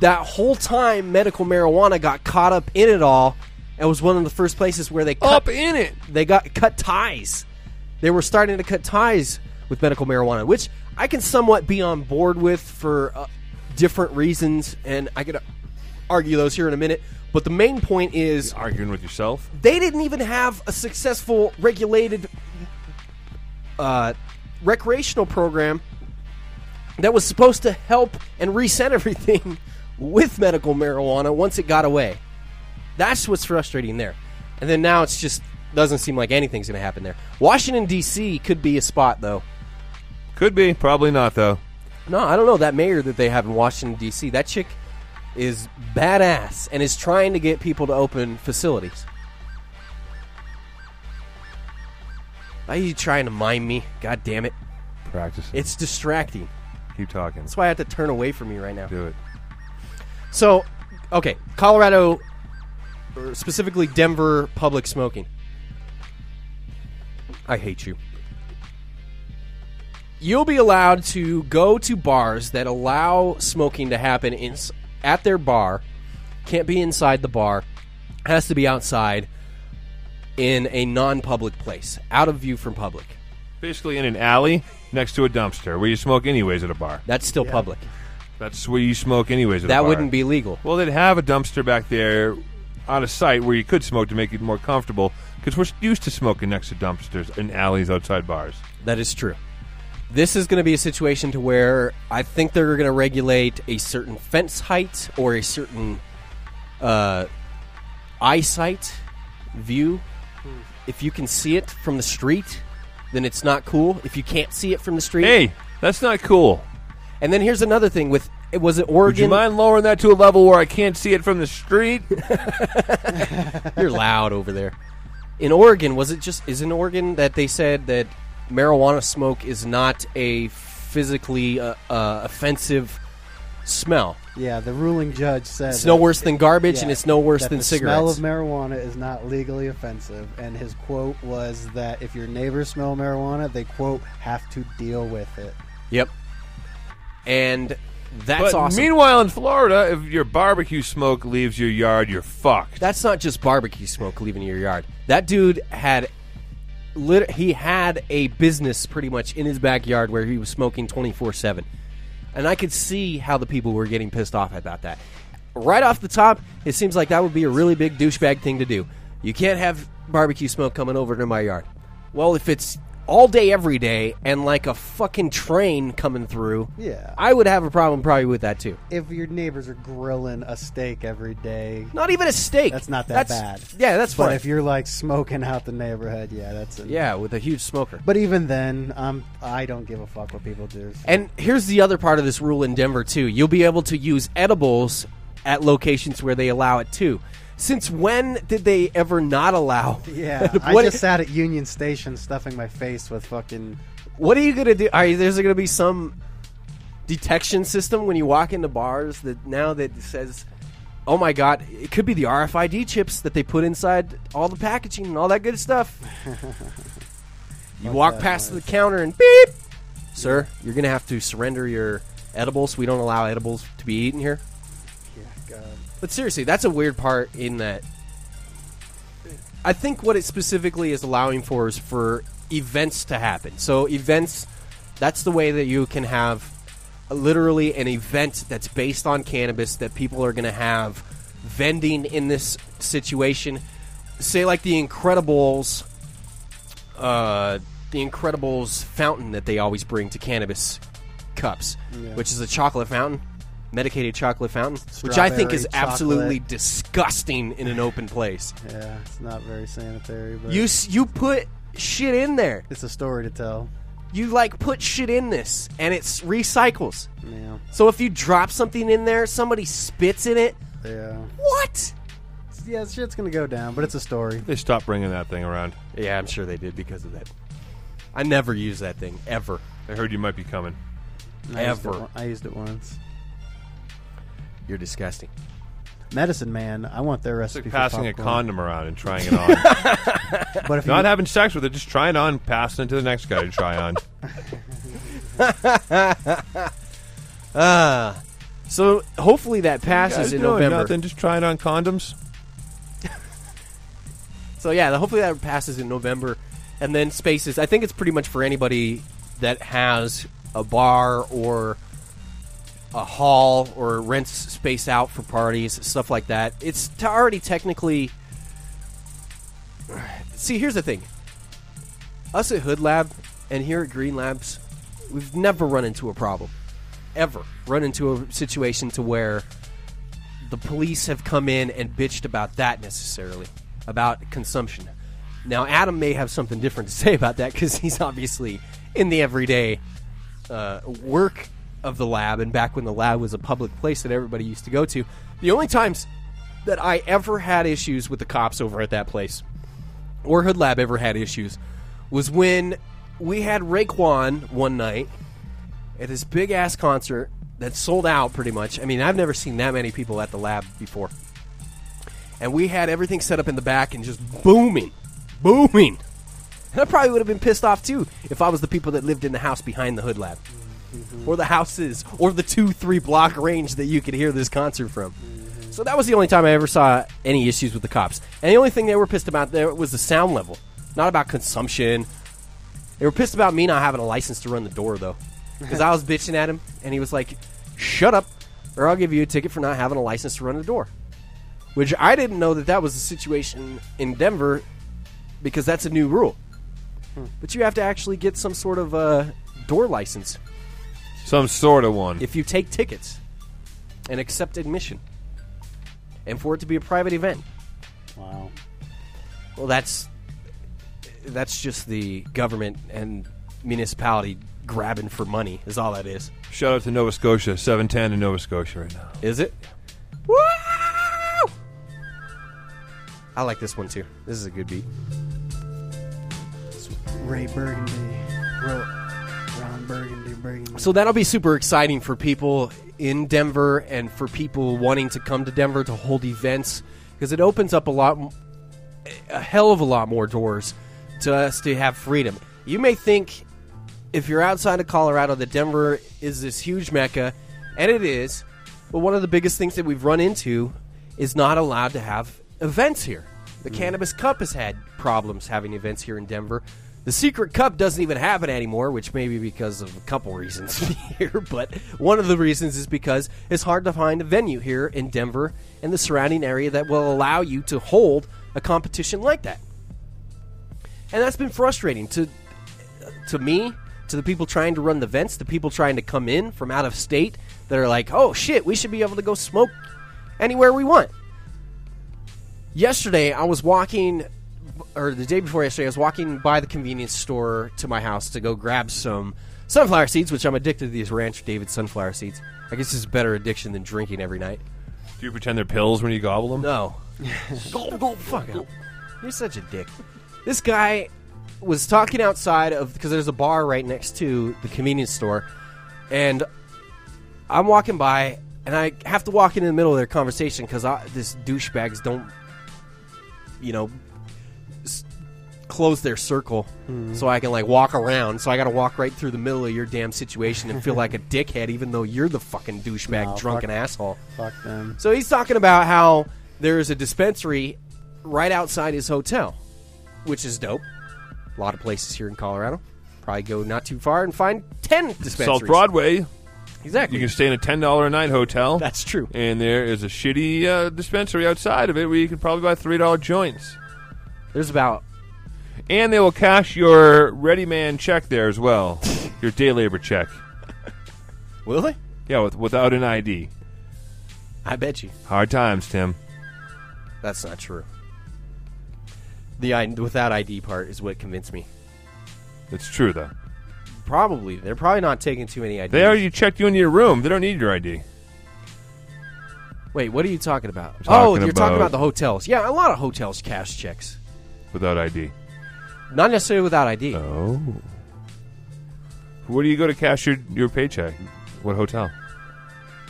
S5: that whole time medical marijuana got caught up in it all and was one of the first places where they cut,
S6: Up in it.
S5: They got cut ties. They were starting to cut ties with medical marijuana, which I can somewhat be on board with for uh, different reasons, and I could uh, argue those here in a minute. But the main point is
S6: Arguing with yourself.
S5: they didn't even have a successful regulated uh, recreational program that was supposed to help and reset everything with medical marijuana once it got away. That's what's frustrating there. And then now it's just doesn't seem like anything's going to happen there. Washington D.C. could be a spot though.
S6: Could be. Probably not though.
S5: No, I don't know that mayor that they have in Washington D.C. That chick is badass and is trying to get people to open facilities. Why are you trying to mime me? God damn it!
S6: Practice.
S5: It's distracting.
S6: Keep talking.
S5: That's why I have to turn away from you right now.
S6: Do it.
S5: So, okay, Colorado, or specifically Denver, public smoking. I hate you. You'll be allowed to go to bars that allow smoking to happen in, at their bar. Can't be inside the bar. Has to be outside in a non-public place, out of view from public.
S6: Basically, in an alley next to a dumpster where you smoke anyways at a bar.
S5: That's still public.
S6: That's where you smoke anyways. At a
S5: That
S6: bar.
S5: wouldn't be legal.
S6: Well, they'd have a dumpster back there out of sight where you could smoke to make it more comfortable because we're used to smoking next to dumpsters and alleys outside bars.
S5: That is true. This is going to be a situation to where I think they're going to regulate a certain fence height or a certain uh, eyesight view. If you can see it from the street, then it's not cool. If you can't see it from the street,
S6: Hey, that's not cool.
S5: and then here's another thing with it was it
S6: Would you
S5: Oregon?
S6: mind lowering that to a level where I can't see it from the street?
S5: You're loud over there. In Oregon, was it just is in Oregon that they said that marijuana smoke is not a physically uh, uh, offensive smell?
S1: Yeah, the ruling judge said
S5: It's no worse than garbage,
S1: yeah,
S5: and it's no worse
S1: that
S5: than
S1: the
S5: cigarettes.
S1: Smell of marijuana is not legally offensive, and his quote was that if your neighbors smell marijuana, they quote have to deal with it.
S5: yep. And that's
S6: but
S5: awesome.
S6: meanwhile, in Florida, if your barbecue smoke leaves your yard, you're fucked.
S5: that's not just barbecue smoke leaving your yard. That dude had lit- he had a business pretty much in his backyard where he was smoking 24/7. And I could see how the people were getting pissed off about that. Right off the top, it seems like that would be a really big douchebag thing to do. You can't have barbecue smoke coming over to my yard. Well, if it's all day, every day, and like a fucking train coming through,
S1: Yeah.
S5: I would have a problem probably with that too.
S1: If your neighbors are grilling a steak every day,
S5: Not even a steak.
S1: that's not that bad.
S5: Yeah, that's
S1: But
S5: fine.
S1: if you're like smoking out the neighborhood, yeah, that's it.
S5: yeah, with a huge smoker.
S1: But even then, um, I don't give a fuck what people do.
S5: And here's the other part of this rule in Denver too. You'll be able to use edibles at locations where they allow it too. Since when did they ever not allow?
S1: Yeah, I
S5: What-
S1: just sat at Union Station stuffing my face with fucking.
S5: What are you gonna do? Are you, there's gonna be some detection system when you walk into bars that now that says, "Oh my God!" It could be the RFID chips that they put inside all the packaging and all that good stuff. you walk
S1: that
S5: past the counter and beep, sir, you're gonna have to surrender your edibles. We don't allow edibles to be eaten here.
S1: Yeah, God.
S5: But seriously, that's a weird part in that. I think what it specifically is allowing for is for events to happen. So events, that's the way that you can have literally an event that's based on cannabis that people are going to have vending in this situation. Say like the Incredibles, uh, the Incredibles fountain that they always bring to cannabis cups,
S1: Yeah.
S5: which is a chocolate fountain, medicated chocolate fountain which I think is
S1: Strawberry chocolate.
S5: absolutely disgusting in an open place.
S1: Yeah, it's not very sanitary, but
S5: You s- you put shit in there.
S1: it's a story to tell.
S5: You like put shit in this, and it's recycles.
S1: Yeah,
S5: So if you drop something in there, somebody spits in it.
S1: yeah,
S5: What?
S1: yeah. Shit's gonna go down, but it's a story.
S6: They stopped bringing that thing around.
S5: Yeah, I'm sure they did because of that. I never use that thing ever.
S6: I heard you might be coming.
S1: I used it
S5: Ever.
S1: on- I used it once.
S5: You're disgusting.
S1: Medicine Man, I want their
S6: It's
S1: recipe
S6: like
S1: for
S6: passing a
S1: popcorn.
S6: condom around and trying it on.
S1: But if you,
S6: Not having sex with it, just trying it on, passing it to the next guy to try on.
S5: So hopefully that passes
S6: Guys
S5: in
S6: doing
S5: November.
S6: Nothing, just trying on condoms.
S5: So yeah, hopefully that passes in November, and then spaces. I think it's pretty much for anybody that has a bar or a hall or rents space out for parties, stuff like that. It's t- already technically. See, here's the thing. Us at Hood Lab and here at Green Labs, we've never run into a problem, ever run into a situation to where the police have come in and bitched about that necessarily about consumption. Now, Adam may have something different to say about that because he's obviously in the everyday uh, work of the lab, and back when the lab was a public place that everybody used to go to, the only times that I ever had issues with the cops over at that place or Hood Lab ever had issues was when we had Raekwon one night at this big ass concert that sold out pretty much. I mean, I've never seen that many people at the lab before. And we had everything set up in the back and just booming, booming. And I probably would have been pissed off too if I was the people that lived in the house behind the Hood Lab. Or the houses, or the two, three block range that you could hear this concert from. So that was the only time I ever saw any issues with the cops. And the only thing they were pissed about there was the sound level, not about consumption. They were pissed about me not having a license to run the door though, because I was bitching at him, and he was like, "Shut up, or I'll give you a ticket for not having a license to run the door." Which I didn't know that that was the situation in Denver, because that's a new rule. But you have to actually get some sort of uh, door license
S6: Some sort of one.
S5: if you take tickets and accept admission, and for it to be a private event.
S1: wow,
S5: Well, that's that's just the government and municipality grabbing for money. Is all that is.
S6: Shout out to Nova Scotia, 710 in Nova Scotia right now.
S5: Is it? Woo! I like this one too. This is a good beat.
S1: Ray Burgundy, Ro- Ron Burgundy, Burgundy.
S5: So that'll be super exciting for people in Denver and for people wanting to come to Denver to hold events because it opens up a lot, a hell of a lot more doors to us to have freedom. You may think if you're outside of Colorado that Denver is this huge mecca, and it is, but one of the biggest things that we've run into is not allowed to have events here. The Cannabis Cup has had problems having events here in Denver. The Secret Cup doesn't even happen anymore, which may be because of a couple reasons here, but one of the reasons is because it's hard to find a venue here in Denver and the surrounding area that will allow you to hold a competition like that. And that's been frustrating to to me, to the people trying to run the vents, the people trying to come in from out of state that are like, oh shit, we should be able to go smoke anywhere we want. Yesterday, I was walking, or the day before yesterday, I was walking by the convenience store to my house to go grab some sunflower seeds, which I'm addicted to these Ranch David sunflower seeds. I guess it's a better addiction than drinking every night.
S6: Do you pretend they're pills when you gobble them?
S5: No. Fuck up. You're such a dick. This guy was talking outside of because there's a bar right next to the convenience store, and I'm walking by, and I have to walk in the middle of their conversation because this douchebags don't, you know, s- close their circle so I can like walk around. So I got to walk right through the middle of your damn situation and feel like a dickhead, even though you're the fucking douchebag,
S1: No,
S5: drunken
S1: fuck-
S5: asshole.
S1: Fuck them.
S5: So he's talking about how there is a dispensary right outside his hotel, which is dope. A lot of places here in Colorado. Probably go not too far and find 10 dispensaries.
S6: South Broadway.
S5: Exactly.
S6: You can stay in a ten dollar a night hotel.
S5: That's true.
S6: And there is a shitty uh, dispensary outside of it where you could probably buy three dollar joints.
S5: There's about
S6: And they will cash your ready man check there as well, your day labor check.
S5: Will they?
S6: Yeah, with, without an ID.
S5: I bet you.
S6: Hard times, Tim.
S5: That's not true. The I- without ID part is what convinced me.
S6: It's true though.
S5: Probably. They're probably not taking too many IDs.
S6: They already checked you into your room. They don't need your ID.
S5: Wait, what are you talking about? oh,
S6: talking
S5: you're talking
S6: about-
S5: about the hotels. Yeah, a lot of hotels cash checks.
S6: Without ID.
S5: Not necessarily without ID.
S6: Oh. Where do you go to cash your, your paycheck? What hotel?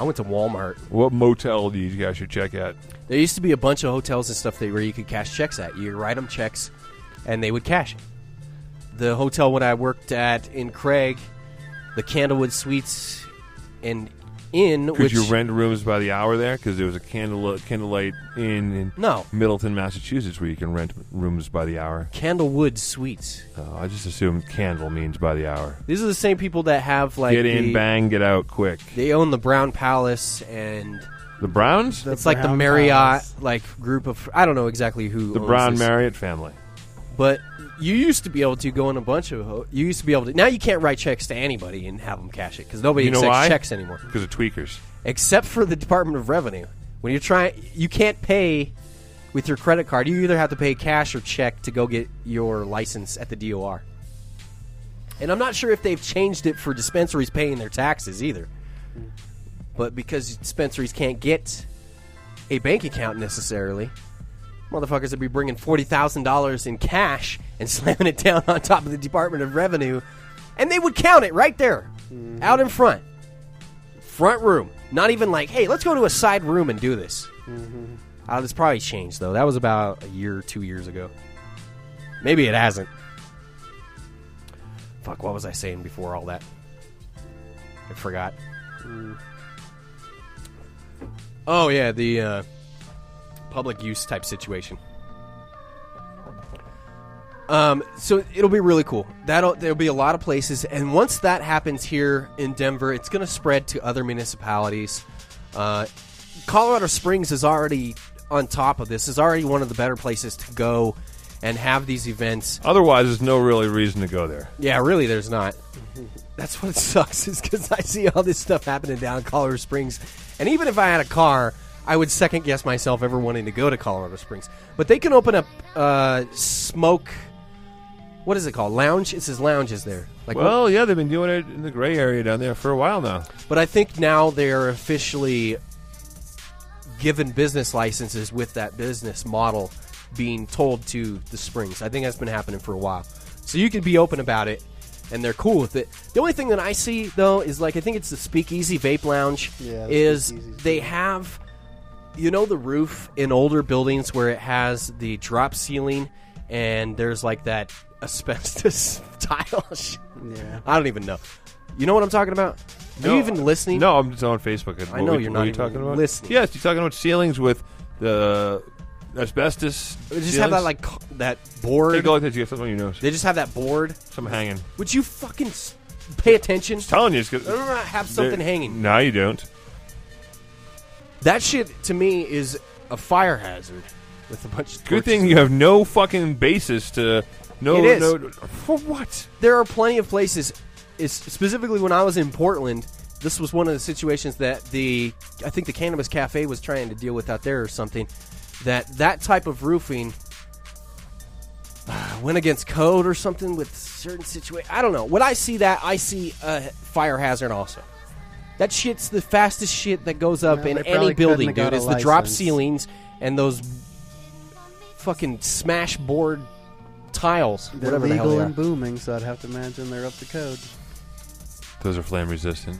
S5: I went to Walmart.
S6: What motel do you cash your check at?
S5: There used to be a bunch of hotels and stuff that, where you could cash checks at. You write them checks, and they would cash it. The hotel when I worked at in Craig, the Candlewood Suites and Inn,
S6: Could
S5: which
S6: you rent rooms by the hour there? Because there was a candle candlelight inn in
S5: No.
S6: Middleton, Massachusetts, where you can rent rooms by the hour.
S5: Candlewood Suites.
S6: Oh, I just assume candle means by the hour.
S5: These are the same people that have like
S6: get in,
S5: the-
S6: bang, get out quick.
S5: They own the Brown Palace and
S6: The Browns,
S1: The
S6: the,
S5: it's like the
S1: Brown
S5: Marriott
S1: Palace.
S5: like group of I don't know exactly who owns
S6: Brown
S5: this.
S6: Marriott family.
S5: But you used to be able to go in a bunch of. Ho- you used to be able to. Now you can't write checks to anybody and have them cash it because nobody
S6: You know
S5: accepts
S6: why?
S5: checks anymore,
S6: Because of tweakers.
S5: except for the Department of Revenue. When you're trying, you can't pay with your credit card. You either have to pay cash or check to go get your license at the DOR. And I'm not sure if they've changed it for dispensaries paying their taxes either. But because dispensaries can't get a bank account necessarily, motherfuckers would be bringing forty thousand dollars in cash and slamming it down on top of the Department of Revenue, and they would count it right there, out in front, front room. Not even like, hey, let's go to a side room and do this. Uh, this probably changed though. That was about a year, two years ago. Maybe it hasn't. Fuck, what was I saying before all that? I forgot. Oh yeah, the uh, public use type situation. Um, so it'll be really cool. That'll there'll be a lot of places, and once that happens here in Denver, it's going to spread to other municipalities. Uh, Colorado Springs is already on top of this. is already one of the better places to go and have these events.
S6: Otherwise, there's no really reason to go there.
S5: Yeah, really, there's not. That's what sucks is because I see all this stuff happening down in Colorado Springs, and even if I had a car, I would second guess myself ever wanting to go to Colorado Springs. But they can open up uh, smoke. What is it called? Lounge. It says lounges there. Like,
S6: Well, yeah, they've been doing it in the gray area down there for a while now.
S5: but I think now they're officially given business licenses with that business model being told to the Springs. I think that's been happening for a while. So you can be open about it and they're cool with it. The only thing that I see though is like I think it's the Speakeasy Vape Lounge
S1: Yeah, the
S5: is
S1: Speakeasy's
S5: they have you know the roof in older buildings where it has the drop ceiling and there's like that asbestos tile. shit?
S1: Yeah.
S5: I don't even know. You know what I'm talking about? Are you even listening?
S6: No, I'm just on Facebook.
S5: I
S6: What
S5: know
S6: were-
S5: you're
S6: what were
S5: not
S6: you
S5: even
S6: talking about.
S5: listening.
S6: Yes, you're talking about ceilings with the asbestos.
S5: They just have
S6: ceilings.
S5: that like co- that
S6: Take
S5: board.
S6: a look at you. Get something on your nose.
S5: They just have that board.
S6: Some hanging.
S5: Would you fucking s- pay attention?
S6: telling you, it's good.
S5: I don't wanna have something hanging.
S6: No, you don't.
S5: That shit to me is a fire hazard with a bunch. Of
S6: Good
S5: torches.
S6: thing you have no fucking basis to No,
S5: It is.
S6: no. no. For what?
S5: there are plenty of places. Is specifically when I was in Portland, this was one of the situations that the I think the cannabis cafe was trying to deal with out there or something. That that type of roofing uh, went against code or something with certain situation. I don't know. When I see that, I see a fire hazard also. That shit's the fastest shit that goes up
S1: Well,
S5: in
S1: they probably
S5: any
S1: couldn't
S5: building,
S1: have got
S5: dude.
S1: a
S5: Is the drop
S1: license.
S5: ceilings and those fucking smash board tiles,
S1: They're
S5: whatever the hell
S1: legal
S5: they are.
S1: and booming, so I'd have to imagine they're up to code.
S6: Those are flame resistant.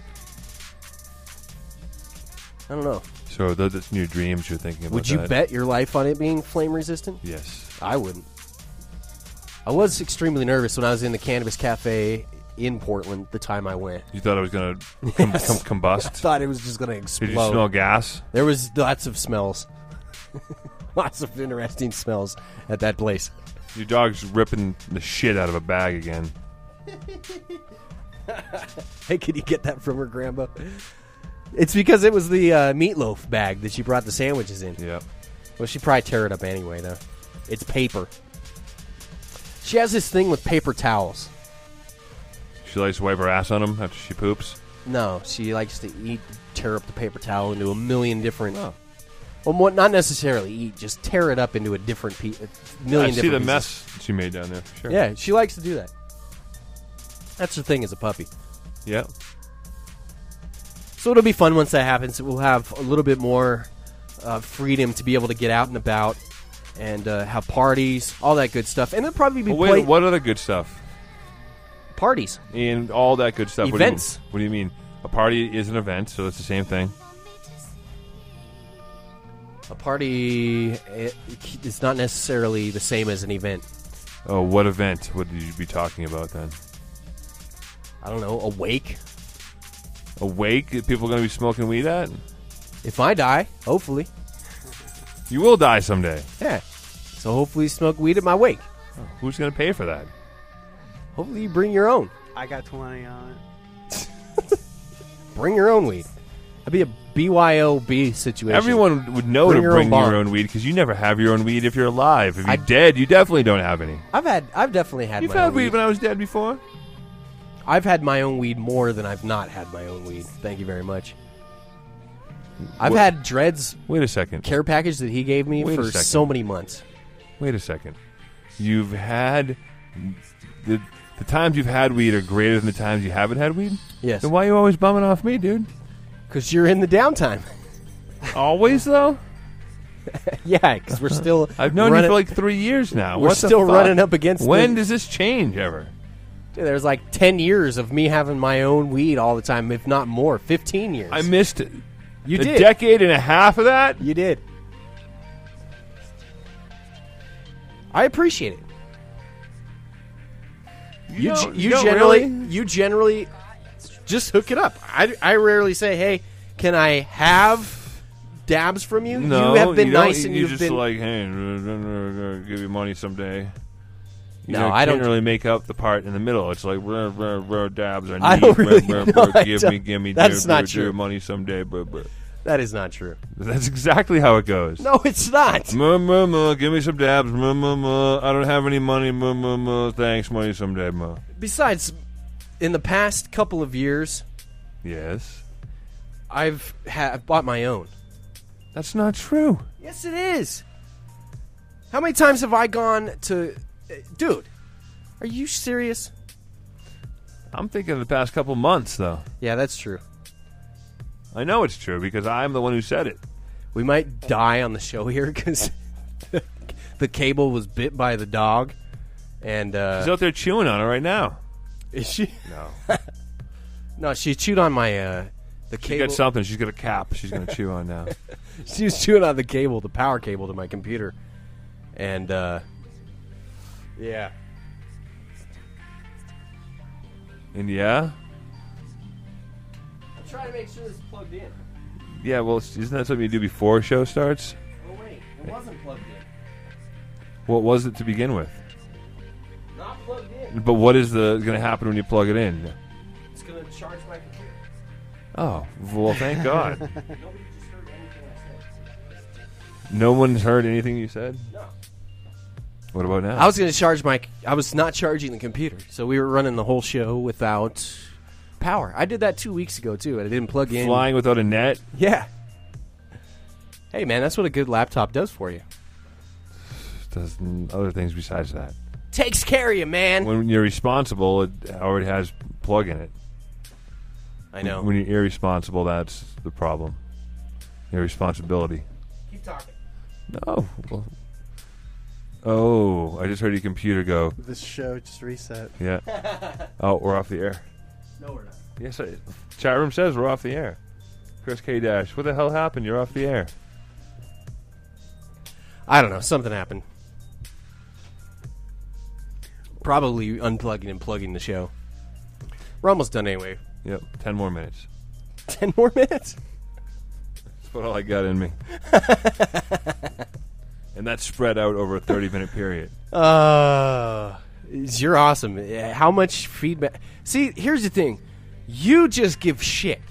S5: I don't know.
S6: So those it's new dreams you're thinking about.
S5: Would you
S6: that.
S5: bet your life on it being flame resistant?
S6: Yes.
S5: I wouldn't. I was extremely nervous when I was in the cannabis cafe in Portland the time I went.
S6: You thought I was gonna com- com- combust?
S5: Thought it was just going to
S6: Did
S5: explode.
S6: you smell gas?
S5: There was lots of smells. lots of interesting smells at that place.
S6: Your dog's ripping the shit out of a bag again.
S5: Hey, could you get that from her grandma? It's because it was the uh, meatloaf bag that she brought the sandwiches in.
S6: Yep.
S5: Well, she'd probably tear it up anyway, though. It's paper. She has this thing with paper towels.
S6: She likes to wipe her ass on him after she poops.
S5: No, she likes to eat, tear up the paper towel into a million different. Well, more, not necessarily eat, just tear it up into a different piece, a million
S6: I see
S5: different
S6: the
S5: pieces.
S6: mess she made down there. Sure.
S5: Yeah, she likes to do that. That's her thing as a puppy.
S6: Yeah.
S5: So it'll be fun once that happens. We'll have a little bit more uh, freedom to be able to get out and about and uh, have parties, all that good stuff. And there'll probably be
S6: Well, wait.
S5: play-
S6: What other good stuff?
S5: parties.
S6: And all that good stuff. What do you mean?
S5: Events.
S6: What do, you mean? A party is an event, so it's the same thing.
S5: A party it, it's not necessarily the same as an event.
S6: Oh, what event would you be talking about then?
S5: I don't know, a wake.
S6: A wake that people are going to be smoking weed at?
S5: If I die, hopefully.
S6: You will die someday.
S5: Yeah. So hopefully you smoke weed at my wake.
S6: Who's going to pay for that?
S5: Hopefully you bring your own.
S1: I got 20 on it.
S5: Bring your own weed. That'd be a BYOB situation.
S6: Everyone would know
S5: Bring
S6: to
S5: your
S6: bring
S5: own
S6: your
S5: bong.
S6: own weed because you never have your own weed if you're alive. If you're
S5: I-
S6: dead, you definitely don't have any.
S5: I've had I've definitely had
S6: You've
S5: my
S6: had
S5: own
S6: weed when I was dead before.
S5: I've had my own weed more than I've not had my own weed. Thank you very much. I've
S6: What-
S5: had Dred's
S6: Wait a second.
S5: care package that he gave me
S6: Wait a
S5: for
S6: second.
S5: so many months.
S6: Wait a second. You've had the the times you've had weed are greater than the times you haven't had weed.
S5: Yes.
S6: Then why are you always bumming off me, dude?
S5: Cuz you're in the downtime.
S6: Always though.
S5: yeah, cuz we're still
S6: I've known
S5: running,
S6: you for like three years now.
S5: We're
S6: What the
S5: still
S6: fuck?
S5: running up against
S6: When
S5: the-
S6: does this change ever?
S5: there's like 10 years of me having my own weed all the time, if not more, 15 years.
S6: I missed it.
S5: you
S6: a
S5: did.
S6: decade and a half of that.
S5: You did. I appreciate it. You
S6: don't-
S5: g-
S6: you
S5: you
S6: don't
S5: generally
S6: really?
S5: you generally just hook it up. I, I rarely say, "Hey, can I have dabs from you?"
S6: No,
S5: you have been
S6: you don't.
S5: nice and
S6: you
S5: you've
S6: just
S5: been
S6: like, hey, gonna give you money someday. You
S5: No,
S6: know,
S5: I
S6: can't
S5: don't-
S6: really make up the part in the middle. It's like, rah, rah, rah, dabs. I need,
S5: I don't
S6: rah,
S5: really
S6: rah,
S5: know.
S6: rah,
S5: I
S6: give me,
S5: don't-
S6: give me.
S5: That's
S6: rah,
S5: not
S6: rah,
S5: true.
S6: rah, Money someday, blah, blah.
S5: That is not true.
S6: That's exactly how it goes.
S5: No, it's not.
S6: Muh, muh, muh, give me some dabs. Muh, muh, muh. I don't have any money. Muh, muh, muh. Thanks, money someday. Muh.
S5: Besides, in the past couple of years,
S6: Yes,
S5: I've ha- I've bought my own.
S6: that's not true.
S5: Yes, it is. How many times have I gone to, uh, dude? Are you serious?
S6: I'm thinking of the past couple months, though.
S5: Yeah, that's true.
S6: I know it's true because I'm the one who said it.
S5: We might die on the show here because the cable was bit by the dog, and uh,
S6: He's out there chewing on it right now.
S5: is she?
S6: No.
S5: No, she chewed on my uh, the
S6: She
S5: cable.
S6: got something. She's got a cap. She's gonna chew on now.
S5: she was chewing on the cable, the power cable to my computer, and uh, yeah,
S6: And yeah,
S5: I'm trying to make sure this is plugged in.
S6: yeah. Well, isn't that something you do before a show starts?
S5: Oh wait, it wasn't plugged in.
S6: What was it to begin with?
S5: Not plugged in.
S6: But what is the gonna happen when you plug it in?
S5: It's gonna charge my computer.
S6: Oh, well, thank God.
S5: Nobody just heard anything I said.
S6: No one's heard anything you said.
S5: No.
S6: What about now?
S5: I was going to charge my. I was not charging the computer, so we were running the whole show without power. I did that two weeks ago too, and I didn't plug in.
S6: flying without a net.
S5: Yeah. Hey man, that's what a good laptop does for you.
S6: Does n- other things besides that.
S5: Takes care of you, man.
S6: When you're responsible, it already has plug in it.
S5: I know.
S6: When you're irresponsible, that's the problem. Irresponsibility.
S5: Keep talking.
S6: No. Well, oh, I just heard your computer go.
S1: This show just reset.
S6: Yeah. oh, we're off the air.
S5: No, we're not.
S6: Yes, I, chat room says we're off the air. Chris K Dash, what the hell happened? You're off the air.
S5: I don't know. Something happened. Probably unplugging and plugging the show. We're almost done anyway.
S6: Yep, ten more minutes.
S5: Ten more minutes.
S6: That's about all I got in me. and that's spread out over a 30 minute period.
S5: Uh, you're awesome. Yeah, How much feedback? See, here's the thing. You just give shit.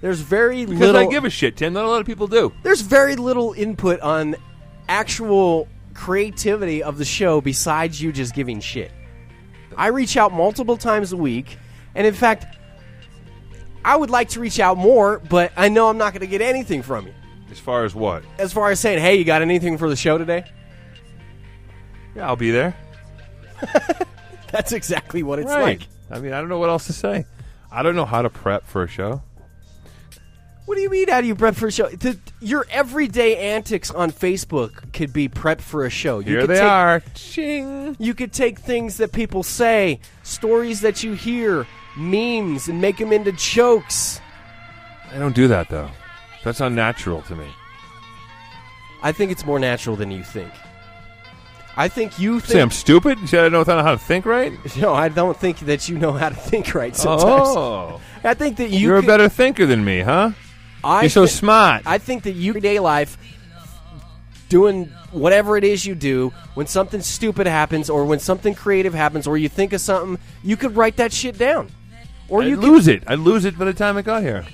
S5: There's very
S6: Because
S5: little.
S6: I give a shit, Tim. Not a lot of people do.
S5: there's very little input on actual creativity of the show besides you just giving shit. I reach out multiple times a week, and in fact, I would like to reach out more, but I know I'm not going to get anything from you.
S6: As far as what?
S5: As far as saying, hey, you got anything for the show today?
S6: Yeah, I'll be there.
S5: That's exactly what it's like.
S6: I mean, I don't know what else to say. I don't know how to prep for a show.
S5: What do you mean? How do you prep for a show? Th- your everyday antics on Facebook could be prep for a show. You
S6: Here
S5: could
S6: they
S5: take-
S6: are. Ching.
S5: You could take things that people say, stories that you hear, memes, and make them into jokes.
S6: I don't do that, though. That's unnatural to me.
S5: I think it's more natural than you think. I think you
S6: Say I'm
S5: think.
S6: stupid? You said I don't know how to think right?
S5: No, I don't think that you know how to think right sometimes.
S6: Oh.
S5: I think that you
S6: You're
S5: could-
S6: a better thinker than me, huh?
S5: I
S6: You're so
S5: thi-
S6: smart.
S5: I think that you day life doing whatever it is you do when something stupid happens or when something creative happens or you think of something you could write that shit down or
S6: I
S5: you could,
S6: lose it. I lose it by the time I got here.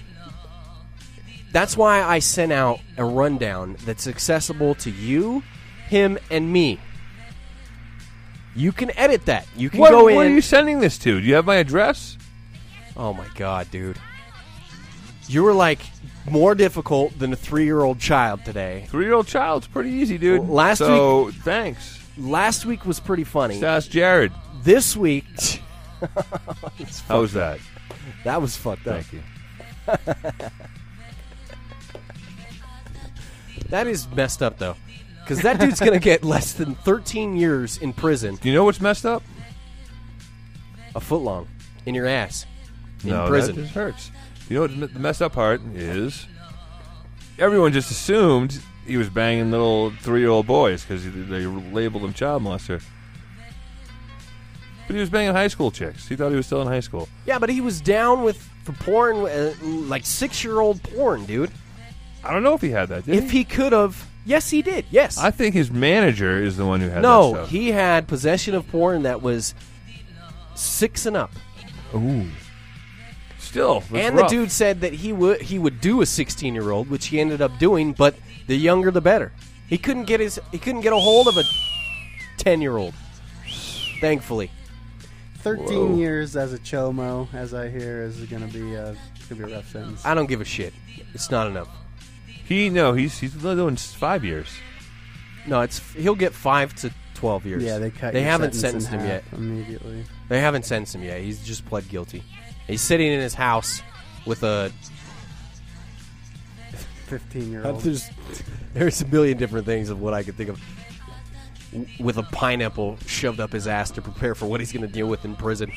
S5: that's why i sent out a rundown that's accessible to you him and me you can edit that you can
S6: What,
S5: go
S6: what
S5: in
S6: are you sending this to? Do you have my address?
S5: oh my god dude you were like more difficult than a three-year-old child today
S6: Three year old child's pretty easy, dude.
S5: Well, last
S6: so, thanks.
S5: last week was pretty funny
S6: That's Jared.
S5: this week
S6: How was that?
S5: that was fucked up
S6: Thank you.
S5: That is messed up though, because that dude's gonna get less than 13 years in prison,
S6: Do you know what's messed up?
S5: a foot long, in your ass, in
S6: no,
S5: prison.
S6: That just hurts. You know what the- the messed up part is? Everyone just assumed he was banging little three year old boys because they labeled him child molester. But he was banging high school chicks. He thought he was still in high school.
S5: Yeah, but he was down with for porn, uh, like six year old porn, dude.
S6: I don't know if he had that. Did
S5: If he could have, yes, he did. Yes.
S6: I think his manager is the one who had
S5: no,
S6: that stuff.
S5: he had possession of porn that was six and up,
S6: Still, that's
S5: and
S6: rough.
S5: the dude said that he would he would do a 16 year old, which he ended up doing, but the younger the better. He couldn't get his he couldn't get a hold of a 10 year old, thankfully.
S1: Thirteen
S6: Whoa.
S1: years as a chomo, as I hear, is going to be a going to be a rough sentence.
S5: I don't give a shit. It's not enough.
S6: He no, he's he's doing s- five years.
S5: No, it's he'll get five to twelve years.
S1: yeah, they cut.
S5: They
S1: your
S5: haven't
S1: sentence
S5: sentenced
S1: in
S5: him yet.
S1: half Immediately,
S5: They haven't sentenced him yet. He's just pled guilty. He's sitting in his house with a.
S1: fifteen year old.
S5: There's, there's a million different things of what I could think of. W- With a pineapple shoved up his ass to prepare for what he's going to deal with in prison.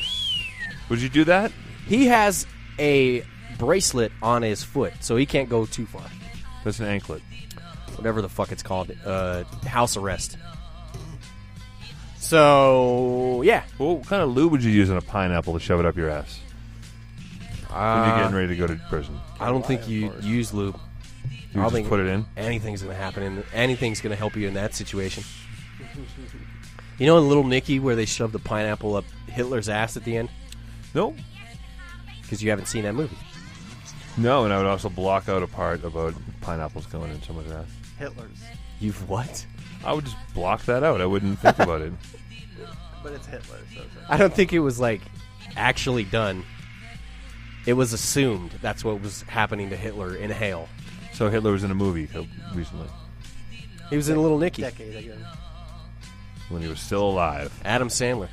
S6: Would you do that?
S5: He has a bracelet on his foot, so he can't go too far.
S6: That's an anklet.
S5: whatever the fuck it's called, uh, house arrest. So yeah,
S6: Well, what kind of lube would you use on a pineapple to shove it up your ass when you're
S5: Ah.
S6: getting ready to go to prison?
S5: I don't think you use lube.
S6: You
S5: I
S6: just
S5: think
S6: put it in.
S5: Anything's gonna happen, and anything's gonna help you in that situation. You know, in Little Nicky, where they shoved the pineapple up Hitler's ass at the end,
S6: No,
S5: because you haven't seen that movie.
S6: no, and I would also block out a part about pineapples going in someone's ass.
S1: Hitler's.
S5: You've what?
S6: I would just block that out. I wouldn't think about it.
S7: But it's Hitler, so it's like,
S5: I don't think it was like actually done. It was assumed that's what was happening to Hitler in Hale.
S6: So Hitler was in a movie co- recently
S5: He was in Little Nicky.
S1: Decade ago.
S6: when he was still alive.
S5: Adam Sandler.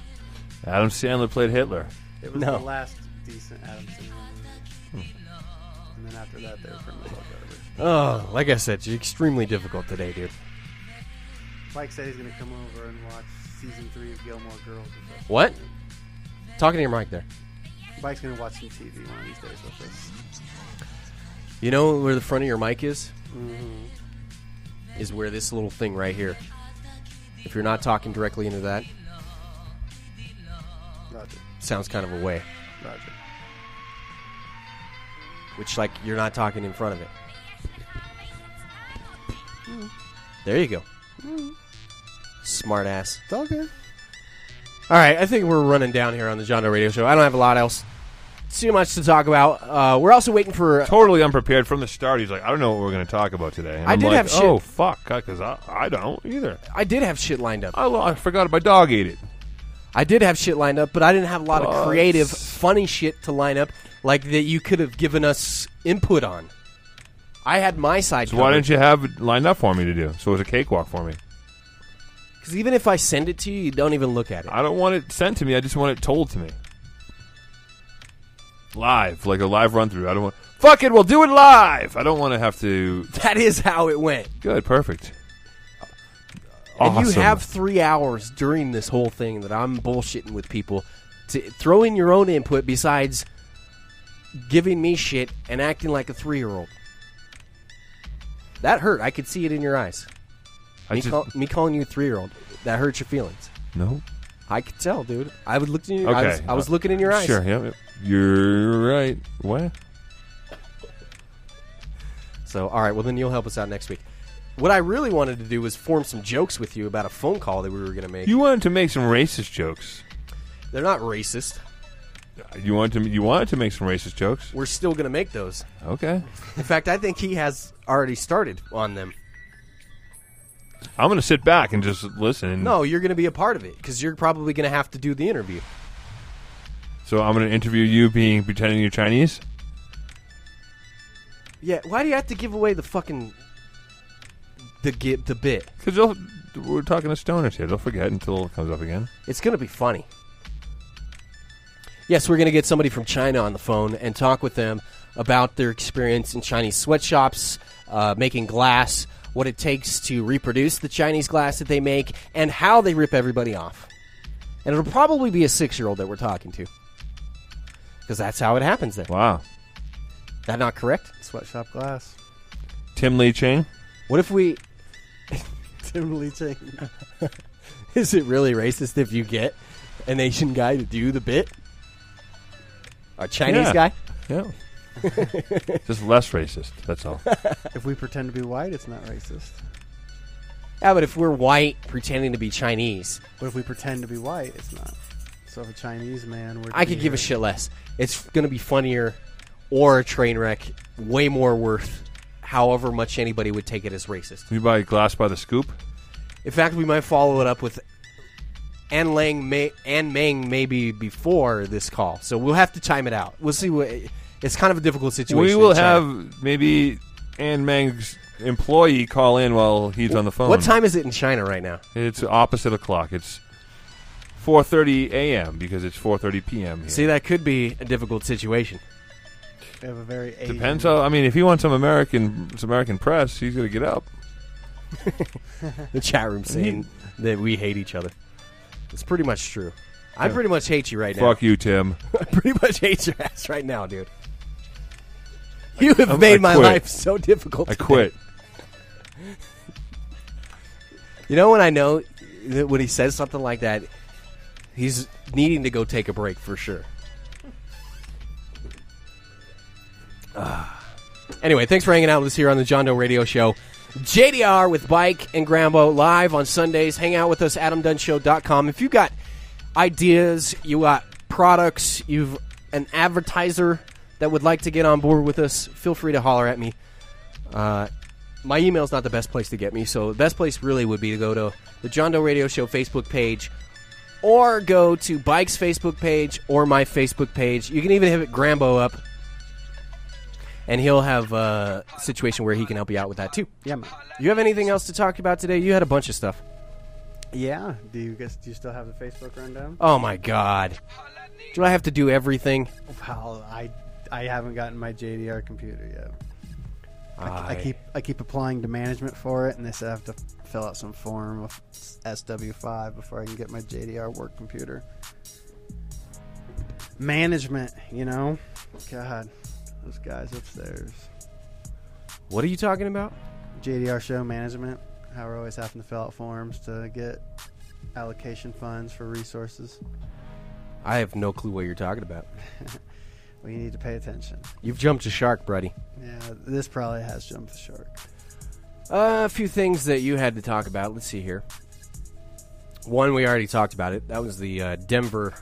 S6: Adam Sandler played Hitler.
S7: it was
S5: No.
S7: the last decent Adam Sandler movie. And then after that, they were pretty much all garbage.
S5: Oh, like I said, it's extremely difficult today, dude.
S7: Mike said he's going to come over and watch season three of Gilmore Girls. with us.
S5: What? Talking to your mic there.
S7: Mike's going to watch some TV one of these days with us.
S5: You know where the front of your mic is? Mm-hmm. Is where this little thing right here. If you're not talking directly into that,
S7: Roger.
S5: sounds kind of away.
S7: Roger.
S5: Which, like, you're not talking in front of it. Hmm. There you go. Hmm. Smart ass.
S1: It's all good.
S5: All right, I think we're running down here on the John Doe Radio Show. I don't have a lot else, too much to talk about. Uh, we're also waiting for.
S6: Totally unprepared from the start. He's like, I don't know what we're going to talk about today. And
S5: I
S6: I'm
S5: did
S6: like,
S5: have shit.
S6: Oh fuck, because I, I don't either.
S5: I did have shit lined up.
S6: I, lo- I forgot my dog ate it.
S5: I did have shit lined up, but I didn't have a lot of
S6: What?
S5: creative, funny shit to line up, like that you could have given us input on. I had my side.
S6: So why didn't you have it lined up for me to do? So it was a cakewalk for me.
S5: Because even if I send it to you, you don't even look at it.
S6: I don't want it sent to me. I just want it told to me. Live, like a live run through. I don't want. Fuck it, we'll do it live. I don't want to have to.
S5: That is how it went.
S6: Good, perfect.
S5: And you
S6: Awesome.
S5: have three hours during this whole thing that I'm bullshitting with people to throw in your own input besides giving me shit and acting like a three year old. That hurt. I could see it in your eyes.
S6: I
S5: Me,
S6: just,
S5: call, me calling you a three year old. That hurt your feelings.
S6: no.
S5: I could tell, dude. I would look in your. I was, I was looking in your eyes.
S6: Sure. Yep. yep. You're right. What?
S5: So, all right. Well, then you'll help us out next week. What I really wanted to do was form some jokes with you about a phone call that we were going to make.
S6: You wanted to make some racist jokes.
S5: They're not racist.
S6: You wanted to. You wanted to make some racist jokes.
S5: We're still going to make those.
S6: Okay.
S5: In fact, I think he has already started on them.
S6: I'm gonna sit back and just listen. and-
S5: No, you're going to be a part of it because you're probably going to have to do the interview.
S6: So I'm gonna interview you, being pretending you're Chinese.
S5: Yeah. Why do you have to give away the fucking the gi- the bit?
S6: Because we're talking to stoners here. They'll forget until it comes up again.
S5: It's going to be funny. Yes, we're going to get somebody from China on the phone and talk with them about their experience in Chinese sweatshops, uh, making glass, what it takes to reproduce the Chinese glass that they make, and how they rip everybody off. And it'll probably be a six year old that we're talking to. Because that's how it happens there.
S6: Wow.
S5: That not correct?
S7: Sweatshop Glass.
S6: Tim Lee Ching.
S5: What if we.
S7: Tim Lee Ching.
S5: Is it really racist if you get an Asian guy to do the bit? A Chinese
S6: Yeah.
S5: guy?
S6: Yeah. Just less racist. That's all.
S7: If we pretend to be white, it's not racist.
S5: Yeah, but if we're white pretending to be Chinese,
S7: But if we pretend to be white, it's not. So if a Chinese man were to
S5: I
S7: be
S5: could give a
S7: here-
S5: shit less. It's going to be funnier or a train wreck, way more worth however much anybody would take it as racist.
S6: You buy glass by the scoop.
S5: In fact, we might follow it up with Ann Lang may Ann Mang maybe before this call. So we'll have to time it out. We'll see what it's kind of a difficult situation.
S6: We
S5: in
S6: will
S5: China.
S6: have maybe Ann Mang's employee call in while he's on the phone.
S5: What time is it in China right now?
S6: It's opposite o'clock. It's 4:30 a.m. because it's 4:30 p.m. Here.
S5: See, that could be a difficult situation.
S7: We have a very Asian.
S6: Depends how. I mean, if he wants some American, some American press, he's gonna get up.
S5: the chat room saying that we hate each other. It's pretty much true. I pretty much hate you right now.
S6: Fuck you, Tim.
S5: I pretty much hate your ass right now, dude. You have made
S6: I
S5: my
S6: quit.
S5: life so difficult.
S6: I
S5: today.
S6: quit.
S5: You know when I know that when he says something like that, he's needing to go take a break for sure. Ah. Anyway, thanks for hanging out with us here on the John Doe Radio Show. JDR with Bike and Grambo live on Sundays. Hang out with us, adamdunshow.com. If you got ideas, you got products, you've an advertiser that would like to get on board with us, feel free to holler at me. Uh, my email's not the best place to get me, so the best place really would be to go to the John Doe Radio Show Facebook page or go to Bike's Facebook page or my Facebook page. You can even hit Grambo up, and he'll have a situation where he can help you out with that too.
S1: Yeah, man.
S5: You have anything else to talk about today? You had a bunch of stuff.
S1: Yeah. Do you guess? Do you still have the Facebook rundown?
S5: Oh my god. Do I have to do everything?
S1: Well, I I haven't gotten my JDR computer yet. I,
S5: I-
S1: keep I keep applying to management for it, and they said I have to fill out some form of SW5 before I can get my JDR work computer. Management, you know, God, those guys upstairs.
S5: What are you talking about?
S1: JDR show management, how we're always having to fill out forms to get allocation funds for resources.
S5: I have no clue what you're talking about.
S1: Well, you need to pay attention.
S5: You've jumped a shark, buddy.
S1: Yeah, this probably has jumped the shark.
S5: Uh, a few things that you had to talk about. Let's see here. One, we already talked about it. That was the uh, Denver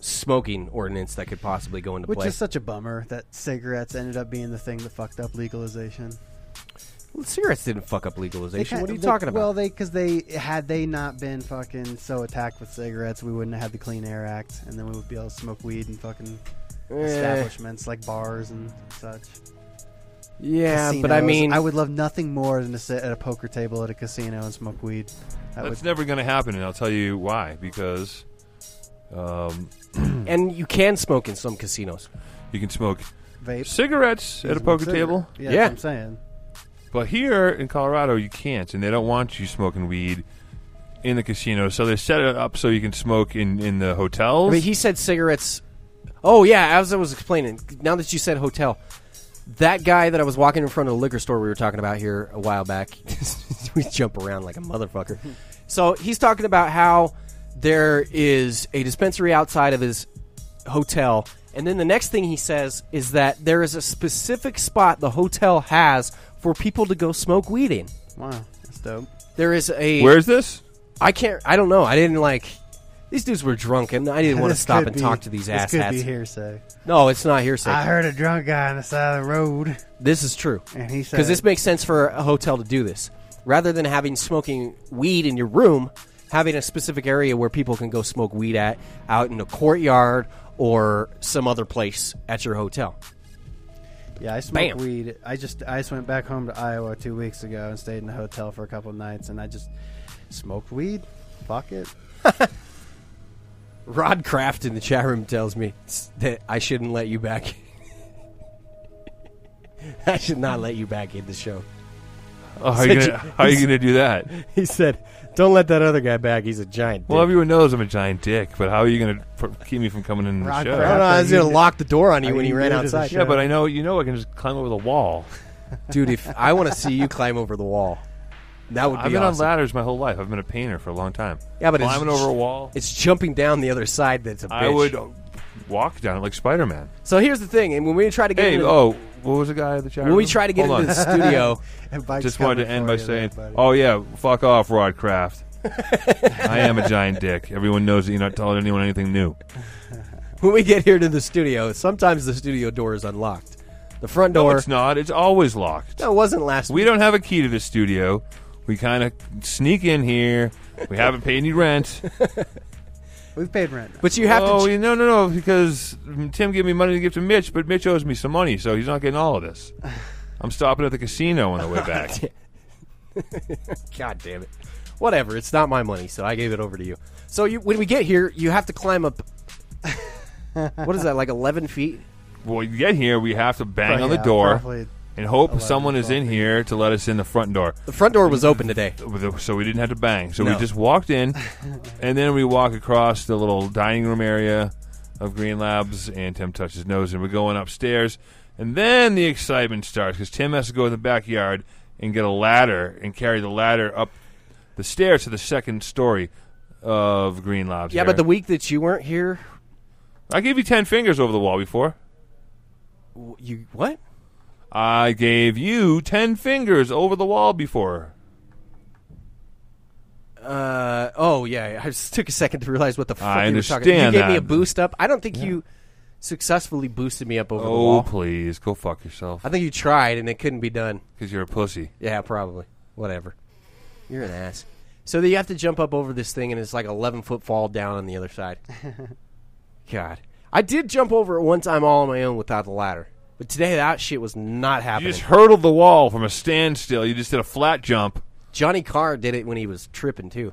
S5: smoking ordinance that could possibly go into
S1: Which
S5: play.
S1: is such a bummer that cigarettes ended up being the thing that fucked up legalization.
S5: Well, cigarettes didn't fuck up legalization.
S1: They
S5: What are you
S1: kinda- they-
S5: talking about?
S1: Well, they because they had they not been fucking so attacked with cigarettes, we wouldn't have had the Clean Air Act, and then we would be able to smoke weed in fucking
S5: Eh.
S1: establishments like bars and such.
S5: yeah, but I
S1: Casinos.
S5: mean,
S1: I would love nothing more than to sit at a poker table at a casino and smoke weed. That
S6: That's
S1: would,
S6: never going to happen, and I'll tell you why. Because um,
S5: and you can smoke in some casinos.
S6: you can smoke
S1: vape
S6: cigarettes at a
S1: Smoke
S6: poker
S1: cigarette.
S6: table,
S1: Yeah,
S5: Yeah.
S1: That's what I'm saying.
S6: but here in Colorado you can't, and they don't want you smoking weed in the casino. So they set it up so you can smoke in in the hotels.
S5: I mean, he said cigarettes. Oh yeah, as I was explaining, now that you said hotel, that guy that I was walking in front of the liquor store we were talking about here a while back, we jump around like a motherfucker. So he's talking about how there is a dispensary outside of his hotel, and then the next thing he says is that there is a specific spot the hotel has for people to go smoke weed in.
S1: Wow, that's dope.
S5: There is a
S6: Where's this?
S5: I can't. I don't know. I didn't like. These dudes were drunk, and I didn't want to
S1: This
S5: stop
S1: could
S5: and
S1: be-
S5: talk to these
S1: this Could be
S5: asshats.
S1: hearsay.
S5: No, it's not hearsay.
S1: I heard a drunk guy on the side of the road,
S5: this is true.
S1: and he said,
S5: Because this makes sense for a hotel to do this. Rather than having smoking weed in your room, having a specific area where people can go smoke weed at out in the courtyard or some other place at your hotel.
S1: Yeah, I
S5: Bam.
S1: smoke weed. I just I just went back home to Iowa two weeks ago and stayed in a hotel for a couple of nights, and I just smoked weed. Fuck it.
S5: Rod Kraft in the chat room tells me s- that I shouldn't let you back. I should not let you back in the show.
S6: Oh, how are you
S5: Said
S6: gonna,
S5: you-
S6: how are you gonna do that?
S5: He said, "Don't let that other guy back. He's a giant."
S6: Well, everyone knows I'm a giant dick, but how are you gonna pr- keep me from coming in the
S1: Rod
S6: show?
S5: I don't know. I was
S1: After
S5: gonna
S1: you-
S5: lock the door on you
S1: Are
S5: when
S1: you
S5: you ran
S1: new to the
S5: outside.
S1: show?
S6: Yeah, but I know you know I can just climb over the wall.
S5: dude, if I want to see you climb over the wall, that would be
S6: I've been
S5: awesome.
S6: on ladders my whole life. I've been a painter for a long time.
S5: Yeah, but it's-
S6: climbing over a wall,
S5: It's jumping down the other side that's a bitch.
S6: I would uh, walk down it like Spider Man.
S5: So here's the thing, and when we try to get
S6: Hey,
S5: into,
S6: oh, what was the guy at the chat?
S5: when we
S6: room?
S5: try to get
S6: Hold
S5: into the
S6: on.
S5: studio,
S1: And Bike's
S6: Just wanted to
S1: coming
S6: end
S1: for
S6: by
S1: you there,
S6: saying,
S1: buddy.
S6: oh yeah, fuck off, Rod Kraft. I am a giant dick. Everyone knows that you're not telling anyone anything new.
S5: when we get here to the studio, sometimes the studio door is unlocked. The front door.
S6: It's not. It's always locked.
S5: No, it wasn't last
S6: We
S5: week.
S6: don't have a key to the studio. We kind of sneak in here. We haven't paid any rent.
S1: we've paid rent. now.
S5: But you have
S6: oh,
S5: to.
S6: you- no, no, no, because Tim gave me money to give to Mitch, but Mitch owes me some money, so he's not getting all of this. I'm stopping at the casino on the way back.
S5: God damn it. Whatever. It's not my money, so I gave it over to you. So you, when we get here, you have to climb up. what is that? Like eleven feet?
S6: well, you get here, we have to bang on
S1: Yeah,
S6: the door
S1: probably-
S6: and hope someone is in here to let us in the front door.
S5: The front door was open today.
S6: with the- so we didn't have to bang. So
S5: No.
S6: we just walked in, and then we walk across the little dining room area of Green Labs, and Tim touches his nose, and we're going upstairs, and then the excitement starts because Tim has to go in the backyard and get a ladder and carry the ladder up the stairs to the second story of Green Labs.
S5: Yeah,
S6: here.
S5: but the week that you weren't here,
S6: I gave you ten fingers over the wall before.
S5: w- you what?
S6: I gave you ten fingers over the wall before.
S5: Uh, oh yeah, I just took a second to realize what the fuck
S6: I
S5: you were talking. You
S6: understand
S5: gave me
S6: that.
S5: a boost up. I don't think you successfully boosted me up over the
S6: Oh,
S5: wall.
S6: please go fuck yourself
S5: I think you tried and it couldn't be done.
S6: because you're a pussy.
S5: Yeah, probably. Whatever. You're an ass. So that you have to jump up over this thing, and it's like eleven foot fall down on the other side. God, I did jump over it one time all on my own without the ladder, but today that shit was not
S6: You
S5: happening.
S6: just hurdled the wall from a standstill. You just did a flat jump.
S5: Johnny Carr did it when he was tripping too.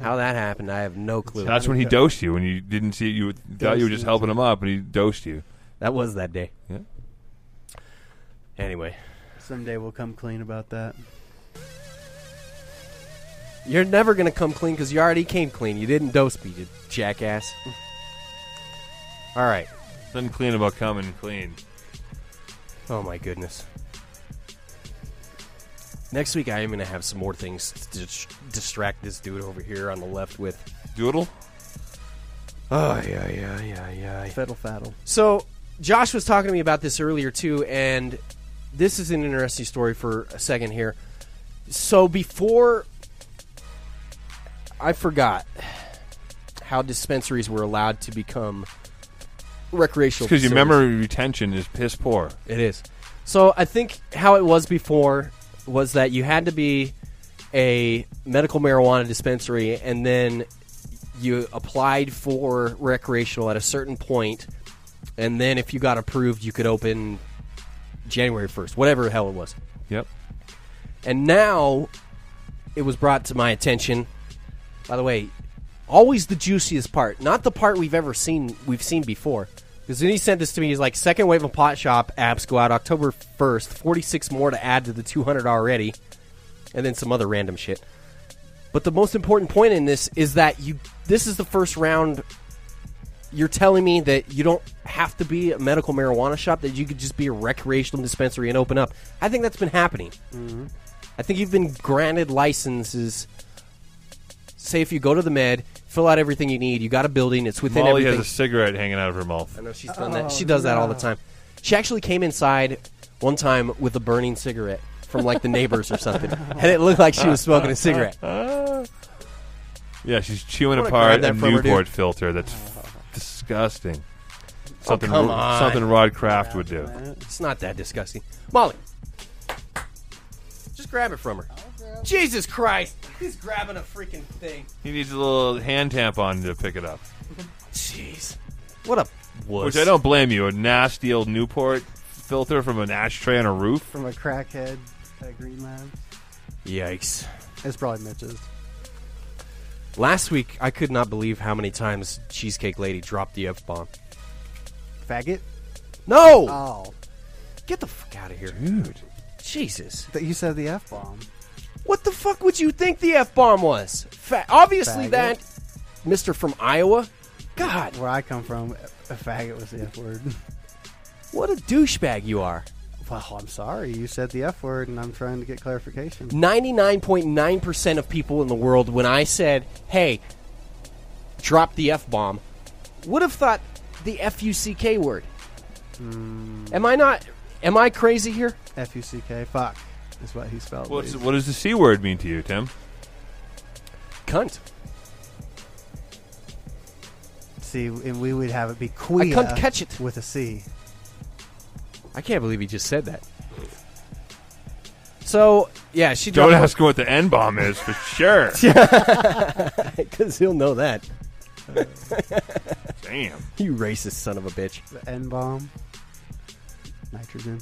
S5: How that happened, I have no clue.
S6: That's when he dosed you. When you didn't see it, you thought you were just helping him up, and he dosed you.
S5: That was that day.
S6: Yeah.
S5: Anyway,
S1: Someday we'll come clean about that.
S5: you're never gonna come clean because you already came clean. You didn't dose me, you jackass. All right.
S6: Nothing clean about coming clean.
S5: Oh my goodness. Next week, I am going to have some more things to dis- distract this dude over here on the left with.
S6: Doodle.
S5: Oh, yeah, yeah, yeah, yeah.
S1: Fiddle faddle.
S5: So, Josh was talking to me about this earlier, too, and this is an interesting story for a second here. So, before I forgot how dispensaries were allowed to become recreational
S6: Because your
S5: facilities.
S6: memory retention is piss poor.
S5: It is. So I think how it was before was that you had to be a medical marijuana dispensary and then you applied for recreational at a certain point and then if you got approved you could open January 1st, whatever the hell it was.
S6: Yep.
S5: And now it was brought to my attention. By the way, always the juiciest part, not the part we've ever seen we've seen before. Because then he sent this to me. He's like, second wave of pot shop apps go out October first. Forty six more to add to the two hundred already, and then some other random shit. But the most important point in this is that you. This is the first round. You're telling me that you don't have to be a medical marijuana shop; that you could just be a recreational dispensary and open up. I think that's been happening.
S6: Mm-hmm.
S5: I think you've been granted licenses. Say if you go to the med, fill out everything you need. You got a building. It's within
S6: Molly
S5: everything.
S6: has a cigarette hanging out of her mouth.
S5: I know she's done that. She does that all the time. She actually came inside one time with a burning cigarette from like the neighbors or something, and it looked like she was smoking a cigarette.
S6: Yeah, she's chewing
S5: wanna grab
S6: apart
S5: that
S6: a
S5: from her, dude.
S6: Newport filter. That's disgusting. Something
S5: Oh, come
S6: Ro-
S5: on.
S6: something Rod Kraft would do.
S5: It's not that disgusting, Molly. Just grab it from her. Jesus Christ! He's grabbing a freaking thing.
S6: He needs a little hand tampon to pick it up.
S5: Jeez, what a wuss.
S6: Which I don't blame you. A nasty old Newport filter from an ashtray on a roof.
S1: From a crackhead at Green Lab.
S5: Yikes.
S1: It's probably Mitch's.
S5: Last week, I could not believe how many times Cheesecake Lady dropped the F bomb.
S1: Faggot?
S5: No!
S1: Oh.
S5: Get the fuck out of here.
S6: Dude.
S5: Jesus.
S1: That you said the F bomb.
S5: What the fuck would you think the F bomb was? Fa- obviously,
S1: Faggot.
S5: that Mr. from Iowa. God,
S1: Where I come from, a faggot was the F word.
S5: what a douchebag you are.
S1: Well, I'm sorry. You said the F word, and I'm trying to get clarification.
S5: 99.9% of people in the world, when I said, hey, drop the F bomb, would have thought the F U C K word. Am I not. Am I crazy here?
S1: F U C K, fuck, is what he spelled.
S6: What's,
S1: these.
S6: what does the C word mean to you, Tim?
S5: Cunt.
S1: See, and we would have it be queer.
S5: I can't catch it.
S1: with a C.
S5: I can't believe he just said that. So yeah, she
S6: Don't
S5: dropped
S6: ask him what the N bomb is for sure.
S5: because he'll know that.
S6: Damn.
S5: You racist son of a bitch.
S1: The N bomb, nitrogen.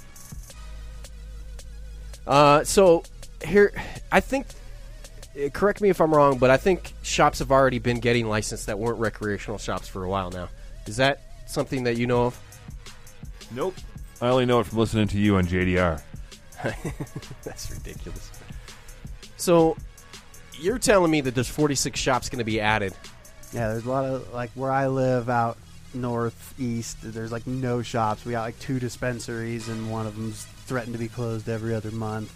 S5: Uh, so here, I think. uh, Correct me if I'm wrong, but I think shops have already been getting licensed that weren't recreational shops for a while now. Is that something that you know of?
S6: Nope. I only know it from listening to you on JDR.
S5: That's ridiculous. So you're telling me that there's 46 shops going to be added?
S1: Yeah, there's a lot of like where I live out northeast. There's like no shops. We got like two dispensaries, and one of them's threatened to be closed every other month.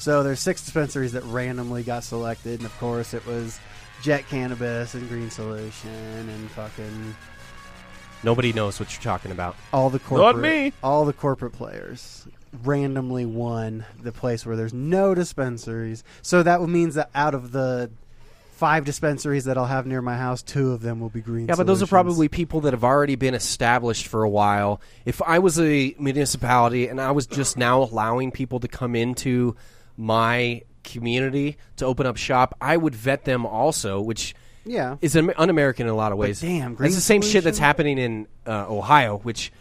S1: So there's six dispensaries that randomly got selected, and of course it was Jet Cannabis and Green Solution and fucking
S5: Nobody knows what you're talking about.
S1: all the corporate
S6: me.
S1: all the corporate players randomly won the place where there's no dispensaries. So that means that out of the five dispensaries that I'll have near my house. Two of them will be green.
S5: Yeah, but those are
S1: Solutions.
S5: probably people that have already been established for a while. If I was a municipality and I was just now allowing people to come into my community to open up shop, I would vet them also, which
S1: Yeah.
S5: is un- un-American in a lot of ways.
S1: damn, green
S5: that's the same shit that's
S1: solution?
S5: happening in uh, Ohio, which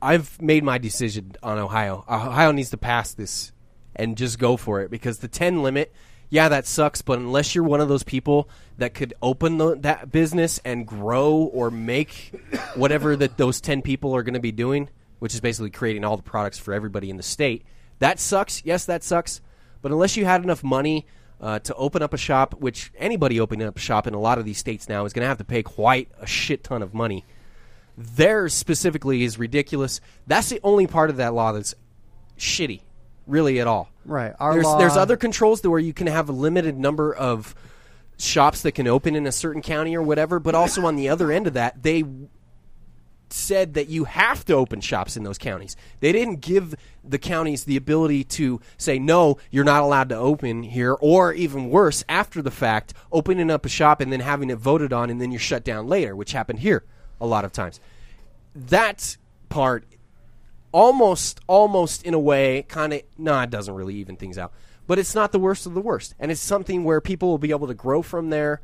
S5: I've made my decision on Ohio. Ohio needs to pass this and just go for it because the 10 limit, yeah, that sucks, but unless you're one of those people that could open tho- that business and grow or make whatever that those 10 people are going to be doing, which is basically creating all the products for everybody in the state, that sucks. Yes, that sucks. But unless you had enough money uh, to open up a shop, which anybody opening up a shop in a lot of these states now is going to have to pay quite a shit ton of money theirs specifically is ridiculous. That's the only part of that law that's shitty, really at all.
S1: Right. Our
S5: there's,
S1: law-
S5: there's other controls to where you can have a limited number of shops that can open in a certain county or whatever, but also on the other end of that, they said that you have to open shops in those counties. They didn't give the counties the ability to say no, you're not allowed to open here or even worse after the fact, opening up a shop and then having it voted on and then you're shut down later, which happened here a lot of times that part almost almost in a way kind of nah it doesn't really even things out but it's not the worst of the worst and it's something where people will be able to grow from there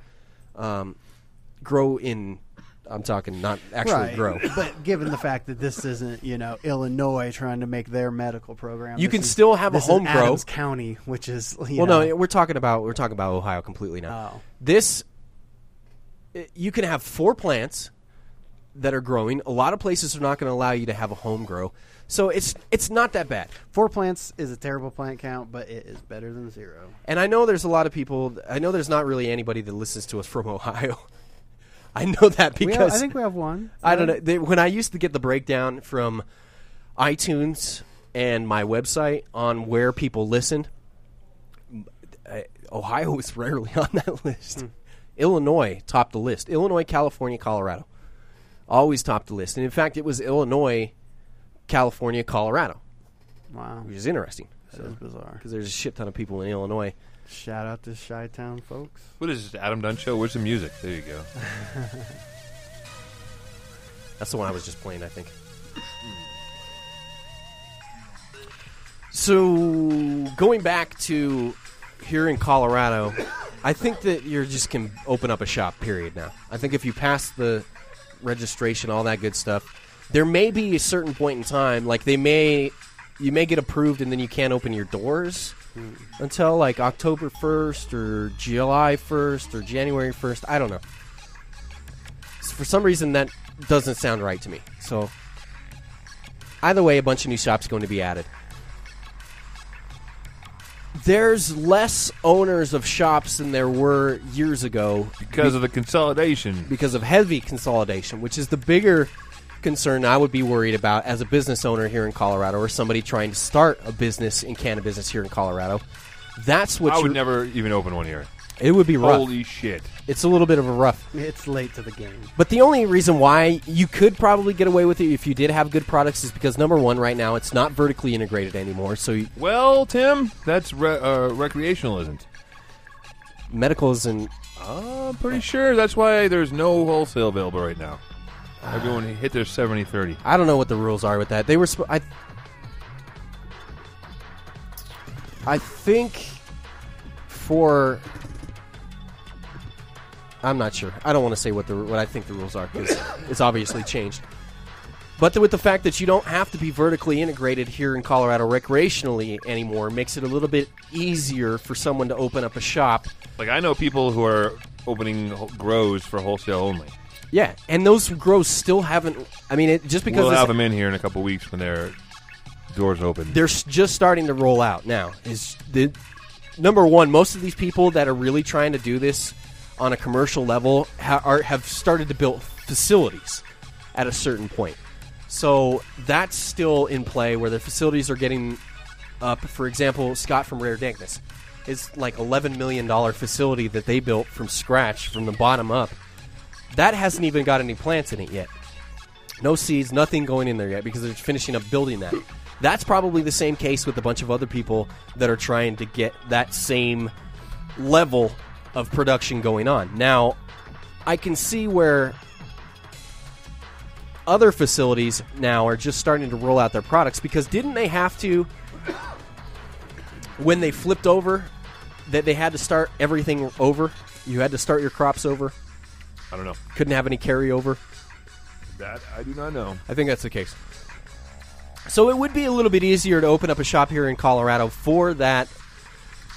S5: um, grow in i'm talking not actually
S1: Right.
S5: grow
S1: But given the fact that this isn't, you know, Illinois trying to make their medical program,
S5: You
S1: this
S5: can
S1: is-
S5: still have a
S1: this is
S5: home grow.
S1: Adams County, which is you
S5: well
S1: know,
S5: no we're talking about we're talking about ohio completely now
S1: Oh.
S5: this i- you can have four plants that are growing a lot of places are not going to allow you to have a home grow so it's it's not that bad
S1: four plants is a terrible plant count, but it is better than zero.
S5: And I know there's a lot of people. I know there's not really anybody that listens to us from Ohio. I know that
S1: We
S5: because
S1: have, I think we have one.
S5: I don't know. They, when I used to get the breakdown from iTunes and my website on where people listen, I, Ohio was rarely on that list.
S1: Hmm.
S5: Illinois topped the list. Illinois, California, Colorado. Always topped the list. And in fact, it was Illinois, California, Colorado,
S1: Wow,
S5: which is interesting
S1: that is bizarre.
S5: because there's a shit ton of people in Illinois.
S1: Shout out to Chi Town folks.
S6: What is this, Adam Dunn show? Where's the music? There you go.
S5: That's the one I was just playing, I think. So, going back to here in Colorado, I think that you're just can open up a shop. Period. Now, I think if you pass the registration, all that good stuff, there may be a certain point in time, like they may, you may get approved, and then you can't open your doors until like October first or July first or January first. I don't know for some reason that doesn't sound right to me. So either way, a bunch of new shops going to be added. There's less owners of shops than there were years ago
S6: Because of the consolidation.
S5: because of heavy consolidation, which is the bigger concern I would be worried about as a business owner here in Colorado or somebody trying to start a business in cannabis here in Colorado. That's what
S6: I would
S5: you're-
S6: never even open one here.
S5: it would be rough.
S6: Holy shit.
S5: It's a little bit of a rough.
S1: It's late to the game.
S5: But the only reason why you could probably get away with it if you did have good products is because number one, right now it's not vertically integrated anymore. So you-
S6: Well, Tim, that's re- uh, recreational, isn't it?
S5: medical is in.
S6: I'm pretty sure that's why there's no wholesale available right now. Everyone hit their 70 30.
S5: I don't know what the rules are with that. They were. Sp- I. I think for. I'm not sure. I don't want to say what the what I think the rules are because it's obviously changed. But with the fact that you don't have to be vertically integrated here in Colorado recreationally anymore makes it a little bit easier for someone to open up a shop
S6: Like, I know people who are opening wh- grows for wholesale only.
S5: Yeah, and those grows still haven't. I mean, it, just because
S6: We'll
S5: it's-
S6: have them in here in a couple weeks when their doors open.
S5: they're s- just starting to roll out now, is the number one. Most of these people that are really trying to do this on a commercial level ha- are, have started to build facilities at a certain point. So that's still in play where their facilities are getting up. For example, Scott from Rare Dankness is like eleven million dollar facility that they built from scratch, from the bottom up. That hasn't even got any plants in it yet. No seeds, nothing going in there yet because they're finishing up building that. That's probably the same case with a bunch of other people that are trying to get that same level of production going on. Now, I can see where other facilities now are just starting to roll out their products because didn't they have to when they flipped over that they had to start everything over? You had to start your crops over.
S6: I don't know.
S5: Couldn't have any carryover.
S6: That I do not know.
S5: I think that's the case. So it would be a little bit easier to open up a shop here in Colorado for that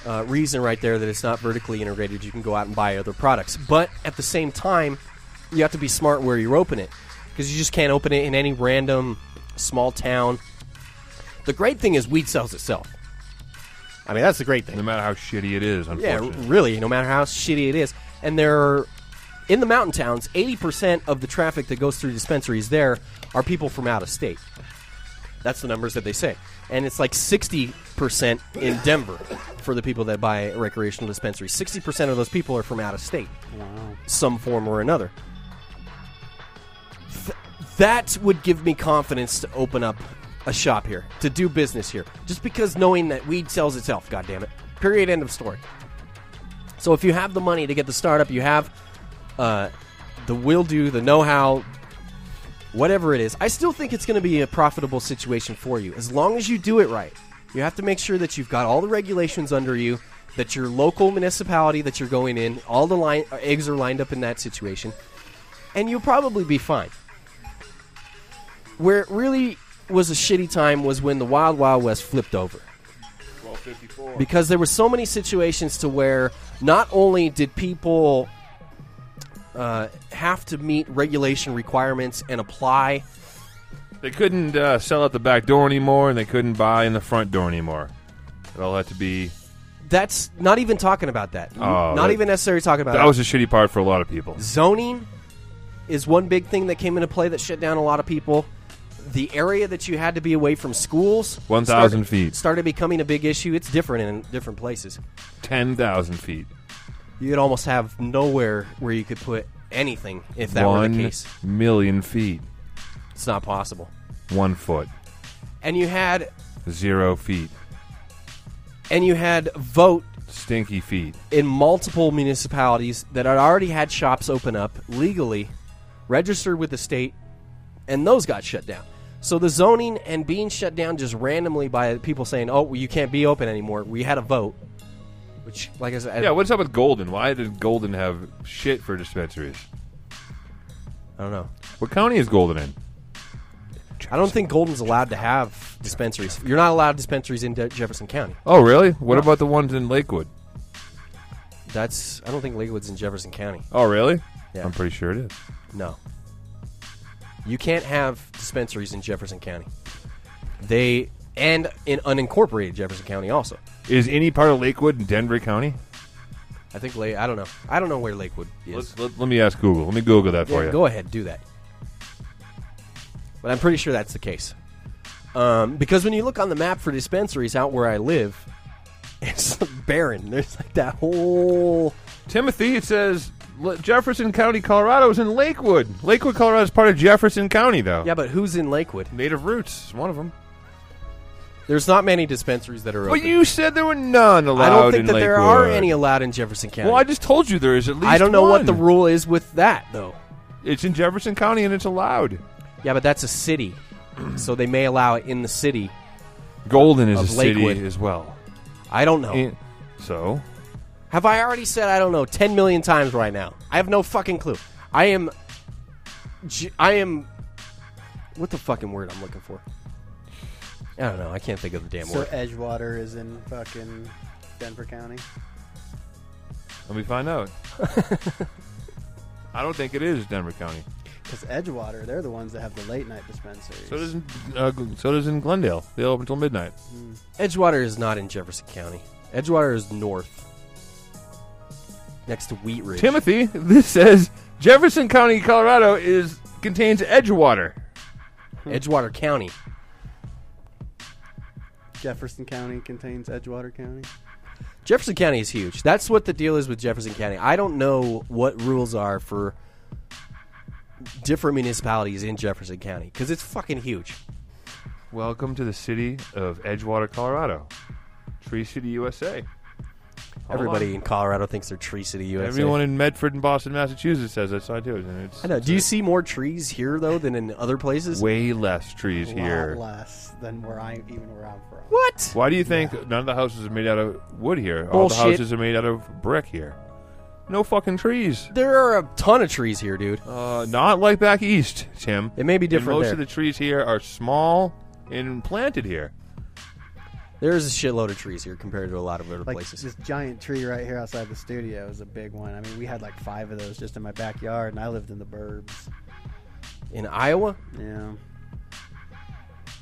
S5: uh, reason right there that it's not vertically integrated. You can go out and buy other products. But at the same time, you have to be smart where you open it because you just can't open it in any random small town. The great thing is weed sells itself. I mean, that's the great
S6: No
S5: thing.
S6: matter how shitty it is,
S5: Yeah,
S6: unfortunately.
S5: really, no matter how shitty it is. And there are, in the mountain towns, 80% of the traffic that goes through dispensaries there are people from out of state. That's the numbers that they say. And it's like 60% in Denver for the people that buy at recreational dispensaries. 60% of those people are from out of state, some form or another. Th- that would give me confidence to open up a shop here, to do business here. Just because knowing that weed sells itself, God damn it. Period, end of story. So if you have the money to get the startup, you have uh, the will do, the know how, whatever it is, I still think it's going to be a profitable situation for you as long as you do it right. You have to make sure that you've got all the regulations under you, that your local municipality that you're going in, all the line, uh, eggs are lined up in that situation, and you'll probably be fine. Where it really was a shitty time was when the Wild Wild West flipped over because there were so many situations to where not only did people uh, have to meet regulation requirements and apply,
S6: They couldn't uh, sell out the back door anymore, and they couldn't buy in the front door anymore. It all had to be.
S5: that's not even talking about that.
S6: Oh,
S5: not
S6: that-
S5: even necessarily talking about
S6: That was a shitty part for a lot of people.
S5: zoning is one big thing that came into play that shut down a lot of people. The area that you had to be away from schools,
S6: 1,000
S5: started-
S6: feet.
S5: started becoming a big issue. It's different in different places.
S6: Ten thousand feet.
S5: You could almost have nowhere where you could put anything if that were
S6: One
S5: the case.
S6: million feet.
S5: It's not possible.
S6: One foot.
S5: And you had
S6: Zero feet.
S5: and you had vote
S6: Stinky feet.
S5: in multiple municipalities that had already had shops open up legally, registered with the state, and those got shut down. So the zoning and being shut down just randomly by people saying, "Oh, well, you can't be open anymore." We had a vote, which, like I said,
S6: Yeah, what's up with Golden? Why did Golden have shit for dispensaries?
S5: I don't know.
S6: What county is Golden in?
S5: I don't think Golden's allowed to have dispensaries. You're not allowed dispensaries in De- Jefferson County.
S6: Oh, really? What about the ones in Lakewood?
S5: That's I don't think Lakewood's in Jefferson County.
S6: Oh, really?
S5: Yeah.
S6: I'm pretty sure it is.
S5: No. You can't have dispensaries in Jefferson County. They and in unincorporated Jefferson County also.
S6: Is any part of Lakewood in Denver County?
S5: I think Lake. I don't know. I don't know where Lakewood is.
S6: Let's, let, let me ask Google. Let me Google that for
S5: Yeah,
S6: you.
S5: Go ahead, do that. But I'm pretty sure that's the case. Um, because when you look on the map for dispensaries out where I live, it's barren. There's like that whole
S6: Timothy, it says L- Jefferson County, Colorado is in Lakewood. Lakewood, Colorado is part of Jefferson County, though.
S5: yeah, but who's in Lakewood?
S6: Native Roots is one of them.
S5: There's not many dispensaries that are.
S6: But
S5: open.
S6: you said there were none allowed
S5: I don't think
S6: in
S5: that there
S6: Lakewood.
S5: are any allowed in Jefferson County.
S6: Well, I just told you there is at least
S5: I don't know what the
S6: one.
S5: rule is with that though.
S6: It's in Jefferson County and it's allowed.
S5: Yeah, but that's a city, so they may allow it in the city.
S6: Golden is
S5: Of
S6: a
S5: Lakewood. Oh.
S6: city as well.
S5: I don't know.
S6: And- so
S5: Have I already said I don't know ten million times right now? I have no fucking clue. I am, j- I am. What the fucking word I'm looking for? I don't know. I can't think of the damn
S1: So
S5: word.
S1: Edgewater is in fucking Denver County.
S6: let me find out. I don't think it is Denver County.
S1: Because Edgewater, they're the ones that have the late night dispensaries.
S6: So does in, uh, so does in Glendale. They open until midnight.
S5: Edgewater is not in Jefferson County. Edgewater is north, next to Wheat Ridge.
S6: Timothy, this says Jefferson County, Colorado is contains Edgewater.
S5: Edgewater County.
S1: Jefferson County contains Edgewater County.
S5: Jefferson County is huge. That's what the deal is with Jefferson County. I don't know what rules are for different municipalities in Jefferson County because it's fucking huge.
S6: Welcome to the city of Edgewater, Colorado. Tree City, USA.
S5: Everybody in Colorado thinks they're tree city USA.
S6: Everyone in Medford and Boston, Massachusetts says that, so I do. And it's,
S5: I know. Do you see more trees here though than in other places?
S6: way less trees here.
S1: A lot less than where I even where I'm from.
S5: What?
S6: Why do you think none of the houses are made out of wood here?
S5: Bullshit.
S6: All the houses are made out of brick here. No fucking trees.
S5: There are a ton of trees here, dude.
S6: Uh, not like back east, Tim.
S5: It may be
S6: And
S5: different
S6: most
S5: there.
S6: of the trees here are small and planted here.
S5: There's a shitload of trees here compared to a lot of other
S1: Like
S5: places.
S1: this giant tree right here outside the studio is a big one. I mean, we had like five of those just in my backyard, and I lived in the burbs.
S5: in Iowa,
S1: Yeah.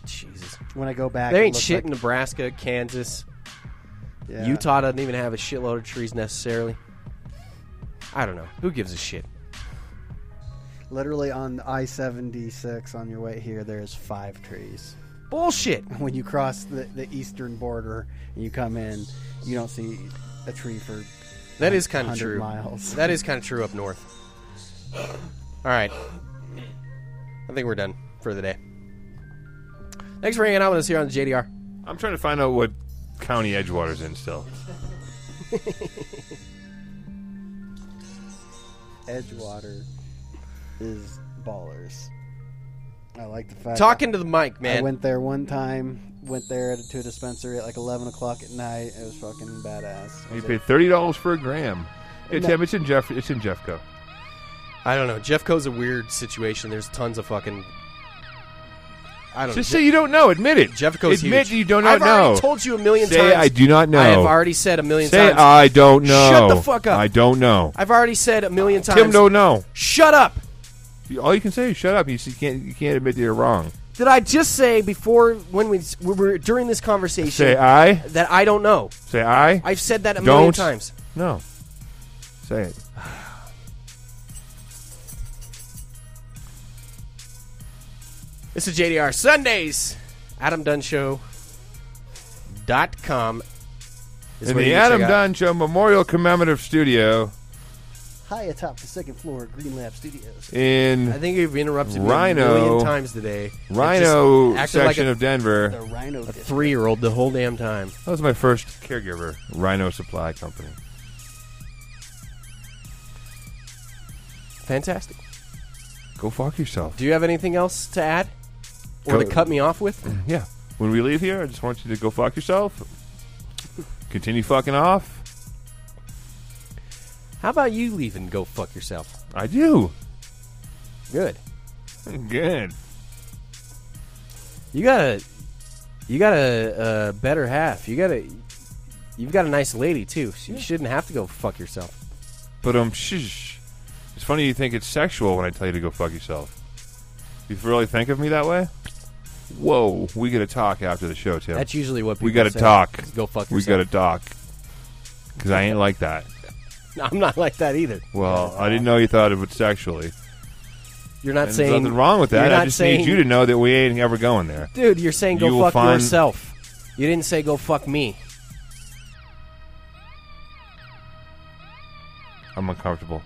S5: Jesus,
S1: When I go back,
S5: there
S1: it
S5: ain't
S1: looks
S5: shit in
S1: like-
S5: Nebraska, Kansas,
S1: yeah.
S5: Utah doesn't even have a shitload of trees necessarily. I don't know. Who gives a shit?
S1: Literally on I seventy six on your way here, there's five trees.
S5: Bullshit.
S1: When you cross the, the eastern border and you come in, you don't see a tree for
S5: That is kind of
S1: 100
S5: true.
S1: miles.
S5: That is kind of true up north. All right. I think we're done for the day. Thanks for hanging out with us here on the JDR.
S6: I'm trying to find out what county Edgewater's in still.
S1: Edgewater is ballers. I like the fact
S5: Talking to the mic,
S1: I
S5: man.
S1: went there one time. Went there to a dispensary at like eleven o'clock at night. It was fucking badass.
S6: You paid thirty dollars for a gram. Yeah, Tim, it's in Jeff. It's in Jeffco.
S5: Oh, I don't know. Jeffco's a weird situation. There's tons of fucking. I don't
S6: Just
S5: know.
S6: say you don't know. Admit it.
S5: Jeffco's
S6: Admit
S5: huge.
S6: you don't
S5: I've
S6: know.
S5: already told you a million
S6: Say
S5: times.
S6: I do not know.
S5: I have already said a million
S6: Say uh,
S5: times.
S6: I don't know.
S5: Shut the fuck up.
S6: I don't know.
S5: I've already said a million times.
S6: Tim don't know.
S5: Shut up.
S6: All you can say is shut up. You, s- you can't. You can't admit that you're wrong.
S5: Did I just say before when we, we were during this conversation
S6: Say I.
S5: that I don't know?
S6: Say I.
S5: I've said that a
S6: Don't.
S5: million times.
S6: No. Say it.
S5: This is JDR Sundays. AdamDunshow.com. is
S6: in
S5: where you
S6: the
S5: can
S6: Adam
S5: check out-
S6: Dunn Show Memorial Commemorative Studio
S1: High atop the second floor of Green Lab Studios.
S5: I
S6: in
S5: think you've interrupted
S6: Rhino-
S5: me a million times today. and
S6: Rhino
S5: just acted
S6: section
S5: like a
S6: of Denver.
S1: The Rhino District.
S5: three year old the whole damn time.
S6: That was my first caregiver, Rhino Supply Company.
S5: Fantastic.
S6: Go fuck yourself.
S5: Do you have anything else to add? Or
S6: Go-
S5: to cut me off with?
S6: Yeah. When we leave here, I just want you to go fuck yourself. Continue fucking off.
S5: How about you leave and go fuck yourself?
S6: I do.
S5: Good.
S6: Good.
S5: You got a you got a, uh better half. You got a you've got a nice lady too. So you shouldn't have to go fuck yourself.
S6: But um, shh. It's funny you think it's sexual when I tell you to go fuck yourself. You really think of me that way? Whoa, we gotta talk after the show, Tim.
S5: That's usually what people
S6: we gotta
S5: say.
S6: talk.
S5: Just Go fuck
S6: We
S5: yourself.
S6: gotta talk. Because I ain't like that.
S5: No, I'm not like that either.
S6: Well, I didn't know you thought of it sexually.
S5: You're not
S6: And there's
S5: saying
S6: nothing wrong with that.
S5: You're not
S6: I just
S5: saying,
S6: need you to know that we ain't ever going there.
S5: dude. You're saying go
S6: You will
S5: fuck
S6: find-
S5: yourself. You didn't say go fuck me.
S6: I'm uncomfortable.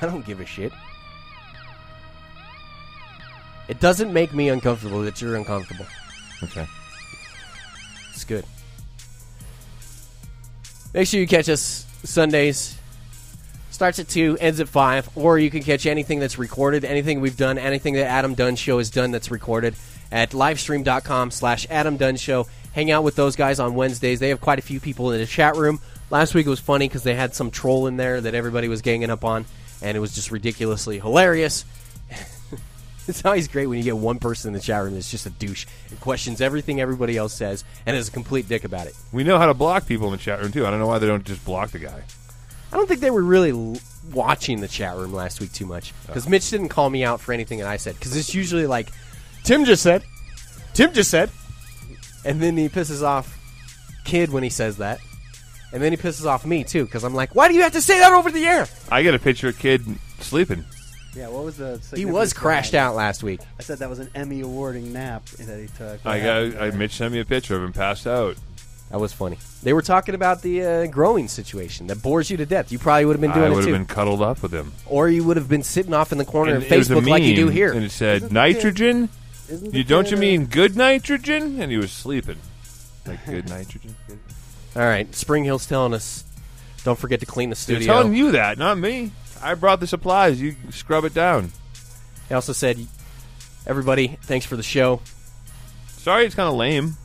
S5: I don't give a shit. It doesn't make me uncomfortable that you're uncomfortable.
S6: Okay.
S5: It's good. Make sure you catch us Sundays. Starts at 2, ends at 5, or you can catch anything that's recorded, anything we've done, anything that Adam Dunn Show has done that's recorded at livestream.com slash Adam Dunn Show. Hang out with those guys on Wednesdays. They have quite a few people in the chat room. Last week was funny because they had some troll in there that everybody was ganging up on, and it was just ridiculously hilarious. It's always great when you get one person in the chat room that's just a douche and questions everything everybody else says and is a complete dick about it.
S6: We know how to block people in the chat room too. I don't know why they don't just block the guy.
S5: I don't think they were really l- watching the chat room last week too much because Mitch didn't call me out for anything that I said because it's usually like Tim just said, Tim just said, and then he pisses off kid when he says that, and then he pisses off me too because I'm like, why do you have to say that over the air?
S6: I get a picture of a kid sleeping.
S1: Yeah, what was the?
S5: He was
S1: significance of
S5: crashed
S1: that?
S5: out last week.
S1: I said that was an Emmy awarding nap that he took. What
S6: I
S1: happened
S6: got. I,
S1: there?
S6: Mitch sent me a picture of him passed out.
S5: That was funny. They were talking about the uh, growing situation that bores you to death. You probably would have been
S6: I
S5: doing it
S6: would
S5: too.
S6: have been cuddled up with him.
S5: or you would have been sitting off in the corner
S6: And
S5: of
S6: it was a
S5: Facebook like you do
S6: meme,
S5: here.
S6: And it said
S1: Isn't the kid-
S6: nitrogen.
S1: Isn't the
S6: You don't you
S1: kid, uh,
S6: mean good nitrogen? And he was sleeping. Like good nitrogen.
S5: All right, Spring Hill's telling us Don't forget to clean the
S6: They're
S5: studio.
S6: telling you that, not me. I brought the supplies. You scrub it down.
S5: He also said, "Everybody, thanks for the show."
S6: Sorry, it's kind of lame.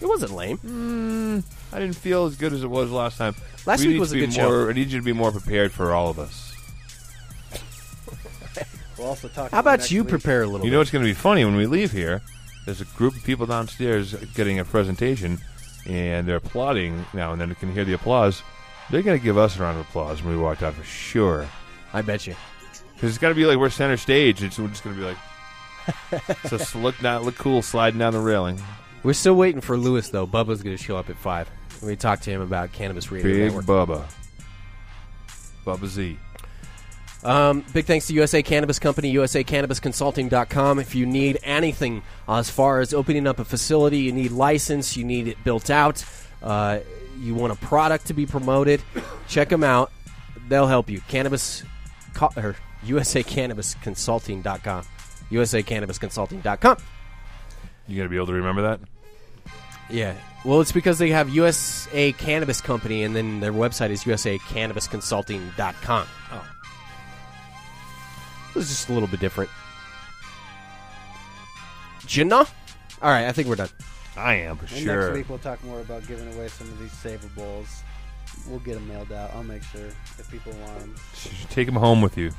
S5: It wasn't lame.
S6: I didn't feel as good as it was last time.
S5: Last
S6: We
S5: week
S6: need
S5: was
S6: to
S5: a
S6: be
S5: good
S6: more,
S5: show.
S6: I need you to be more prepared for all of us.
S1: We'll also talk.
S5: How about you prepare a little?
S6: You know what's going to be funny when we leave here? There's a group of people downstairs getting a presentation, and they're applauding now and then. You can hear the applause. They're going to give us a round of applause when we walk out for sure.
S5: bit? I bet you.
S6: Because it's got to be like we're center stage. It's we're just going to be like, so s- look not look cool sliding down the railing.
S5: We're still waiting for Lewis though. Bubba's going to show up at five. We talked to him about cannabis radio.
S6: Big
S5: Network.
S6: Bubba, Bubba Z.
S5: Um, big thanks to USA Cannabis Company, usacannabisconsulting.com. If you need anything as far as opening up a facility, you need license, you need it built out, uh, you want a product to be promoted, check them out. They'll help you. Cannabis co- or usacannabisconsulting.com. usacannabisconsulting.com.
S6: You going to be able to remember that?
S5: Yeah. Well, it's because they have USA Cannabis Company and then their website is usacannabisconsulting.com. Oh. It was just a little bit different. Jinnah? All right, I think we're done.
S6: I am for
S1: And
S6: sure.
S1: Next week we'll talk more about giving away some of these savables. We'll get them mailed out. I'll make sure if people want them.
S6: You should take him home with you.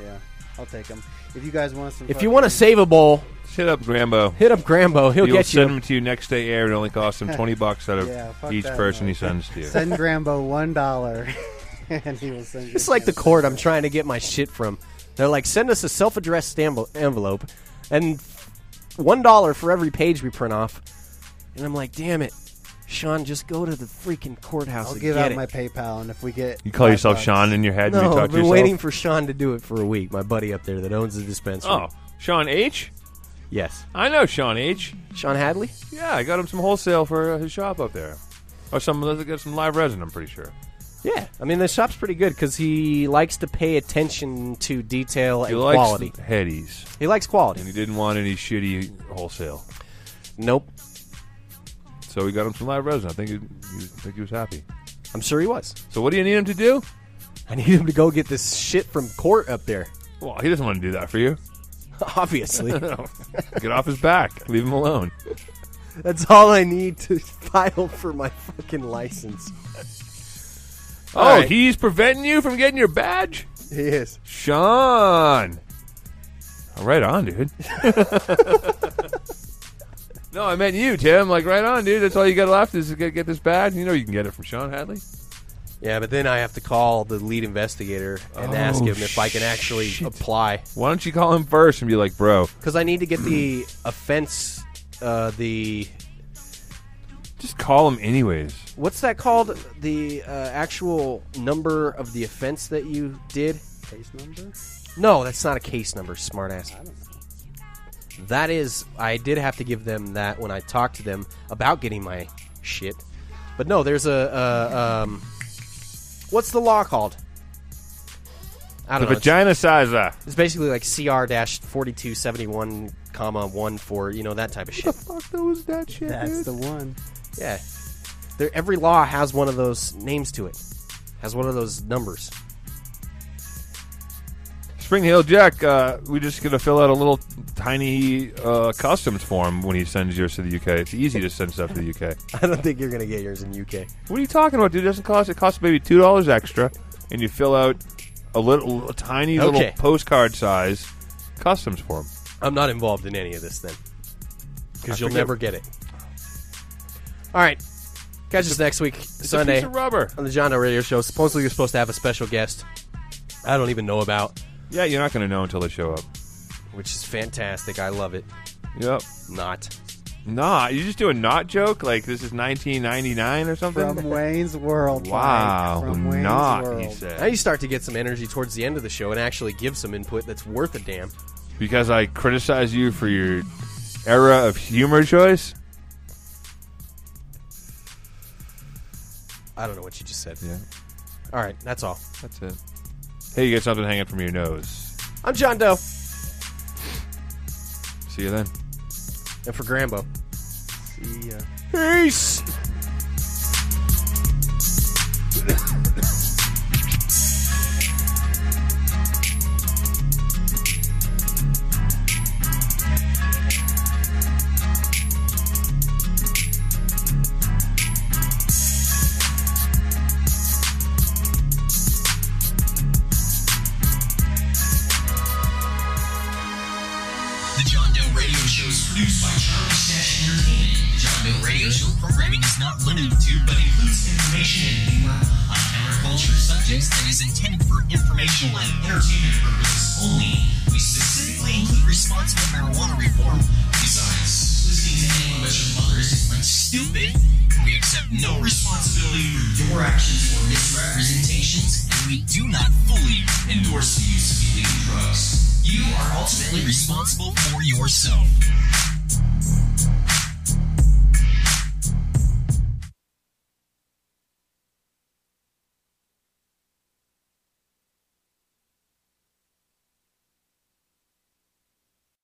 S1: Yeah, I'll take them. If you guys want some,
S5: If you want to save a bowl,
S6: Sit up, Grambo.
S5: hit up Grambo. He'll
S6: He'll
S5: get
S6: send
S5: you.
S6: them to you next day air. It only costs him twenty bucks out of
S1: Yeah, fuck
S6: each
S1: that,
S6: person
S1: man.
S6: he sends to you.
S1: send Grambo one dollar, and he will send. you
S5: It's
S1: a
S5: like the
S1: cannabis.
S5: court I'm trying to get my shit from. They're like, send us a self addressed envelope and $1 for every page we print off. And I'm like, damn it. Sean, just go to the freaking courthouse
S1: I'll
S5: and
S1: give
S5: get
S1: out
S5: it.
S1: my PayPal, and if we get
S6: You call
S1: five
S6: yourself
S1: bucks-
S6: Sean in your head and
S5: No,
S6: you talk
S5: I've
S6: to
S5: been
S6: yourself.
S5: waiting for Sean to do it for a week. My buddy up there that owns the dispensary.
S6: oh, Sean H.
S5: yes,
S6: I know Sean H.
S5: Sean Hadley.
S6: Yeah, I got him some wholesale for uh, his shop up there, or some. Let's get some live resin. I'm pretty sure.
S5: Yeah, I mean the shop's pretty good because he likes to pay attention to detail
S6: He
S5: and
S6: likes
S5: quality.
S6: headies,
S5: He likes
S6: and
S5: quality.
S6: he didn't want any shitty wholesale,
S5: Nope,
S6: so we got him some live resin. I think he, he, I think he was happy.
S5: I'm sure he was.
S6: So what do you need him to do?
S5: I need him to go get this shit from court up there.
S6: Well, he doesn't want to do that for you.
S5: Obviously,
S6: Get off his back. Leave him alone.
S5: that's all I need to file for my fucking license. All
S6: Oh,
S5: right.
S6: he's preventing you from getting your badge.
S1: He is.
S6: Sean. Right on, dude. no, I meant you, Tim. Like, right on, dude. That's all you got left is to get, get this badge. You know you can get it from Sean Hadley.
S5: Yeah, but then I have to call the lead investigator and ask
S6: Oh,
S5: him if I can actually apply.
S6: Why don't you call him first and be like, bro,
S5: because I need to get the offense. Uh, the
S6: just call him anyways.
S5: what's that called? The uh, actual number of the offense that you did?
S1: Case number.
S5: No, that's not a case number, smartass. That is, I did have to give them that when I talked to them about getting my shit. But no, there's a, uh um, what's the law called? I
S6: The
S5: don't know. It's-
S6: vagina uh, sizer.
S5: It's basically like CR dash forty two seventy one comma one four, you know that type of shit.
S6: Fuck, that was that shit,
S1: That's the one.
S5: Yeah. There, every law has one of those names to it, has one of those numbers.
S6: Spring Hill Jack, uh, we're just going to fill out a little tiny uh, customs form when he sends yours to the UK. It's easy to send stuff to the UK.
S5: I don't think you're going to get yours in UK.
S6: What are you talking about, dude? It doesn't cost. It costs maybe two dollars extra, and you fill out a little, a tiny little
S5: Okay.
S6: postcard size customs form.
S5: I'm not involved in any of this then. Because
S6: I
S5: you'll
S6: forget-
S5: never get it. All right. Catch us next week,
S6: It's a
S5: Sunday,
S6: piece of rubber.
S5: on the John Doe Radio Show. Supposedly, you're supposed to have a special guest. I don't even know about,
S6: Yeah, you're not going to know until they show up.
S5: which is fantastic. I love it.
S6: Yep.
S5: Not.
S6: Nah, you just do a not joke like this is 1999 or something.
S1: From Wayne's World.
S6: wow,
S1: Mike. From Wayne's
S6: not he
S1: World.
S5: Now
S6: said
S5: you start to get some energy towards the end of the show and actually give some input that's worth a damn.
S6: because I criticize you for your era of humor choice.
S5: I don't know what you just said.
S6: Yeah,
S5: All right. That's all.
S6: that's it. Hey, you got something hanging from your nose.
S5: I'm John Doe.
S6: See you then.
S5: And for Grambo.
S1: See ya.
S5: Peace!
S3: The
S8: The John Doe Radio Show is produced by Charlie Stash Entertainment. John Doe Radio Show programming is not limited to, but includes information and humor on agriculture subjects that is intended for informational and entertainment purposes only. We specifically include responsible marijuana reform. Besides, listening to anyone but your mother is like stupid. We accept no responsibility for your actions or misrepresentations, and we do not fully endorse the use of illegal drugs. You are ultimately responsible for yourself.